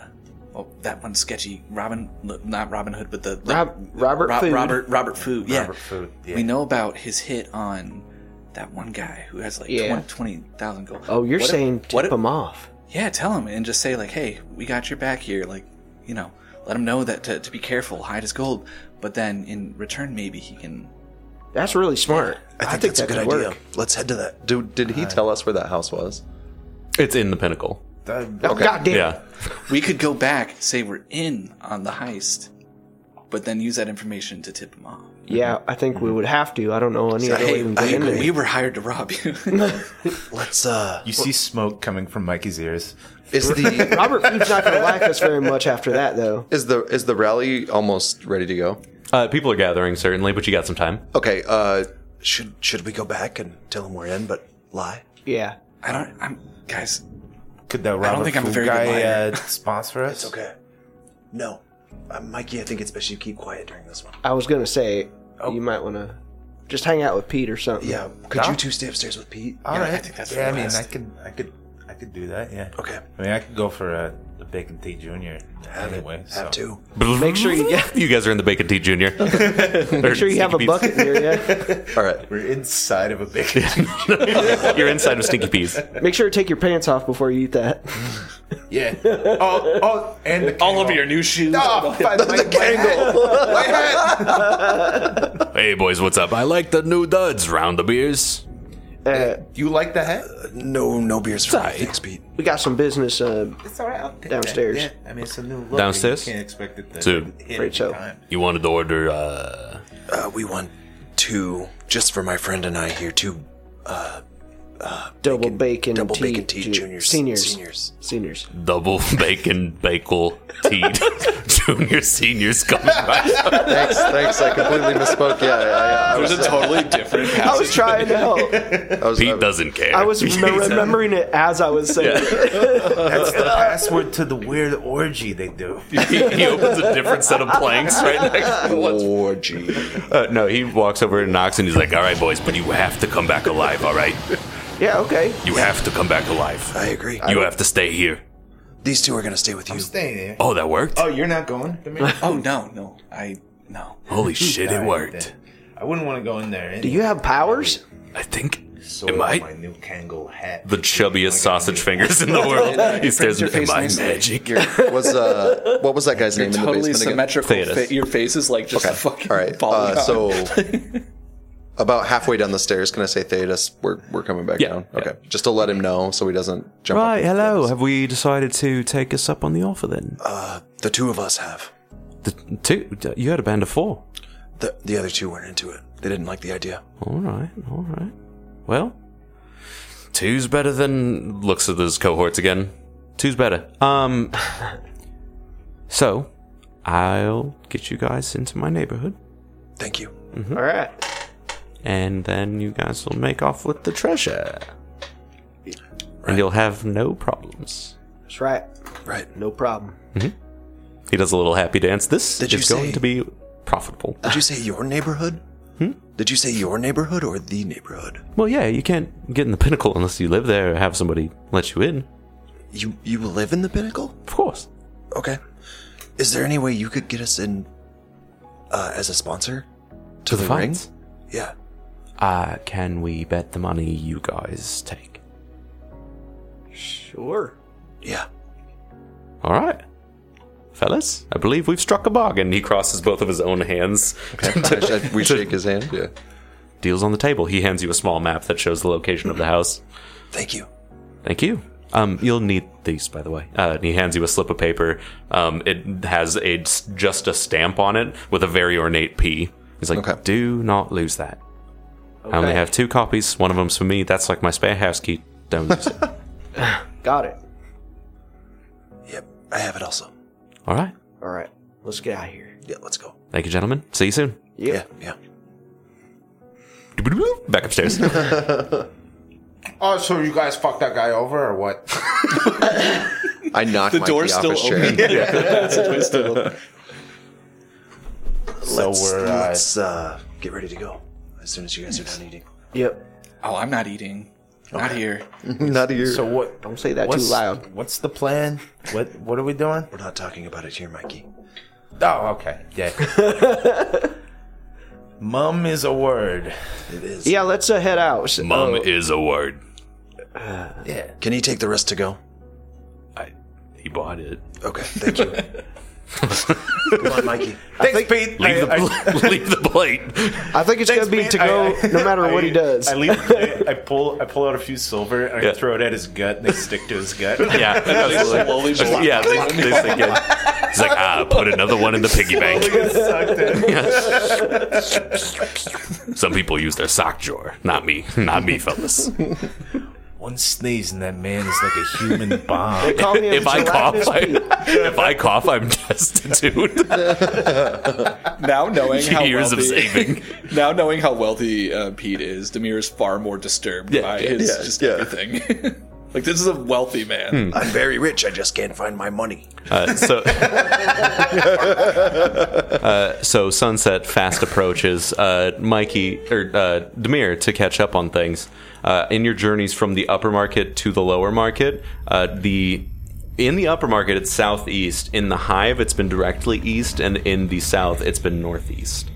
D: oh, that one sketchy Robin, not Robin Hood, but the
I: Rob- Robert
D: Ro-
I: Food.
D: Robert Robert Food. Yeah.
F: Robert Food, yeah.
D: We know about his hit on that one guy who has like
I: Yeah.
D: twenty twenty thousand 20,000 gold.
I: Oh, you're
D: What if-
I: saying
D: what
I: tip
D: if-
I: him off.
D: yeah, tell him and just say like, "Hey, we got your back here." Like, you know, let him know that to, to be careful, hide his gold. But then in return, maybe he can.
I: That's really smart.
G: I think, that's a
I: that
G: good
I: could
G: idea.
I: work.
G: Let's head to that.
B: Do, did he tell us where that house was?
A: It's in the pinnacle.
F: That-
I: Oh, God damn.
A: Yeah.
D: We could go back, say we're in on the heist, but then use that information to tip him off.
I: Yeah, I think we would have to. I don't know any other
G: Hey,
I: way we can
G: I
I: get in
G: agree.
I: there.
D: We were hired to rob you. [LAUGHS]
G: Let's uh
F: You see smoke coming from Mikey's ears.
B: Is [LAUGHS] the
I: Robert Food's not going to like us very much after that, though.
B: is the is the rally almost ready to go?
A: Uh, people are gathering, certainly, but you got some time.
B: Okay, uh
G: should should we go back and tell him we're in but lie?
I: Yeah.
D: I don't. I'm guys.
F: Could that Robert
D: think I'm a
F: Food
D: very good
F: guy
D: liar.
F: uh, sponsor us?
G: It's okay. No. Uh, Mikey, I think it's best you keep quiet during this one.
I: I was going to say, you might want to just hang out with Pete or something.
G: Oh. Yeah. Could you two stay upstairs with Pete?
F: All right.
D: I think that's
F: yeah.
D: for
F: I
D: the
F: mean,
D: best.
F: I could, I could, I could do that. Yeah.
G: Okay.
F: I mean, I could go for a, a bacon tea junior
G: Have
F: anyway.
G: it. Have
F: so.
G: two.
A: Make
I: sure you get-
A: You guys are in the Bacon Tea Junior. Make
I: [LAUGHS] Make sure you have a bucket near you.
B: all right.
F: We're inside of a [LAUGHS] bacon.
A: You're inside of Stinky Peas.
I: Make sure to take your pants off before you eat that.
F: yeah. Oh, oh, and the all
D: Your new shoes.
F: Oh, my, my, my hat. My hat.
K: Hey, boys, what's up? I like the new duds. Round the beers.
I: Uh,
F: [LAUGHS] You like the hat?
G: No no beers for me. Thanks, Pete.
I: we got some business. Uh,
F: It's all right. I'll take
I: Downstairs.
F: That. Yeah. I mean, it's a new look.
A: Downstairs?
F: You can't expect it to
A: Two.
F: hit
I: Great
F: every
I: show.
F: time.
K: You wanted to order, uh,
G: Uh, we want two just for my friend and I here, two
I: double bacon,
G: double
I: tea,
G: bacon tea
I: ju-
G: juniors.
I: seniors,
G: Seniors.
I: seniors.
K: double [LAUGHS] bacon bagel tea. [LAUGHS] Junior seniors coming by.
B: Thanks, thanks. I completely misspoke. Yeah, I, I, I was, uh,
D: a totally different.
I: I was trying to help.
B: I was, uh, I
K: Pete
B: was-
K: doesn't care. [LAUGHS]
I: I
G: [LAUGHS]
I: was rem- remembering it as I was saying it.
F: That's [LAUGHS] the password to the weird orgy they do.
K: he, he [LAUGHS] opens a different set of planks right next to what's
B: orgy.
A: Uh, no, he walks over
K: and knocks and he's like, all right, boys, but you have to come back alive, all right?
I: Yeah, okay.
K: You have to come back alive.
G: I agree.
K: You have to stay here.
G: These two are gonna stay with you.
F: Stay there.
K: Oh, that worked?
F: Oh, you're not going?
D: Oh no, no, I no.
K: Holy shit, it worked.
F: I wouldn't want to go in there.
I: Do you have powers?
K: I think.
F: So
K: Am I-
F: my new Kangol hat?
A: the chubbiest sausage fingers in the world. He stares
D: your
A: at me.
D: face
A: Am I
D: nicely.
K: magic?
B: Was uh, what was that guy's name in the
D: Totally
B: basement again?
D: symmetrical.
A: Thetis.
D: Fit. Your face is like just a fucking
B: All right.
D: ball
B: Uh,
D: of
B: so [LAUGHS] about halfway down the stairs, can I say Thetis? We're we're coming back
A: Yeah,
B: down.
A: yeah.
B: Okay, just to let him know so he doesn't jump.
A: Right,
B: up and-
A: hello. Have we decided to take us up on the offer then?
D: Uh,
G: The two of us have.
A: The two, you had a band of four.
G: The the other two weren't into it. They didn't like the idea.
A: All right, all right. Well, two's better than looks at those cohorts again. Two's better. Um, [LAUGHS] so I'll get you guys into my neighborhood,
G: Thank you.
I: All right.
A: and then you guys will make off with the treasure, and you'll have no problems.
I: That's right.
G: Right.
I: No problem.
A: He does a little happy dance. This
G: Did you
A: is going
G: say-
A: to be profitable.
G: Did you say your neighborhood? Did you say your neighborhood or the neighborhood?
A: Well, yeah, you can't get in the pinnacle unless you live there or have somebody let you in.
G: You you live in the pinnacle?
A: Of course.
G: Okay. Is there any way you could get us in uh, as a sponsor to, the, ring?
A: Fights.
G: Yeah.
A: Uh, can we bet the money you guys take?
I: Sure.
G: Yeah.
A: All right. Fellas, I believe we've struck a bargain. He crosses both of his own hands,
B: I- I- we shake his hand. Yeah.
A: deals on the table. He hands you a small map that shows the location of the house.
G: Thank you.
A: Thank you. Um, you'll need these, by the way. Uh, and he hands you a slip of paper. Um, it has a just a stamp on it with a very ornate P. He's like,
B: Okay.
A: "Do not lose that. I only
I: Okay.
A: have two copies. One of them's for me. That's like my spare house key. Don't lose it.
I: Got it.
G: Yep. I have it also.
A: All right.
I: All right. Let's get out of here.
G: Yeah, let's go.
A: Thank you, gentlemen. See you soon.
G: Yeah, yeah.
K: [LAUGHS]
A: Back upstairs.
F: Oh, so you guys fucked that guy over or what?
B: I knocked the Mikey
D: door's
B: off
D: still
B: his chair.
F: so we're uh,
G: Let's uh, get ready to go as soon as you guys are done eating.
I: Yep.
D: Oh, I'm not eating.
E: Not here.
B: Not here.
F: [LAUGHS] So what?
I: Don't say that too
F: what's-
I: loud.
F: What's the plan? What What are we doing?
G: We're not talking about it here, Mikey.
F: Oh, okay. Yeah.
I: [LAUGHS]
F: Mum is a word.
G: It is.
I: Yeah, let's uh, head out. S-
K: Mum
A: Oh.
I: uh,
K: is a word.
F: Yeah.
G: Can you take the rest to go?
K: I, he bought it.
G: Okay, thank
F: [LAUGHS]
G: you. Come on, Mikey.
F: Thanks,
K: Leave,
F: Pete.
K: the,
F: I- I-
K: pl- [LAUGHS] leave the plate.
I: I think it's
F: Thanks,
I: gonna be
F: man.
I: to
F: I-
I: go
F: I-
I: no matter what
F: I-
I: he does.
F: I, leave, I, I pull. I pull out a few silver and
A: Yeah.
F: I throw it at his gut, and they stick to his gut. [LAUGHS]
A: Yeah,
K: [LAUGHS]
A: absolutely. yeah, they, they sink in.
K: He's like, ah, put another one in the piggy bank.
F: It sucked in.
K: Some people use their sock drawer. Not me. Not me, fellas.
F: One sneeze, and that man is like a human
I: [LAUGHS]
F: bomb.
I: Call me a
K: If I cough,
I: gelatinous
K: I,
A: [LAUGHS]
I: pea.
K: if I cough, I'm destitute.
D: Now knowing how
K: Years
D: wealthy,
K: of saving.
D: [LAUGHS] now knowing how wealthy uh, Pete is, Demir is far more disturbed by his
B: yeah,
D: just
B: yeah.
D: everything. [LAUGHS] like this is a wealthy man.
G: I'm very rich. I just can't find my money.
A: Uh, so, uh, so sunset fast approaches. Uh, Mikey or uh, Demir to catch up on things. Uh, in your journeys from the upper market to the lower market, uh, the in the upper market it's southeast. In the hive, it's been directly east, and in the south, it's been northeast.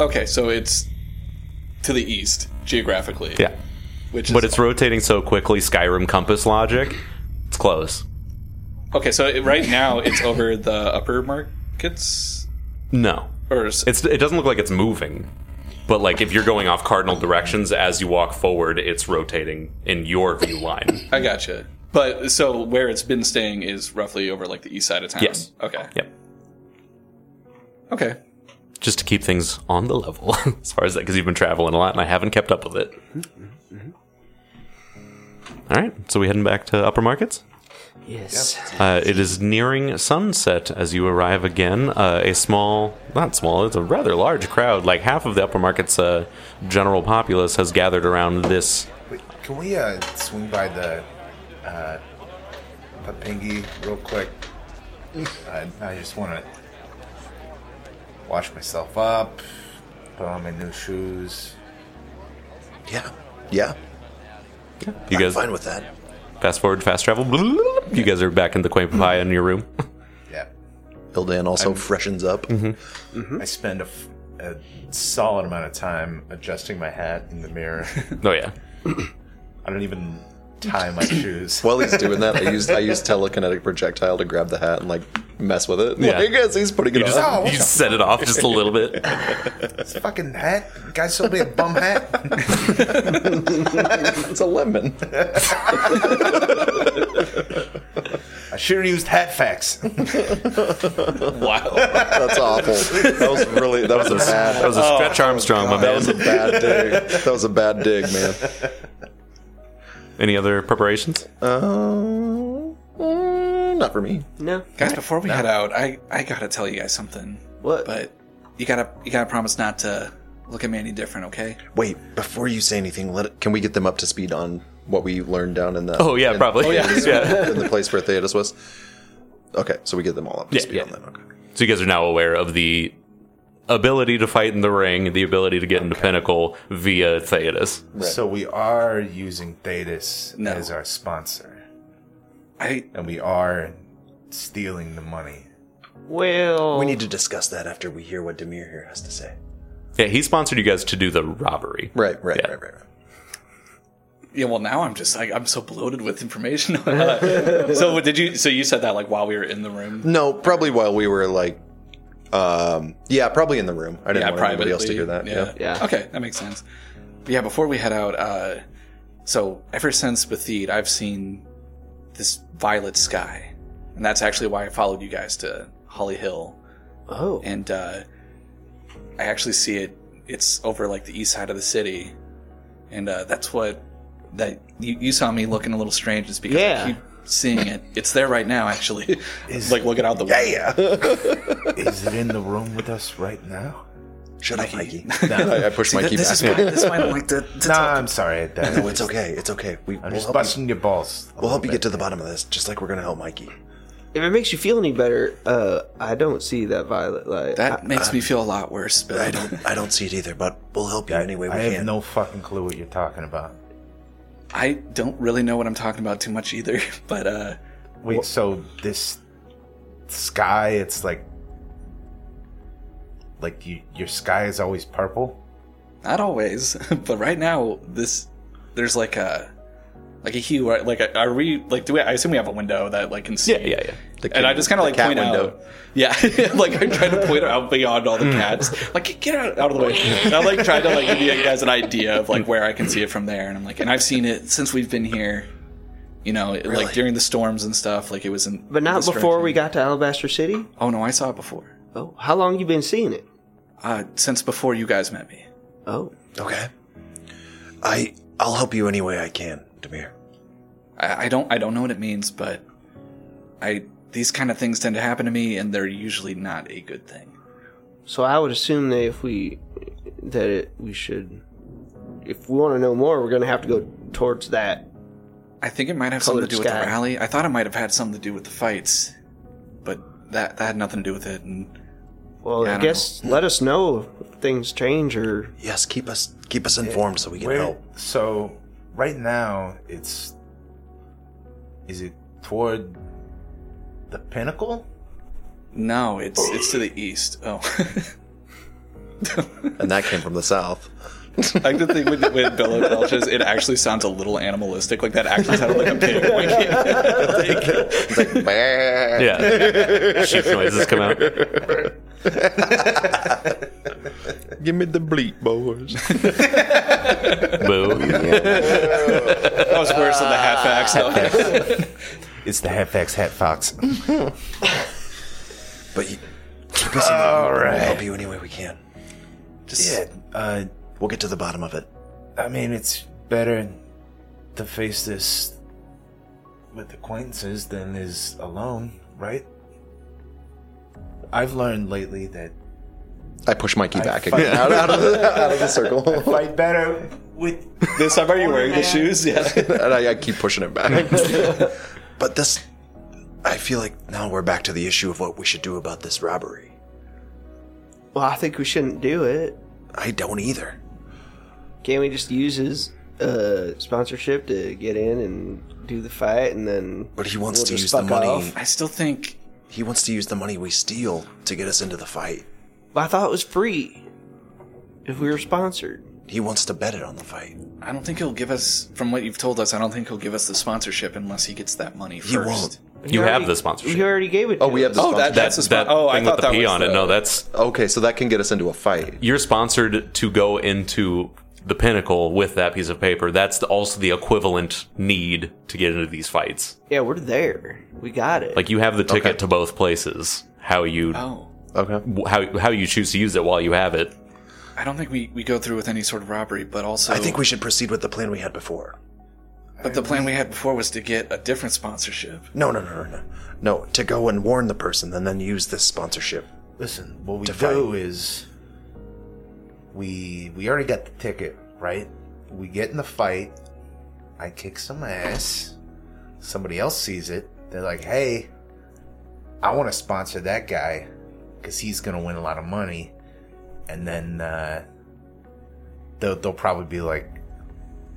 D: Okay, so it's to the east geographically.
A: Yeah,
D: which is,
A: but it's rotating so quickly. Skyrim compass logic. It's close.
D: okay. So it, right now it's over the upper markets,
A: No,
D: or it's
A: It's it doesn't look like it's moving, but like if you're going off cardinal directions as you walk forward, it's rotating in your view
D: [LAUGHS]
A: line.
D: I gotcha. But so where it's been staying is roughly over like the east side of town.
A: Yes.
D: Okay.
A: yep.
D: Okay.
A: Just to keep things on the level [LAUGHS] as far as that, because you've been traveling a lot and I haven't kept up with it. All right, so we heading back to upper markets.
I: Yes.
A: Uh, it is nearing sunset as you arrive again. Uh, a small, not small, it's a rather large crowd. Like half of the upper market's uh, general populace has gathered around this
F: Wait, can we uh, swing by the uh, Papingi real
I: [LAUGHS]
F: quick? I, I just want to wash myself up, put on my new shoes.
G: Yeah, yeah.
A: You
G: I'm
A: guys
G: fine with that.
A: fast forward, fast travel. You guys are back in the Quaint Papaya in your room.
F: Yeah.
B: Ildan also freshens up.
F: I spend a, f- a solid amount of time adjusting my hat in
G: [LAUGHS]
F: the mirror.
A: [LAUGHS] Oh yeah.
F: I don't even tie my shoes.
B: While he's doing that, I used I used telekinetic projectile to grab the hat and like mess with it.
A: Yeah.
B: Like, as he's putting it
A: You just,
B: on.
F: Oh, what
A: you
F: the-
A: set it off just a little bit.
F: This fucking hat? Guy sold me a
G: [LAUGHS]
F: bum hat?
B: It's a lemon.
F: I should have used hat facts.
B: That's awful. That was really that was a bad.
A: That was a stretch Armstrong, my
B: That was a
A: man.
B: bad dig. That was a bad dig, man.
A: Any other preparations?
B: Um, mm, not for me.
I: No.
E: Guys, before we head out, I, I gotta tell you guys something.
I: What?
E: But you gotta you gotta promise not to look at me any different, okay?
G: Wait, before you say anything, let it,
B: Can we get them up to speed on what we learned down in the?
A: Oh yeah,
B: in-
A: probably. yeah. [LAUGHS] yeah.
B: in the place where Theodos was. Okay, so we get them all up to
A: Yeah,
B: speed
A: yeah.
B: on that. Okay.
A: So you guys are now aware of the ability to fight in the ring, the ability to get into Pinnacle via Theodos.
F: So we are using Thetis
E: No.
F: as our sponsor.
E: I
F: And we are stealing the money.
I: Well,
G: we need
F: Oh.
G: to discuss that after we hear what Demir here has to say.
A: Yeah, he sponsored you guys to do the robbery.
B: Right, right,
A: Yeah.
B: right, right, right.
D: Yeah, well, now I'm just I, I'm so bloated
B: [LAUGHS]
D: with information. Uh, so what did you? So you said that like while we were in the room?
B: No, probably while we were like, um, yeah, probably in the room. I didn't
D: Yeah,
B: want
D: privately.
B: anybody else to hear that. Yeah.
I: Yeah.
D: Okay, that makes sense. But yeah, before we head out, uh, so ever since Bethede, I've seen this violet sky, and that's actually why I followed you guys to Holly Hill,
I: Oh.
D: and uh, I actually see it. It's over like the east side of the city, and uh, that's what that you, you saw me looking a little strange. Is because
I: Yeah.
D: I keep seeing it. It's there right now, actually. [LAUGHS] like looking out the window.
G: [LAUGHS]
F: Is it in the room with us right now?
G: Shut up,
F: [LAUGHS]
G: Mikey.
B: I, I pushed my key
E: this
B: back.
E: is why this is why I don't like to, to
F: Nah,
E: talk.
F: I'm sorry.
G: [LAUGHS] [LAUGHS]
F: That,
G: No, it's okay. It's okay. We,
F: I'm
G: we'll
F: just
G: help you.
F: busting your balls.
G: We'll help you get to the bottom of this, just like we're gonna help Mikey.
I: If it makes you feel any better, uh, I don't see that violet light.
E: That makes me feel a lot worse, but
G: I don't, I don't see it either, but we'll help you any way we
F: I
G: can.
F: have no fucking clue what you're talking about.
D: I don't really know what I'm talking about too much either, [LAUGHS] but uh,
F: Wait, so this sky, it's like like you, your sky is always purple.
D: not always. [LAUGHS] But right now, this there's like a like a hue. right? Like, are we like? Do we? I assume we have a window that like can see.
A: Yeah, yeah, yeah.
D: and I just kind of
B: the
D: like
B: cat
D: point
B: window. Mm.
D: out. Yeah, [LAUGHS] like I'm trying to point out beyond all the cats. Like get- get out, out of the
B: [LAUGHS]
D: way. And I'm like trying to like give you guys an idea of like where I can see it from there. And I'm like, and I've seen it since we've been here. You know, it- like during the storms and stuff. Like it was in.
I: But not
D: this
I: before
D: direction.
I: we got to Alabaster City.
D: Oh no, I saw it before.
I: Oh, how long you been seeing it?
D: Uh, since before you guys met me.
I: Oh,
G: Okay. I I'll help you any way I can, Demir.
D: I, I don't I don't know what it means, but I these kind of things tend to happen to me, and they're usually not a good thing.
I: so I would assume that if we that it, we should, if we want to know more, we're gonna have to go towards that.
D: I think it might have something to do
I: Colored
D: with
I: sky.
D: the rally. I thought it might have had something to do with the fights, but that that had nothing to do with it. And
I: Well,
D: Yeah, I
I: I
D: don't
I: guess let us know if things change or
G: Yes, keep us keep us informed so we can
F: Where-
G: help.
F: So right now, it's is it toward the pinnacle?
D: no, it's it's to the east. Oh, [LAUGHS]
B: And that came from the south.
D: I did think when, when Billow belches, it actually sounds a little animalistic. Like that actually sounded like a pig. [LAUGHS] Like-
A: Yeah. Sheep noises come
B: [LAUGHS]
A: out.
B: Give me the bleep, boys.
A: [LAUGHS] Boo.
D: that was worse than the half axe. [LAUGHS] though.
F: It's the Hatfax Hat Fox. [LAUGHS]
G: But you, keep us in the loop. and We'll help you any way we can.
F: yeah, uh,
G: We'll get to the bottom of it.
F: I mean, it's better to face this with acquaintances than is alone, right? I've learned lately that
B: [LAUGHS] I push Mikey back
F: fuck-
B: again out, out of the, out of the circle,
F: fight better with
D: This time, are you wearing the shoes? Yeah.
B: [LAUGHS] and I, I keep pushing him back.
G: But this, I feel like now we're back to the issue of what we should do about this robbery.
I: well, I think we shouldn't do it.
G: I don't either.
I: Can't we just use his uh, sponsorship to get in and do the fight and then?
G: But he wants
I: We'll
G: to
I: just
G: use the
I: fuck
G: money.
I: off.
D: I still think
G: He wants to use the money we steal to get us into the fight.
I: Well, I thought it was free if we were sponsored.
G: He wants to bet it on the fight.
D: I don't think he'll give us, from what you've told us, I don't think he'll give us the sponsorship unless he gets that money first.
G: He won't.
A: You
I: already-
A: have the sponsorship.
I: You already gave it.
B: [LAUGHS]
I: To
B: Oh, we have the
I: us.
D: Oh,
B: sponsorship.
D: that,
A: That,
D: that's the spot.
A: that
D: Oh, I
A: thing
D: thought
A: with the
D: that
A: P
D: was
A: on
D: the,
A: it. No, that's
B: Okay, so that can get us into a fight.
A: you're sponsored to go into the pinnacle with that piece of paper. That's the, also the equivalent need to get into these fights.
I: Yeah, we're there. We got it.
A: Like you have the ticket to both places. How you
D: Oh,
B: Okay.
A: w- how how you choose to use it while you have it.
D: I don't think we, we go through with any sort of robbery, but also
G: I think we should proceed with the plan we had before.
D: But the plan we had before was to get a different sponsorship.
G: No, no, no, no, no. No, to go and warn the person and then use this sponsorship.
F: Listen, what we
G: To
F: do is we we already got the ticket, right? We get in the fight. I kick some ass. Somebody else sees it. They're like, "Hey, I want to sponsor that guy because he's gonna win a lot of money." And then uh, they'll they'll probably be like,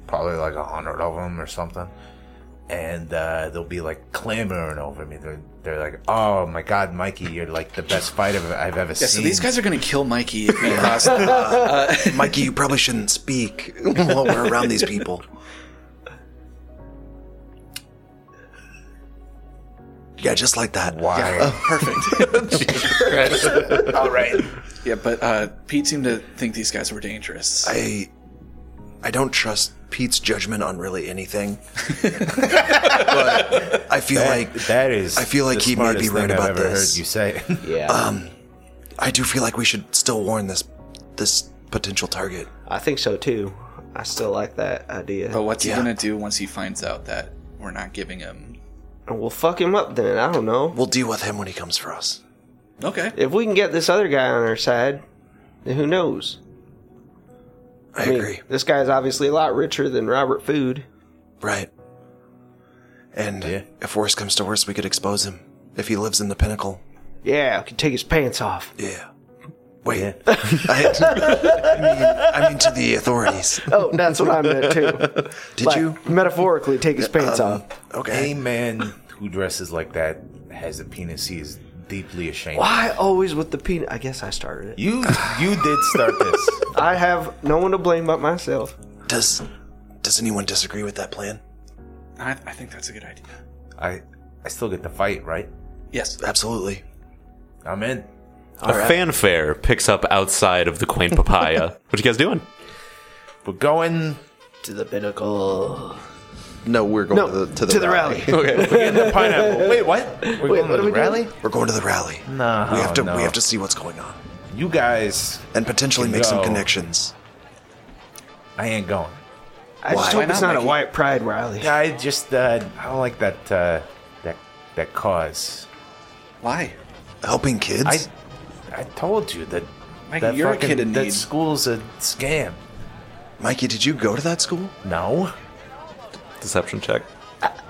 F: probably like a hundred of them or something and uh, they'll be like clamoring over me. They're, they're like, "Oh my God, Mikey, you're like the best fight I've, I've ever
D: Yeah, so
F: seen."
D: these guys are going to kill Mikey if
G: [LAUGHS]
D: we cross. Uh,
G: Mikey, you probably shouldn't speak while we're around these people. Yeah, just like that.
F: Why?
G: uh,
F: [LAUGHS]
G: [LAUGHS]
D: perfect.
F: All right.
D: yeah, but uh, Pete seemed to think these guys were dangerous.
G: I I don't trust Pete's judgment on really anything. but I feel like
F: That is.
G: I feel like
F: the
G: he may be
F: smartest
G: right
F: thing
G: about
F: I've ever
G: this.
F: heard you say.
I: yeah,
G: I do feel like we should still warn this this potential target.
I: I think so too. I still like that idea.
E: Oh.
D: but what's
G: yeah.
D: he going to do once he finds out that we're not giving him?
I: And we'll fuck him up then. I don't know.
G: We'll deal with him when he comes for us.
D: Okay.
I: If we can get this other guy on our side, then who knows?
G: I,
I: I mean,
G: agree.
I: This guy's obviously a lot richer than Robert Food.
G: Right. And if worse comes to worse, we could expose him if he lives in the pinnacle.
I: Yeah, I could take his pants off.
G: Yeah. [LAUGHS] Wait. I, I mean, I mean to the authorities.
I: [LAUGHS] Oh, that's what I meant too.
G: Did
I: Like,
G: you?
I: metaphorically take his pants
G: Um,
I: off?
G: okay.
F: [LAUGHS] A man who dresses like that has a penis he is deeply ashamed. of.
I: Why always with the peanut? I guess I started it.
F: You you did start this.
I: I have no one to blame but myself.
G: Does does anyone disagree with that plan?
D: I, I think that's a good idea.
F: I I still get to fight, right?
D: Yes.
G: Absolutely.
F: I'm in.
A: a fanfare picks up outside of the quaint
D: [LAUGHS]
A: papaya. what you guys doing?
F: We're going
B: To the pinnacle.
G: No, we're going
I: No, to the, rally.
F: the pineapple. Wait, what? We're going
I: what
F: to
I: are
F: the
I: we doing?
F: rally?
G: We're going to the rally.
F: No,
G: we have to.
F: Oh, no.
G: We have to see what's going on
F: You guys,
G: and potentially make some
F: No.
G: connections.
F: I ain't going.
I: I
G: Why
I: just hope it's
D: not,
I: not a
D: Mikey?
I: white pride rally.
F: I just uh, I don't like that uh, that that cause.
D: Why?
G: Helping kids.
F: I I told you that
D: Mike,
F: that
D: you're a
F: fucking,
D: kid in
F: that
D: need.
F: school's a scam.
G: Mikey, did you go to that school?
F: No,
A: Deception check.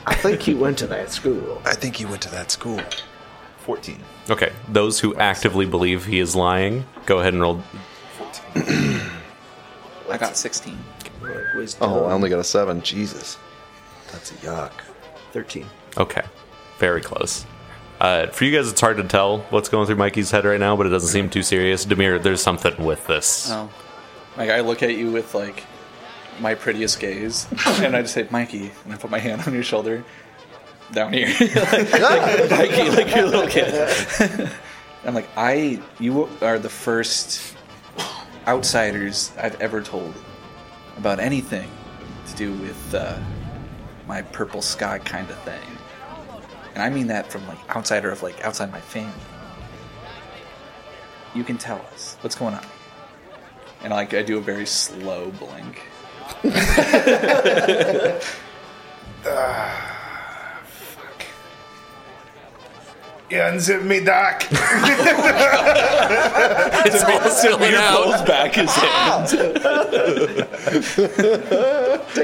I: I think he went to that school.
G: I think you went to that school.
F: fourteen.
A: Okay, those who actively believe he is lying, go ahead and roll.
D: I got 16.
B: [LAUGHS] Oh,
I: uh,
B: I only got a seven. Jesus.
G: That's a yuck.
I: Thirteen.
A: Okay, very close. Uh, for you guys, it's hard to tell what's going through Mikey's head right now, but it doesn't seem too serious. Demir, there's something with this.
D: Oh. Like, I look at you with, like, my prettiest gaze, and I just say, Mikey, and I put my hand on your shoulder, down here. [LAUGHS] like, like, Mikey, like your little kid. [LAUGHS] I'm like, I, you are the first outsiders I've ever told about anything to do with uh, my purple sky kind of thing. And I mean that from, like, outsider of, like, outside my family. You can tell us what's going on and like I do a very slow
F: [SIGHS]
D: blink.
F: You unzip me,
D: [LAUGHS]
F: Doc.
A: It's all silly
D: Pulls back his hand.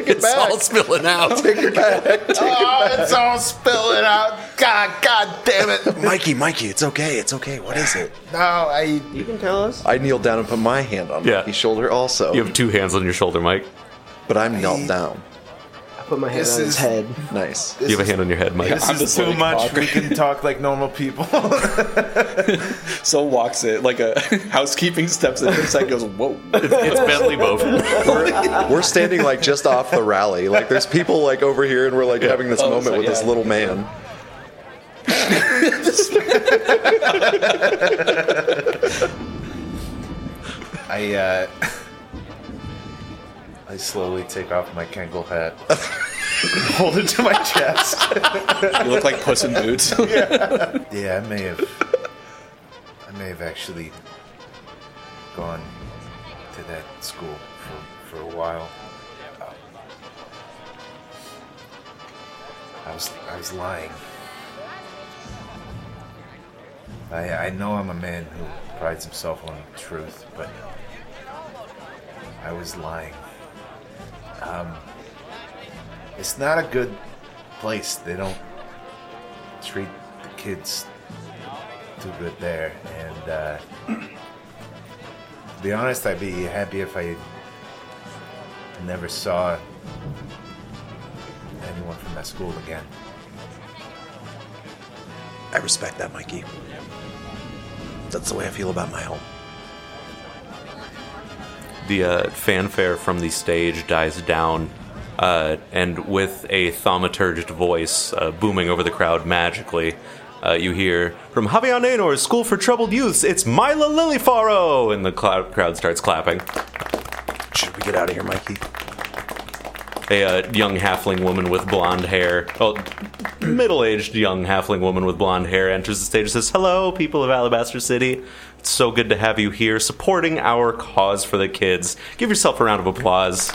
A: It's all spilling out.
F: oh, it's all spilling out. God, God damn it!
G: [LAUGHS] Mikey, Mikey, it's okay. It's okay. What is it?
F: No, I
I: You can tell us.
B: I kneel down and put my hand on
A: Yeah.
B: Mikey's shoulder also.
A: You have two hands on your shoulder, Mike.
B: But I'm knelt down.
I: I put my hand
F: This
I: on his
F: is-
I: head.
B: Nice.
A: You have a hand on your head, Mike.
F: this
D: I'm
F: is
D: just
F: too
D: like,
F: much.
D: fuck.
F: We can talk like normal [LAUGHS] people.
D: So walks it like a [LAUGHS] housekeeping steps in and goes, "Whoa!"
A: It's Bentley both.
B: We're standing like just off the rally. Like there's people like over here and we're like having this
D: Oh,
B: moment
D: so-
B: with this
D: yeah.
B: little man.
F: I uh, [LAUGHS] I slowly take off my Kangol hat, [LAUGHS] hold it to my chest.
D: You look like Puss in Boots.
F: Yeah, I may have. I may have actually gone to that school for, for a while. Um, I was I was lying. I I know I'm a man who prides himself on truth, but I was lying. Um, it's not a good place. They don't treat the kids too good there. And uh, to be honest, I'd be happy if I never saw anyone from that school again.
G: I respect that, Mikey. That's the way I feel about my home.
A: The uh, fanfare from the stage dies down, uh, and with a thaumaturged voice uh, booming over the crowd magically, uh, you hear from Javier Nanor's School for Troubled Youths, it's Mila Lilifaro! And the clou- crowd starts clapping.
G: Should we get out of here, Mikey?
A: a uh, young halfling woman with blonde hair. Well, middle-aged young halfling woman with blonde hair enters the stage and says, "Hello, people of Alabaster City. It's so good to have you here, supporting our cause for the kids. Give yourself a round of applause."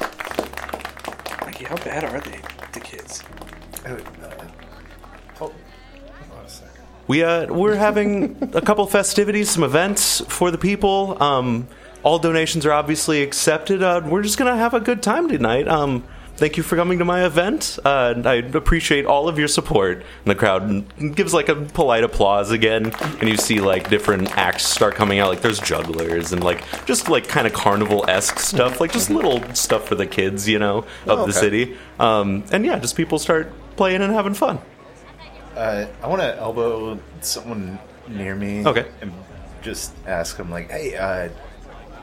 D: Mikey, how bad are they, the kids?
A: We uh, we're having a couple festivities, some events for the people. Um, all donations are obviously accepted. Uh, we're just gonna have a good time tonight. Um, thank you for coming to my event. Uh, and I appreciate all of your support. And the crowd gives like a polite applause again. And you see like different acts start coming out. Like there's jugglers and like just like kind of carnival esque stuff. Like just little stuff for the kids, you know, of
F: Oh,
A: the
F: okay.
A: city. Um, and yeah, just people start playing and having fun.
F: Uh, I want to elbow someone near me.
A: Okay.
F: And just ask him, like, hey, uh,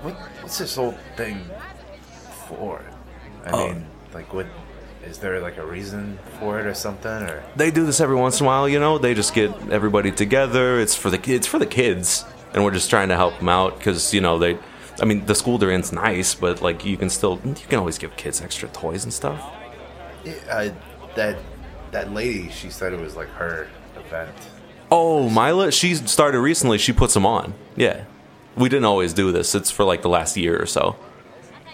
F: what, what's this whole thing for? I
A: Oh.
F: mean, like, what is there like a reason for it or something? Or
A: they do this every once in a while, you know. They just get everybody together. It's for the it's for the kids, and we're just trying to help them out because you know they. I mean, the school they're in's nice, but like you can still you can always give kids extra toys and stuff.
F: uh, that that lady, she said it was like her event.
A: Oh, Mila, she started recently. She puts them on. Yeah, we didn't always do this. It's for like the last year or so.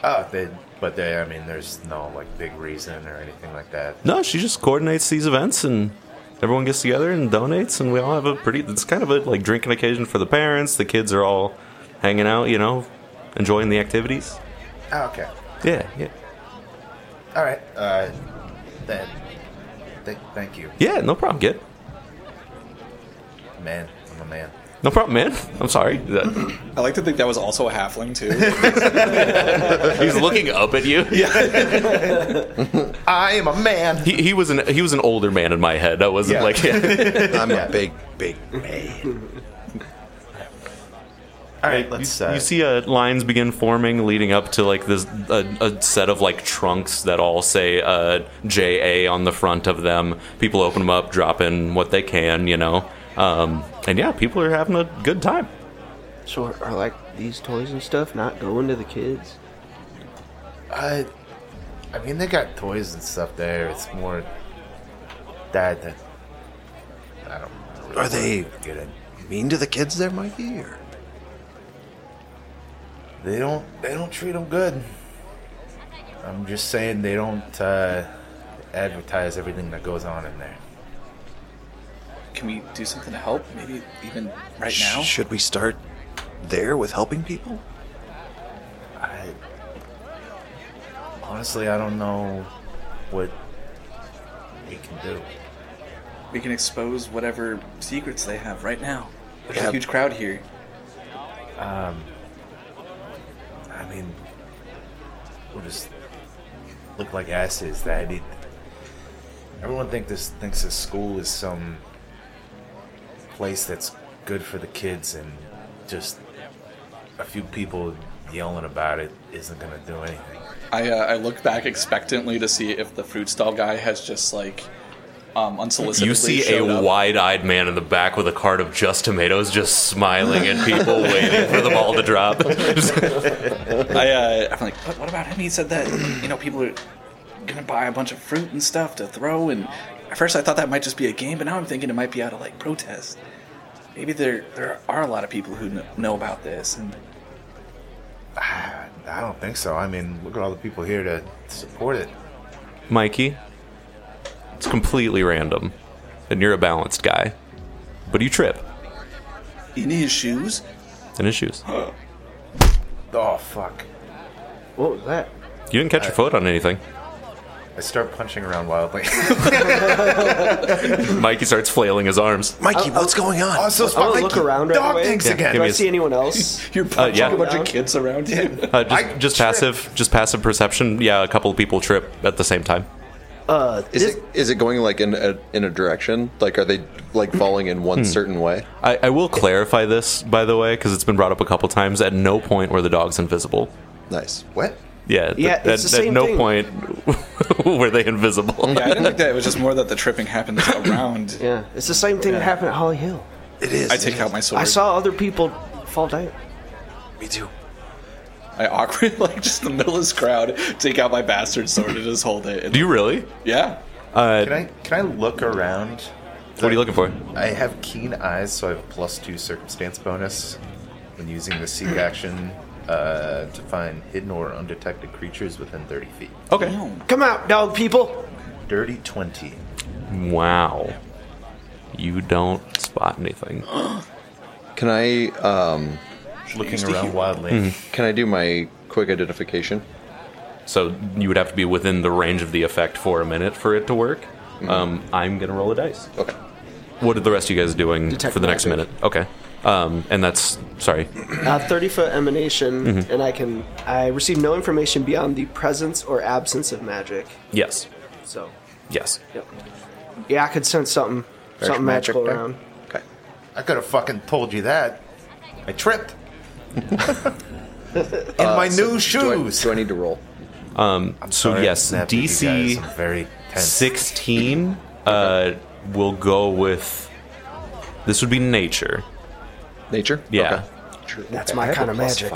F: Oh, they, but they, I mean, there's no like big reason or anything like that.
A: No, she just coordinates these events and everyone gets together and donates and we all have a pretty it's kind of a like drinking occasion for the parents. The kids are all hanging out, you know, enjoying the activities.
F: Oh, okay.
A: Yeah, yeah.
F: All right. Uh, that. Th- thank you,
A: Yeah, no problem, kid.
F: man. I'm a man.
A: No problem, man. I'm sorry. That-
D: [LAUGHS] I like to think that was also a halfling too.
A: He's looking up at you.
F: I am a man.
A: He, he was an he was an older man in my head. I wasn't
F: Yeah.
A: like
B: I'm a big, big man.
F: All
A: [LAUGHS]
F: right, let's.
A: You see uh, lines begin forming leading up to like this a, a set of like trunks that all say uh, JA on the front of them. People open them up, drop in what they can, you know. Um, and yeah, people are having a good time.
I: So are, are like these toys and stuff not going to the kids?
F: I, I mean, they got toys and stuff there. It's more that that I don't. Really
G: Are they-
F: get it?
G: Mean to the kids there, Mikey? Or
F: They don't. They don't treat them good. I'm just saying they don't uh, advertise everything that goes on in there.
D: Can we do something to help? Maybe even right
G: sh-
D: now.
G: should we start there with helping people?
F: I honestly, I don't know what we can do.
D: We can expose whatever secrets they have right now. There's
G: Yeah.
D: a huge crowd here.
F: I mean, we'll just look like asses. That it, everyone think this thinks this school is some place that's good for the kids, and just a few people yelling about it isn't gonna do anything.
D: I, uh, I look back expectantly to see if the fruit stall guy has just like um, unsolicited.
A: You see a wide-eyed man in the back with a cart of just tomatoes, just smiling at people, waiting for the ball to drop.
D: I, uh, I'm like, but what about him? He said that you know people are gonna buy a bunch of fruit and stuff to throw. And at first I thought that might just be a game, but now I'm thinking it might be out of like protest. Maybe there there are a lot of people who kn- know about this, and
F: I don't think so. I mean, look at all the people here to support it.
A: Mikey, it's completely random, and you're a balanced guy, but you trip
D: in his shoes,
A: in his shoes.
F: Oh fuck!
I: What was that?
A: You didn't
I: Uh,
A: catch your foot on anything.
F: I start punching around wildly. [LAUGHS]
A: Mikey starts flailing his arms.
G: Mikey,
D: Oh,
G: what's going on?
F: so
I: I want to look around right
F: dog
I: away.
F: things
I: Yeah,
F: again.
I: Do
A: give me
I: I
A: a-
I: see anyone [LAUGHS] else?
D: you're punching
A: Uh, yeah.
D: a bunch of kids around you.
A: Uh, just
F: I
A: just
F: trip.
A: passive, just passive perception. Yeah, a couple of people trip at the same time.
I: Uh,
B: Is
I: this-
B: it is it going like in a, in a direction? Like are they like falling in one certain way?
A: I, I will clarify this, by the way, because it's been brought up a couple times. At no point were the dogs invisible.
B: Nice. What?
A: Yeah, th-
I: Yeah,
A: at,
I: it's the
A: at
I: same
A: no
I: thing.
A: point [LAUGHS] were they invisible.
D: [LAUGHS] Yeah, I didn't think that. It was just more that the tripping happens around.
I: yeah, it's the same thing that happened at Holly Hill.
G: It is.
D: I take out my sword.
I: I saw other people fall down.
G: Me too.
D: I awkwardly, [LAUGHS] like, just in the middle of this crowd, take out my bastard sword and just hold it. And,
A: Do [LAUGHS] you really?
D: yeah.
A: Uh,
F: Can I can I look around?
A: what are you looking for?
F: I have keen eyes, so I have a plus two circumstance bonus when using the
D: [CLEARS THROAT]
F: seek action uh, to find hidden or undetected creatures within 30 feet.
D: Oh.
A: Okay.
I: Come out, dog people.
F: Dirty 20.
A: Wow. You don't spot anything.
B: Can I um
F: Looking around wildly.
D: Mm-hmm.
B: can I do my quick identification?
A: So you would have to be within the range of the effect for a minute for it to work. Um, I'm gonna roll a dice.
B: Okay.
A: What are the rest of you guys doing
I: Detect
A: for the next
I: magic.
A: minute? Okay. Um, and that's sorry.
I: Uh, 30 foot emanation, and I can. I receive no information beyond the presence or absence of magic.
A: Yes.
I: So,
A: Yes.
I: yep. Yeah, I could sense something, something
B: magic
I: magical
B: there.
I: around.
B: Okay.
F: I could have fucking told you that. I
B: [LAUGHS]
F: tripped. In my new
B: Uh, Do I,
F: shoes.
B: do I need to roll?
A: So
F: Sorry,
A: yes,
F: Snap, you
A: DC
F: guys are very tense.
A: 16 uh, will go with. This would be nature.
B: Nature?
A: Yeah.
I: That's my kind of magic.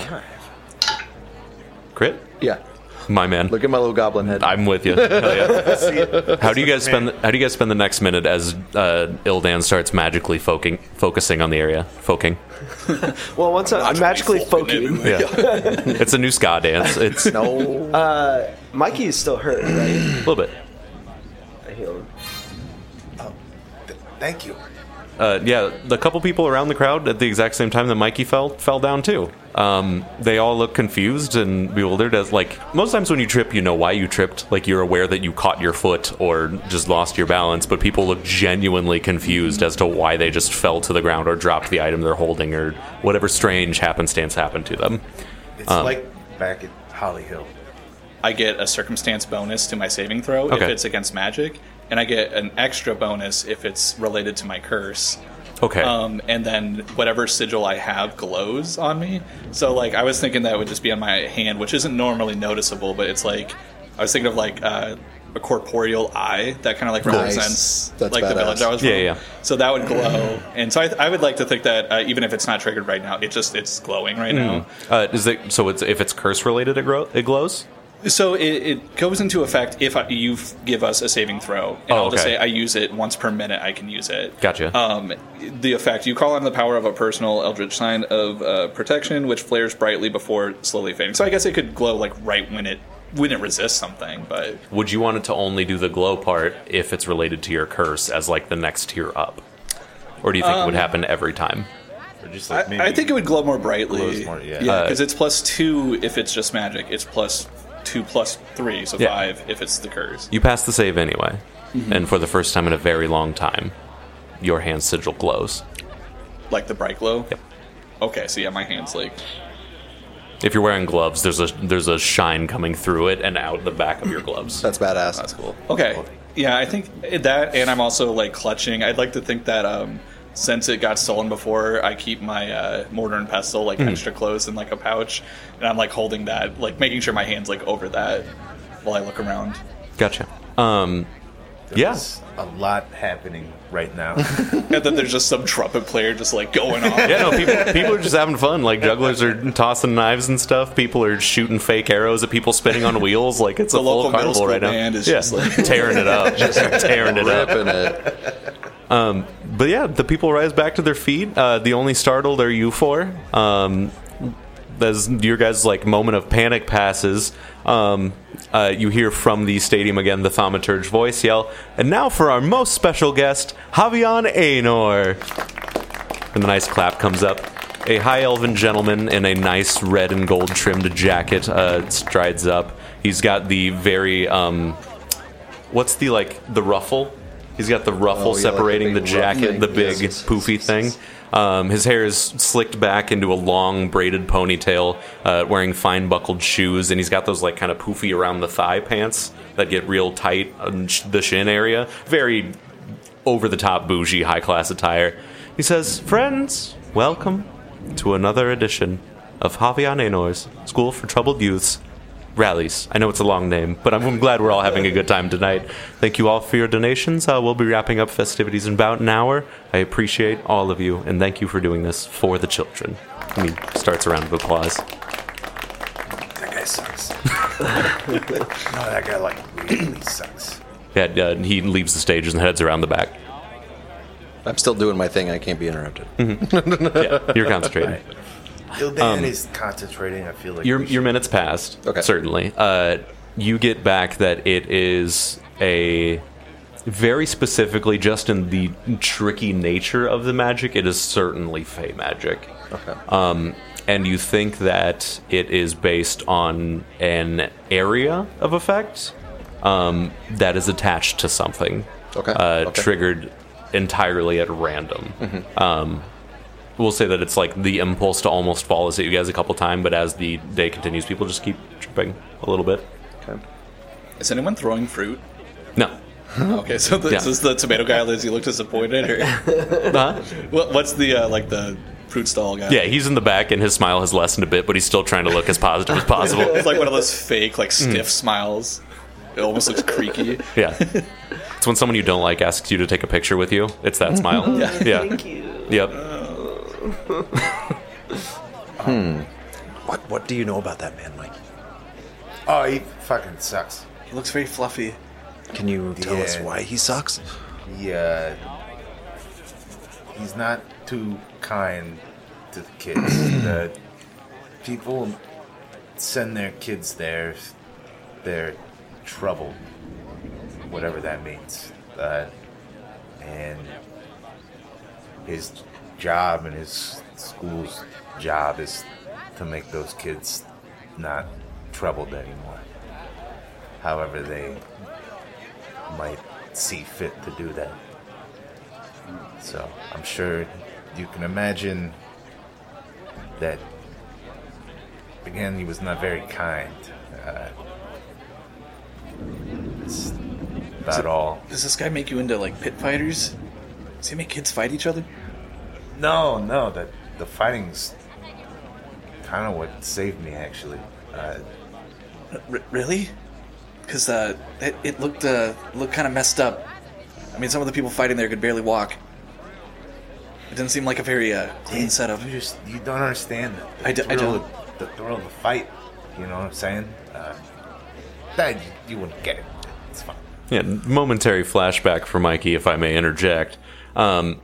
A: Crit?
B: Yeah.
A: My man.
B: Look at my little goblin head.
A: I'm with you. Hell
F: [LAUGHS]
A: yeah. how do you guys spend? How do you guys spend the next minute as uh, Ildan starts magically foking, focusing on the area? Foking.
I: Well, once I am magically focused,
A: Yeah. it's a new ska dance. It's a
B: [LAUGHS] no.
I: Mikey is still hurt, right?
A: little bit.
I: I heal him.
F: Thank you.
A: Uh, yeah, the couple people around the crowd at the exact same time that Mikey fell fell down too. Um, they all look confused and bewildered as like most times when you trip, you know why you tripped. Like you're aware that you caught your foot or just lost your balance, but people look genuinely confused as to why they just fell to the ground or dropped the item they're holding or whatever strange happenstance happened to them.
F: It's
B: Um,
F: like back at Holly Hill.
D: I get a circumstance bonus to my saving throw if
A: Okay.
D: it's against magic, and I get an extra bonus if it's related to my curse.
A: Okay.
D: Um, and then whatever sigil I have glows on me. So like I was thinking that would just be on my hand, which isn't normally noticeable, but it's like I was thinking of like uh, a corporeal eye that kind of like represents
B: That's
D: like
B: badass.
D: the village I was from.
A: Yeah, yeah.
D: So that would glow, and so I, I would like to think that uh, even if it's not triggered right now, it just it's glowing right now.
A: uh, is it so? It's if it's curse related, it, grow, it glows.
D: So it, it goes into effect if I, you f- give us a saving throw. And
A: Oh,
D: I'll just
A: okay.
D: say I use it once per minute. I can use it.
A: Gotcha.
D: Um, the effect you call on the power of a personal eldritch sign of uh, protection, which flares brightly before slowly fading. So I guess it could glow like right when it when it resists something. But
A: Would you want it to only do the glow part if it's related to your curse as like the next tier up, or do you think it would happen every time?
F: Or just
D: I,
F: like maybe
D: I think it would glow more
F: Glows
D: brightly.
F: more, yeah.
A: Uh,
D: because it's plus two if it's just magic. It's plus two plus three, so
A: Yeah.
D: five if it's the curse.
A: You pass the save anyway, and for the first time in a very long time, your hand sigil glows.
D: Like the bright glow.
A: Yep.
D: Okay, so yeah, my hand's like
A: If you're wearing gloves, there's a there's a shine coming through it and out the back of your gloves.
B: That's badass.
D: That's cool. Okay. Yeah, I think that, and I'm also like clutching. I'd like to think that um, since it got stolen before, I keep my uh, mortar and pestle like
A: Hmm.
D: extra close in like a pouch, and I'm like holding that, like making sure my hands like over that while I look around.
A: Gotcha. Um, yeah.
F: There's a lot happening right now.
B: [LAUGHS]
D: and then there's just some trumpet player just like going
A: [LAUGHS]
D: off.
A: Yeah, no, people, people are just having fun. Like jugglers are tossing knives and stuff. People are shooting fake arrows at people spinning on wheels. Like it's
D: The
A: a full
D: local
A: carnival
D: middle school
A: right now.
D: band is
A: Yeah,
D: just, [LAUGHS] like-
A: tearing it up, just [LAUGHS] tearing it up.
B: Ripping it.
A: But yeah, the people rise back to their feet. Uh, the only startled are you four. Um, as your guys' like moment of panic passes, um, uh, you hear from the stadium again the thaumaturge voice yell, "And now for our most special guest, Javion Aenor." And the nice clap comes up. A high elven gentleman in a nice red and gold trimmed jacket uh, strides up. He's got the very um, what's the like the ruffle? He's got the ruffle
B: Oh, yeah, like the
A: separating
B: big
A: the
B: ruff
A: jacket,
B: thing.
A: the big
B: Yes, yes, yes,
A: poofy
B: yes,
A: thing.
B: yes.
A: Um, his hair is slicked back into a long braided ponytail, uh, wearing fine buckled shoes, and he's got those like kind of poofy around the thigh pants that get real tight on sh- the shin area. Very over the top bougie high class attire. He says, Friends, welcome to another edition of Javian Enor's School for Troubled Youths Rallies. I know it's a long name, but I'm, I'm glad we're all having a good time tonight. Thank you all for your donations. Uh, we'll be wrapping up festivities in about an hour. I appreciate all of you, and thank you for doing this for the children. And he starts a round of applause.
F: that guy sucks. [LAUGHS] no, that guy like really sucks.
A: Yeah, uh, he leaves the stage and heads around the back.
B: I'm still doing my thing. I can't be interrupted.
A: Yeah, you're concentrating.
F: Ildan is concentrating. I feel like
A: your
F: we should-
A: your minutes passed.
B: Okay.
A: Certainly. Uh, you get back that it is a very specifically just in the tricky nature of the magic. It is certainly fey magic.
B: Okay.
A: Um, and you think that it is based on an area of effect um, that is attached to something,
B: Okay,
A: uh,
B: okay. Mm-hmm.
A: triggered entirely at random. Um, we'll say that it's like the impulse to almost fall is at you guys a couple time, but as the day continues, people just keep tripping a little bit.
D: Is anyone throwing fruit?
B: [LAUGHS]
A: No.
D: Okay, so this
A: Yeah.
D: is the tomato guy. Lizzie looked disappointed.
A: [LAUGHS]
D: Or
A: Huh?
D: what, what's the uh, like the fruit stall guy?
A: Uh-huh. Yeah, he's in the back and his smile has lessened a bit, but he's still trying to look as positive as possible.
B: [LAUGHS]
D: it's like one of those fake like stiff smiles. It almost looks creaky.
A: Yeah. It's when someone you don't like asks you to take a picture with you. It's
B: [LAUGHS]
A: that smile. Yeah.
I: Thank you.
A: Yep.
G: What What do you know about that man, Mikey?
F: Oh, he fucking sucks.
D: It looks very fluffy.
G: Can you tell us
F: Yeah.
G: why he sucks?
F: He, uh, he's not too kind to the kids. the people send their kids there if they're troubled, whatever that means. Uh, and his job and his school's job is to make those kids not troubled anymore. However, they might see fit to do that. So I'm sure you can imagine that. Again, he was not very kind. Uh, it's about all.
D: Does this guy make you into like pit fighters? Does he make kids fight each other?
F: No, no, the the fighting's kind of what saved me actually. Uh,
D: R- really? Because uh, it, it looked uh, looked kind of messed up. I mean, some of the people fighting there could barely walk. It didn't seem like a very uh, clean setup.
F: You just you don't understand the, the
D: I d- I
F: thrill,
D: don't.
F: of- the thrill of the fight. You know what I'm saying? Uh, that you, you wouldn't get it. It's fine.
A: Yeah, momentary flashback for Mikey, if I may interject. Um,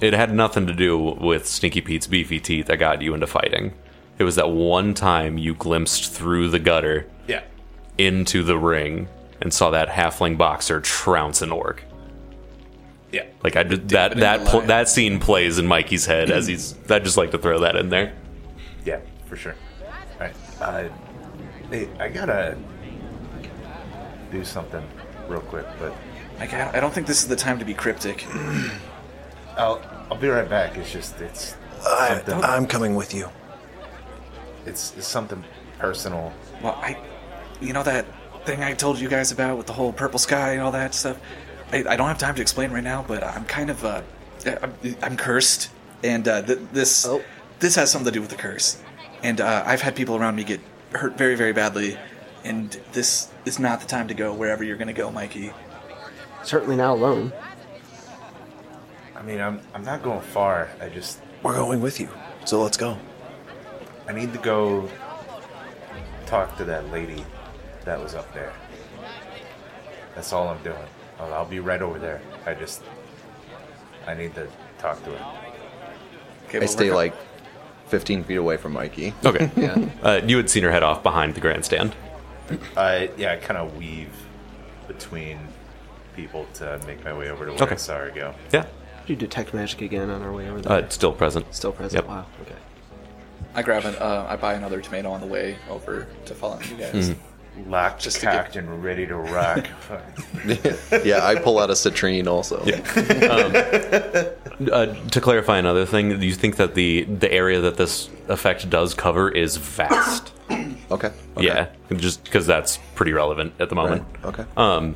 A: it had nothing to do with Sneaky Pete's beefy teeth that got you into fighting. It was that one time you glimpsed through the gutter
F: Yeah.
A: into the ring and saw that halfling boxer trounce an orc.
F: Yeah.
A: Like I did, that that
D: the
A: pl-
D: line.
A: that scene plays in Mikey's head as he's. I just like to throw that in there.
F: Yeah, for sure. Alright. Uh, hey, I gotta do something real quick, but
D: Like, I I don't think this is the time to be cryptic.
F: I'll I'll be right back. It's just it's
G: I,
F: something
D: uh,
G: I'm coming with you.
F: it's, it's something personal.
D: Well, I, you know that thing I told you guys about with the whole purple sky and all that stuff. I, I don't have time to explain right now, but I'm kind of uh, I'm, I'm cursed, and uh, th- this
I: Oh,
D: this has something to do with the curse. And uh, I've had people around me get hurt very, very badly, and this is not the time to go wherever you're gonna go, Mikey.
I: Certainly not alone.
F: I mean, I'm I'm not going far. I just
G: We're going with you. So let's go.
F: I need to go talk to that lady that was up there. That's all I'm doing. I'll, I'll be right over there. I just I need to talk to her.
D: Okay,
B: I
D: well,
B: stay
D: we're-
B: like 15 feet away from Mikey.
A: Okay. yeah. Uh, you had seen her head off behind the grandstand.
F: I yeah, I kind of weave between people to make my way over to where
A: Okay.
F: I saw her go.
A: Yeah.
I: Do detect magic again on our way over there.
A: Uh, it's still present.
I: Still present.
A: Yep.
I: Wow. Okay.
B: Uh,
D: I grab an uh, I buy another tomato on the way over to follow you guys.
F: Locked,
D: Just to
F: cocked, and ready to
A: [LAUGHS]
F: rock.
B: yeah, I pull out a citrine also. Yeah.
A: Uh, to clarify another thing, do you think that the the area that this effect does cover is vast?
B: Okay. okay.
A: Yeah, just because that's pretty relevant at the moment.
B: Okay.
A: Um,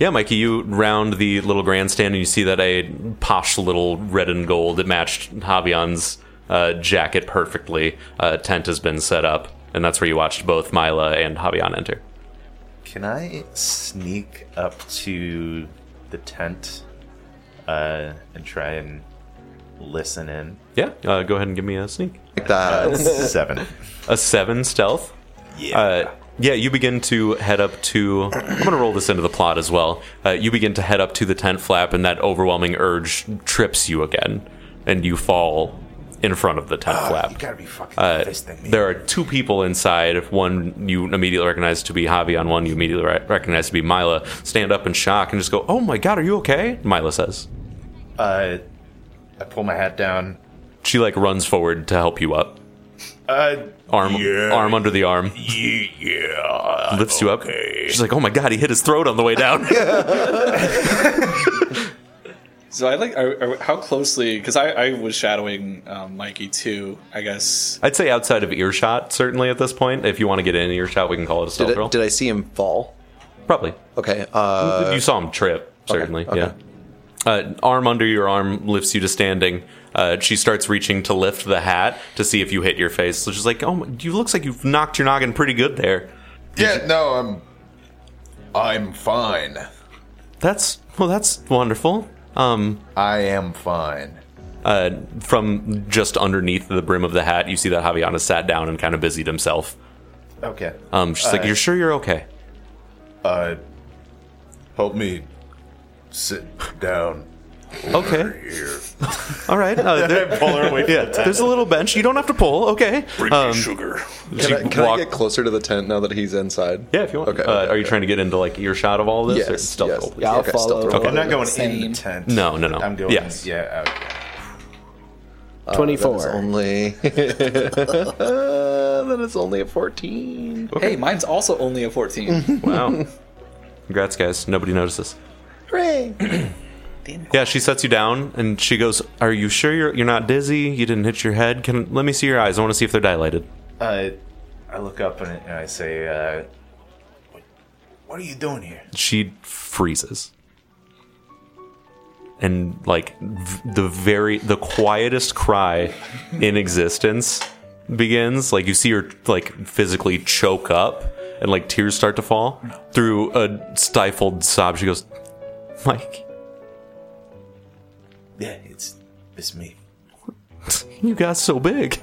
A: yeah, Mikey, you round the little grandstand and you see that a posh little red and gold that matched Javion's uh, jacket perfectly. Uh, tent has been set up, and that's where you watched both Mila and Javion enter.
F: Can I sneak up to the tent uh, and try and listen in?
A: [LAUGHS] Yeah, uh, go ahead and give me a sneak.
B: Like
F: uh,
B: that.
F: Seven.
A: A seven stealth.
F: Yeah.
A: Uh, yeah, you begin to head up to. I'm going to roll this into the plot as well. Uh, you begin to head up to the tent flap, and that overwhelming urge trips you again, and you fall in front of the tent flap.
F: Ah, You gotta be fucking
A: Uh,
F: fisting me.
A: there are two people inside. If one you immediately recognize to be Javi, on one you immediately re- recognize to be Mila. Stand up in shock and just go, "Oh my god, are you okay?" Mila says.
F: Uh, I pull my hat down.
A: She like runs forward to help you up.
F: Uh,
A: Arm,
F: Yeah.
A: arm under the arm.
F: ye- yeah.
A: Lifts you up. She's like, oh my god, he hit his throat on the way down.
F: [LAUGHS]
D: So I like are, are, how closely because I, I was shadowing um, Mikey too. I guess
A: I'd say outside of earshot, certainly at this point. If you want to get in earshot, we can call it a stealth
B: Did,
A: roll.
B: I, did I see him fall?
A: Probably.
B: Okay. Uh,
A: you saw him trip, certainly. Yeah. Uh, arm under your arm lifts you to standing. Uh, she starts reaching to lift the hat to see if you hit your face. So she's like, "Oh, my- you looks like you've knocked your noggin pretty good there."
C: Yeah, no, I'm. I'm fine.
A: That's well, that's wonderful. Um,
C: I am fine.
A: uh, from just underneath the brim of the hat, you see that Javiana sat down and kind of busied himself.
C: Okay.
A: Um, she's like, "You're sure you're okay?"
C: Uh, help me sit down.
A: Okay. All right. Uh, there-
F: Pull her away.
A: yeah, there's a little bench. You don't have to pull. Okay. Um,
D: sugar.
A: she
B: can I, can I
A: walk-
B: get closer to the tent now that he's inside?
A: Yeah, if you want. uh,
B: Okay, okay,
A: are you
B: okay.
A: trying to get into like earshot of all this? or
B: Yes,
A: stealth
B: yes.
A: roll, please?
I: Yeah, I'll
B: Okay, stealth
I: follow.
B: roll.
F: I'm not going in
D: Same.
F: the tent.
A: No, no, no.
F: I'm doing.
A: Yes.
F: Yeah. Okay.
B: That is
I: 24.
B: only. [LAUGHS] that is only a 14.
D: Hey, mine's also only a fourteen.
A: Wow. Congrats, guys. Nobody notices.
B: Hooray!
A: [CLEARS THROAT] Yeah, she sets you down and she goes, "Are you sure you're you're not dizzy? You didn't hit your head? Can let me see your eyes. I want to see if they're dilated."
F: Uh, I look up and, and I say, uh, "What- "What are you doing here?"
A: She freezes. And like v- the very the quietest cry in existence begins. Like you see her like physically choke up and like tears start to fall through a stifled sob. She goes, "Mike,
F: Yeah, it's it's me.
A: you got so big."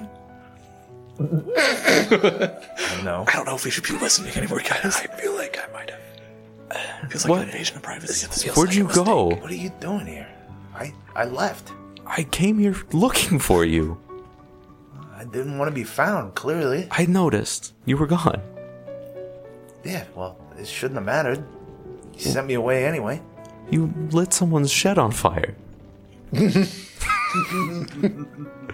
F: No,
D: I don't know if we should be listening anymore, guys. I feel like I might have. Feels like an invasion of privacy at this point.
A: Where'd you go?
F: what are you doing here? I I left.
A: I came here looking for you.
F: I didn't want to be found. Clearly,
A: I noticed you were gone.
F: yeah. Well, it shouldn't have mattered. You sent me away anyway.
A: You lit someone's shed on fire,
F: It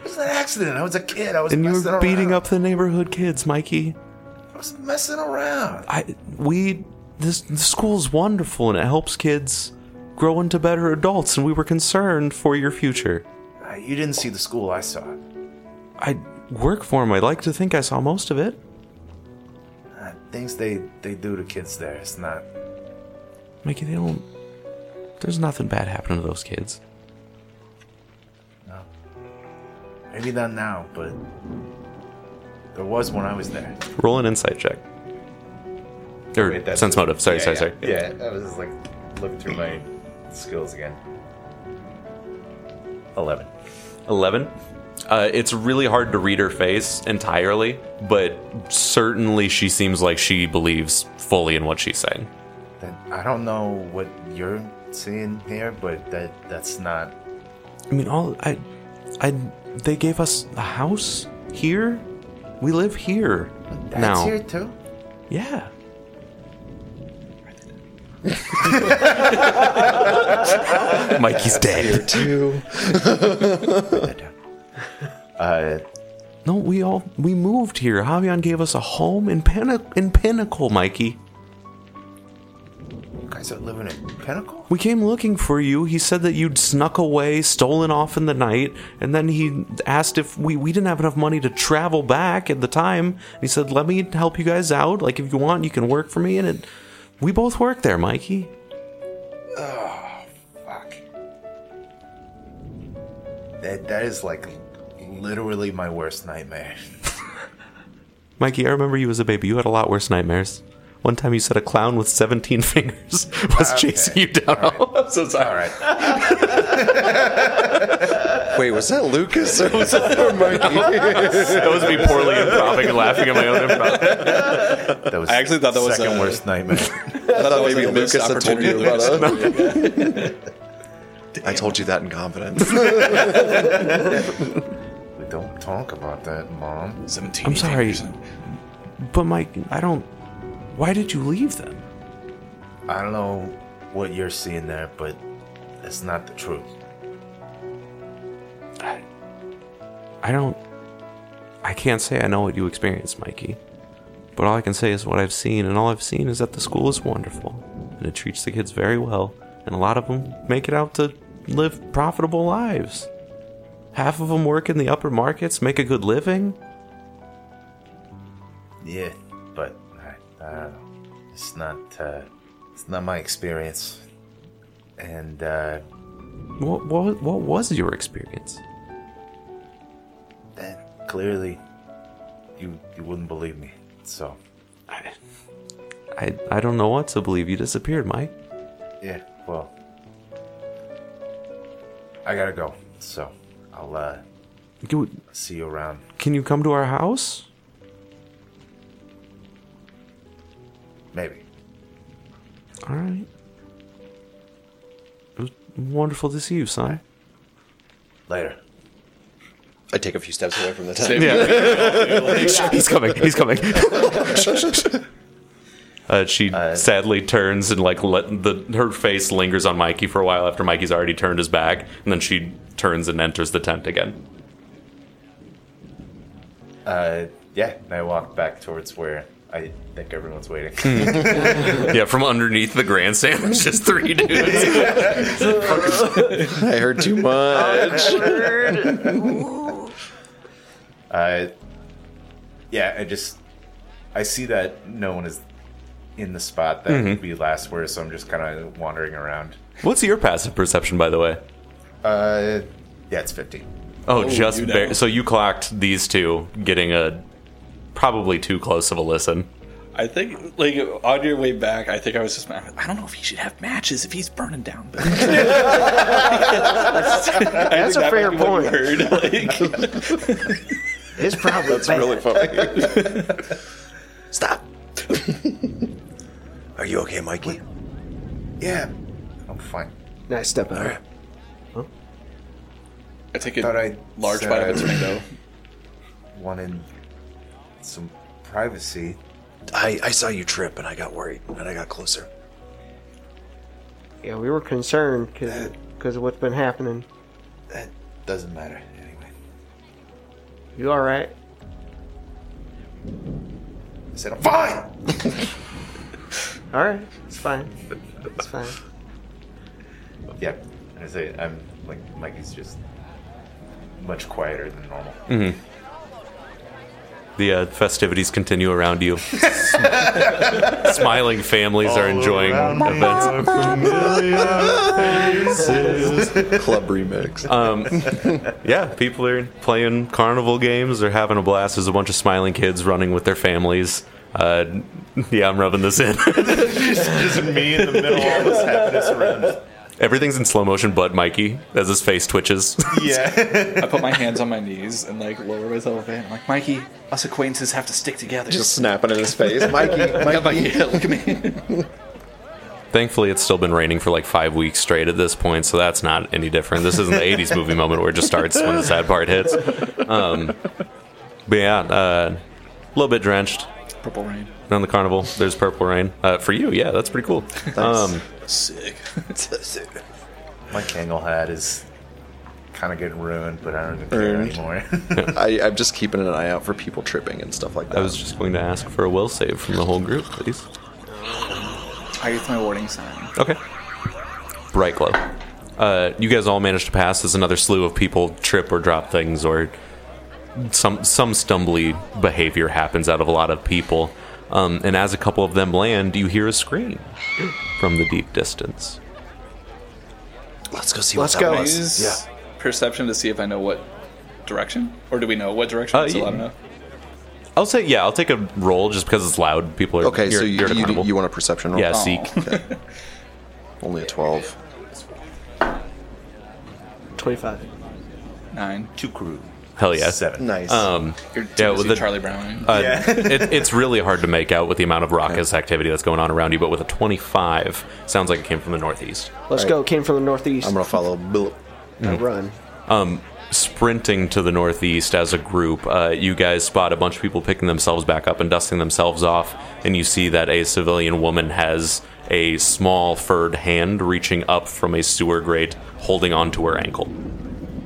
F: was an accident. I was a kid. I was
A: and you
F: messing
A: were beating
F: around.
A: up the neighborhood kids, Mikey.
F: I was messing around.
A: I we this the school's wonderful and it helps kids grow into better adults, and we were concerned for your future.
F: Uh, you didn't see the school. I saw it.
A: I work for him. I like to think I saw most of it.
F: Uh, things they they do to kids there. It's not.
A: Mikey, they don't. There's nothing bad happening to those kids.
F: Maybe not now, but there was when I was there.
A: Roll an insight check. Or
F: Wait, that's-
A: sense motive. Sorry,
F: Yeah,
A: sorry,
F: yeah.
A: sorry.
F: Yeah, I was just like looking through my skills again. Eleven.
A: 11 uh, it's really hard to read her face entirely but certainly she seems like she believes fully in what she's saying
F: Then I don't know what you're seeing here, but that that's not.
A: i mean all i i they gave us a house here we live here
F: That's
A: now
F: here too. [LAUGHS]
A: yeah Mikey's dead.
F: Uh,
A: No, we all we moved here. Javion gave us a home in Pinna- in Pinnacle, Mikey.
F: you guys are living in Pinnacle.
A: We came looking for you. He said that you'd snuck away, stolen off in the night, and then he asked if we we didn't have enough money to travel back at the time. He said, "Let me help you guys out. Like if you want, you can work for me." And it, we both work there, Mikey.
F: Fuck. That that is like literally my worst nightmare. [LAUGHS]
A: Mikey, I remember you as a baby. You had a lot worse nightmares. One time you said a clown with 17 [LAUGHS] fingers was chasing you down. I'm [LAUGHS] so sorry.
F: All right.
B: Wait, was that Lucas or was that [LAUGHS] for Mikey?
A: That was me poorly improvising and laughing at my [LAUGHS] own improv.
F: That was
D: I actually thought that was
F: second
D: a-
G: [LAUGHS]
F: worst
D: I
F: nightmare.
D: thought
B: Maybe Lucas had told you about it. [LAUGHS]
G: I told you that in confidence.
F: we don't talk about that, Mom.
D: Seventeen.
A: I'm sorry. But Mike, I don't. Why did you leave them?
F: I don't know what you're seeing there, but that's not the truth.
A: I don't. I can't say I know what you experienced, Mikey. But all I can say is what I've seen, and all I've seen is that the school is wonderful, and it treats the kids very well, and a lot of them make it out to live profitable lives. Half of them work in the upper markets, make a good living.
F: Yeah, but I, I don't know. It's not. Uh, it's not my experience. And uh,
A: What, what, what was your experience?
F: that clearly, you you wouldn't believe me. So
A: I, I don't know what to believe. You disappeared, Mike.
F: yeah, well, I gotta go. So I'll uh,
A: You,
F: see you around.
A: can you come to our house?
F: Maybe.
A: All right. It was wonderful to see you, son.
F: Later.
B: I take a few steps away from the
A: Yeah.
B: tent.
A: He's coming. He's coming. [LAUGHS] Uh, she sadly turns and like let the her face lingers on Mikey for a while after Mikey's already turned his back, and then she turns and enters the tent again.
F: Uh, yeah, and I walk back towards where I think everyone's waiting.
A: yeah, from underneath the grandstand, it's just three dudes.
B: I heard [LAUGHS] too much.
F: [LAUGHS] Uh, yeah, I just I see that no one is in the spot that
A: Mhm.
F: we last were, so I'm just kind of wandering around.
A: What's your passive perception, by the way?
F: Uh, yeah, it's fifty.
A: Oh, just bar- so you clocked these two getting a probably too close of a listen.
D: I think, like, on your way back, I think I was just mad. I don't know if he should have matches if he's burning down
F: [LAUGHS]
D: buildings. That's
I: That's a fair point. [LAUGHS]
B: [LAUGHS]
I: it's probably bad.
B: funny.
G: Stop. Are you okay, Mikey?
F: Yeah, I'm fine.
I: Nice step out.
D: I take a
F: Thought I
D: large
F: said
D: bite of a
F: I
D: tomato.
F: Wanted some privacy.
G: I, I saw you trip and I got worried and I got closer.
I: Yeah, we were concerned because of what's been happening.
F: That doesn't matter anyway.
I: You all right?
F: I said I'm fine.
I: All right, it's fine. It's fine.
F: Yeah, I say I'm like Mikey's just much quieter than normal.
A: Mm-hmm. The uh, festivities continue around [LAUGHS] you. Smiling families are enjoying events.
B: Mm-hmm. Club [LAUGHS] remix.
A: Um, yeah, people are playing carnival games. They're having a blast. There's a bunch of smiling kids running with their families. Uh, [LAUGHS] yeah, I'm rubbing this in. [LAUGHS]
F: just, just me in the middle of all this happiness around.
A: Everything's in slow motion, but Mikey, as his face twitches. [LAUGHS]
F: Yeah.
D: I put my hands on
F: [LAUGHS]
D: my knees and, like, lower myself a bit. I'm like, Mikey, us acquaintances have to stick together.
B: Just snapping in his face. Mikey,
D: Yeah, Mikey,
B: Mikey.
D: look at me.
A: Thankfully, it's still been raining for like five weeks straight at this point, so that's not any different. This isn't the 80s movie moment where it just starts when the sad part hits. Um, but yeah, uh, a little bit drenched
D: Purple rain.
A: on the carnival. There's purple rain. Uh, for you, yeah, that's pretty cool. Um,
D: Sick.
F: My Kangol hat is kind of getting ruined, but I don't even care
B: Ruined. [LAUGHS]
F: anymore.
B: I, I'm just keeping an eye out for people tripping and stuff like that.
A: I was just going to ask for a will save from the whole group, please.
D: I use my warning sign.
A: Okay. Bright glow. Uh, you guys all managed to pass as another slew of people trip or drop things or some some stumbly behavior happens out of a lot of people. Um, and as a couple of them land, you hear a scream from the deep distance.
G: Let's go see
I: Let's
G: what
I: go.
G: that
D: I
G: was.
D: use perception to see if I know what direction, or do we know what direction?
A: Uh,
D: it's oh.
A: you-
D: allowed enough.
A: I'll say, yeah, I'll take a roll just because it's loud. People are
B: okay,
A: you're,
B: so you,
A: you're at a
B: you,
A: carnival.
B: you want a perception roll?
A: yeah, seek.
D: Oh,
B: Only a 12.
I: Twenty-five.
D: Nine.
F: Two crew.
A: Hell yeah.
F: Seven.
B: Nice.
A: Um,
D: You're
A: yeah,
D: Tennessee
A: with the-
D: Charlie Brown.
A: Uh, [LAUGHS] it, it's really hard to make out with the amount of raucous activity that's going on around you, but with a 25, sounds like it came from the northeast.
I: Let's go. Came from the northeast.
B: I'm going to follow Bill.
I: I run.
A: Sprinting to the northeast as a group, uh, you guys spot a bunch of people picking themselves back up and dusting themselves off, and you see that a civilian woman has a small furred hand reaching up from a sewer grate, holding onto her ankle.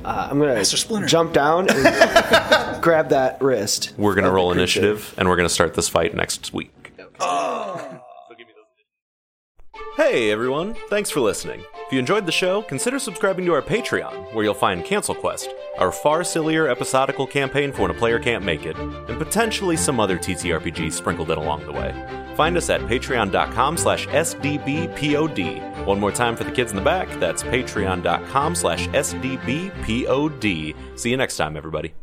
I: Uh, I'm gonna jump down and grab that wrist.
A: We're going to
I: of the
A: roll
I: creature.
A: initiative, and we're going to start this fight next week. Ah! Hey everyone, thanks for listening. If you enjoyed the show, consider subscribing to our Patreon, where you'll find Cancel Quest, our far sillier episodical campaign for when a player can't make it, and potentially some other TTRPGs sprinkled in along the way. Find us at patreon.com slash sdbpod. One more time for the kids in the back, that's patreon.com slash sdbpod. See you next time, everybody.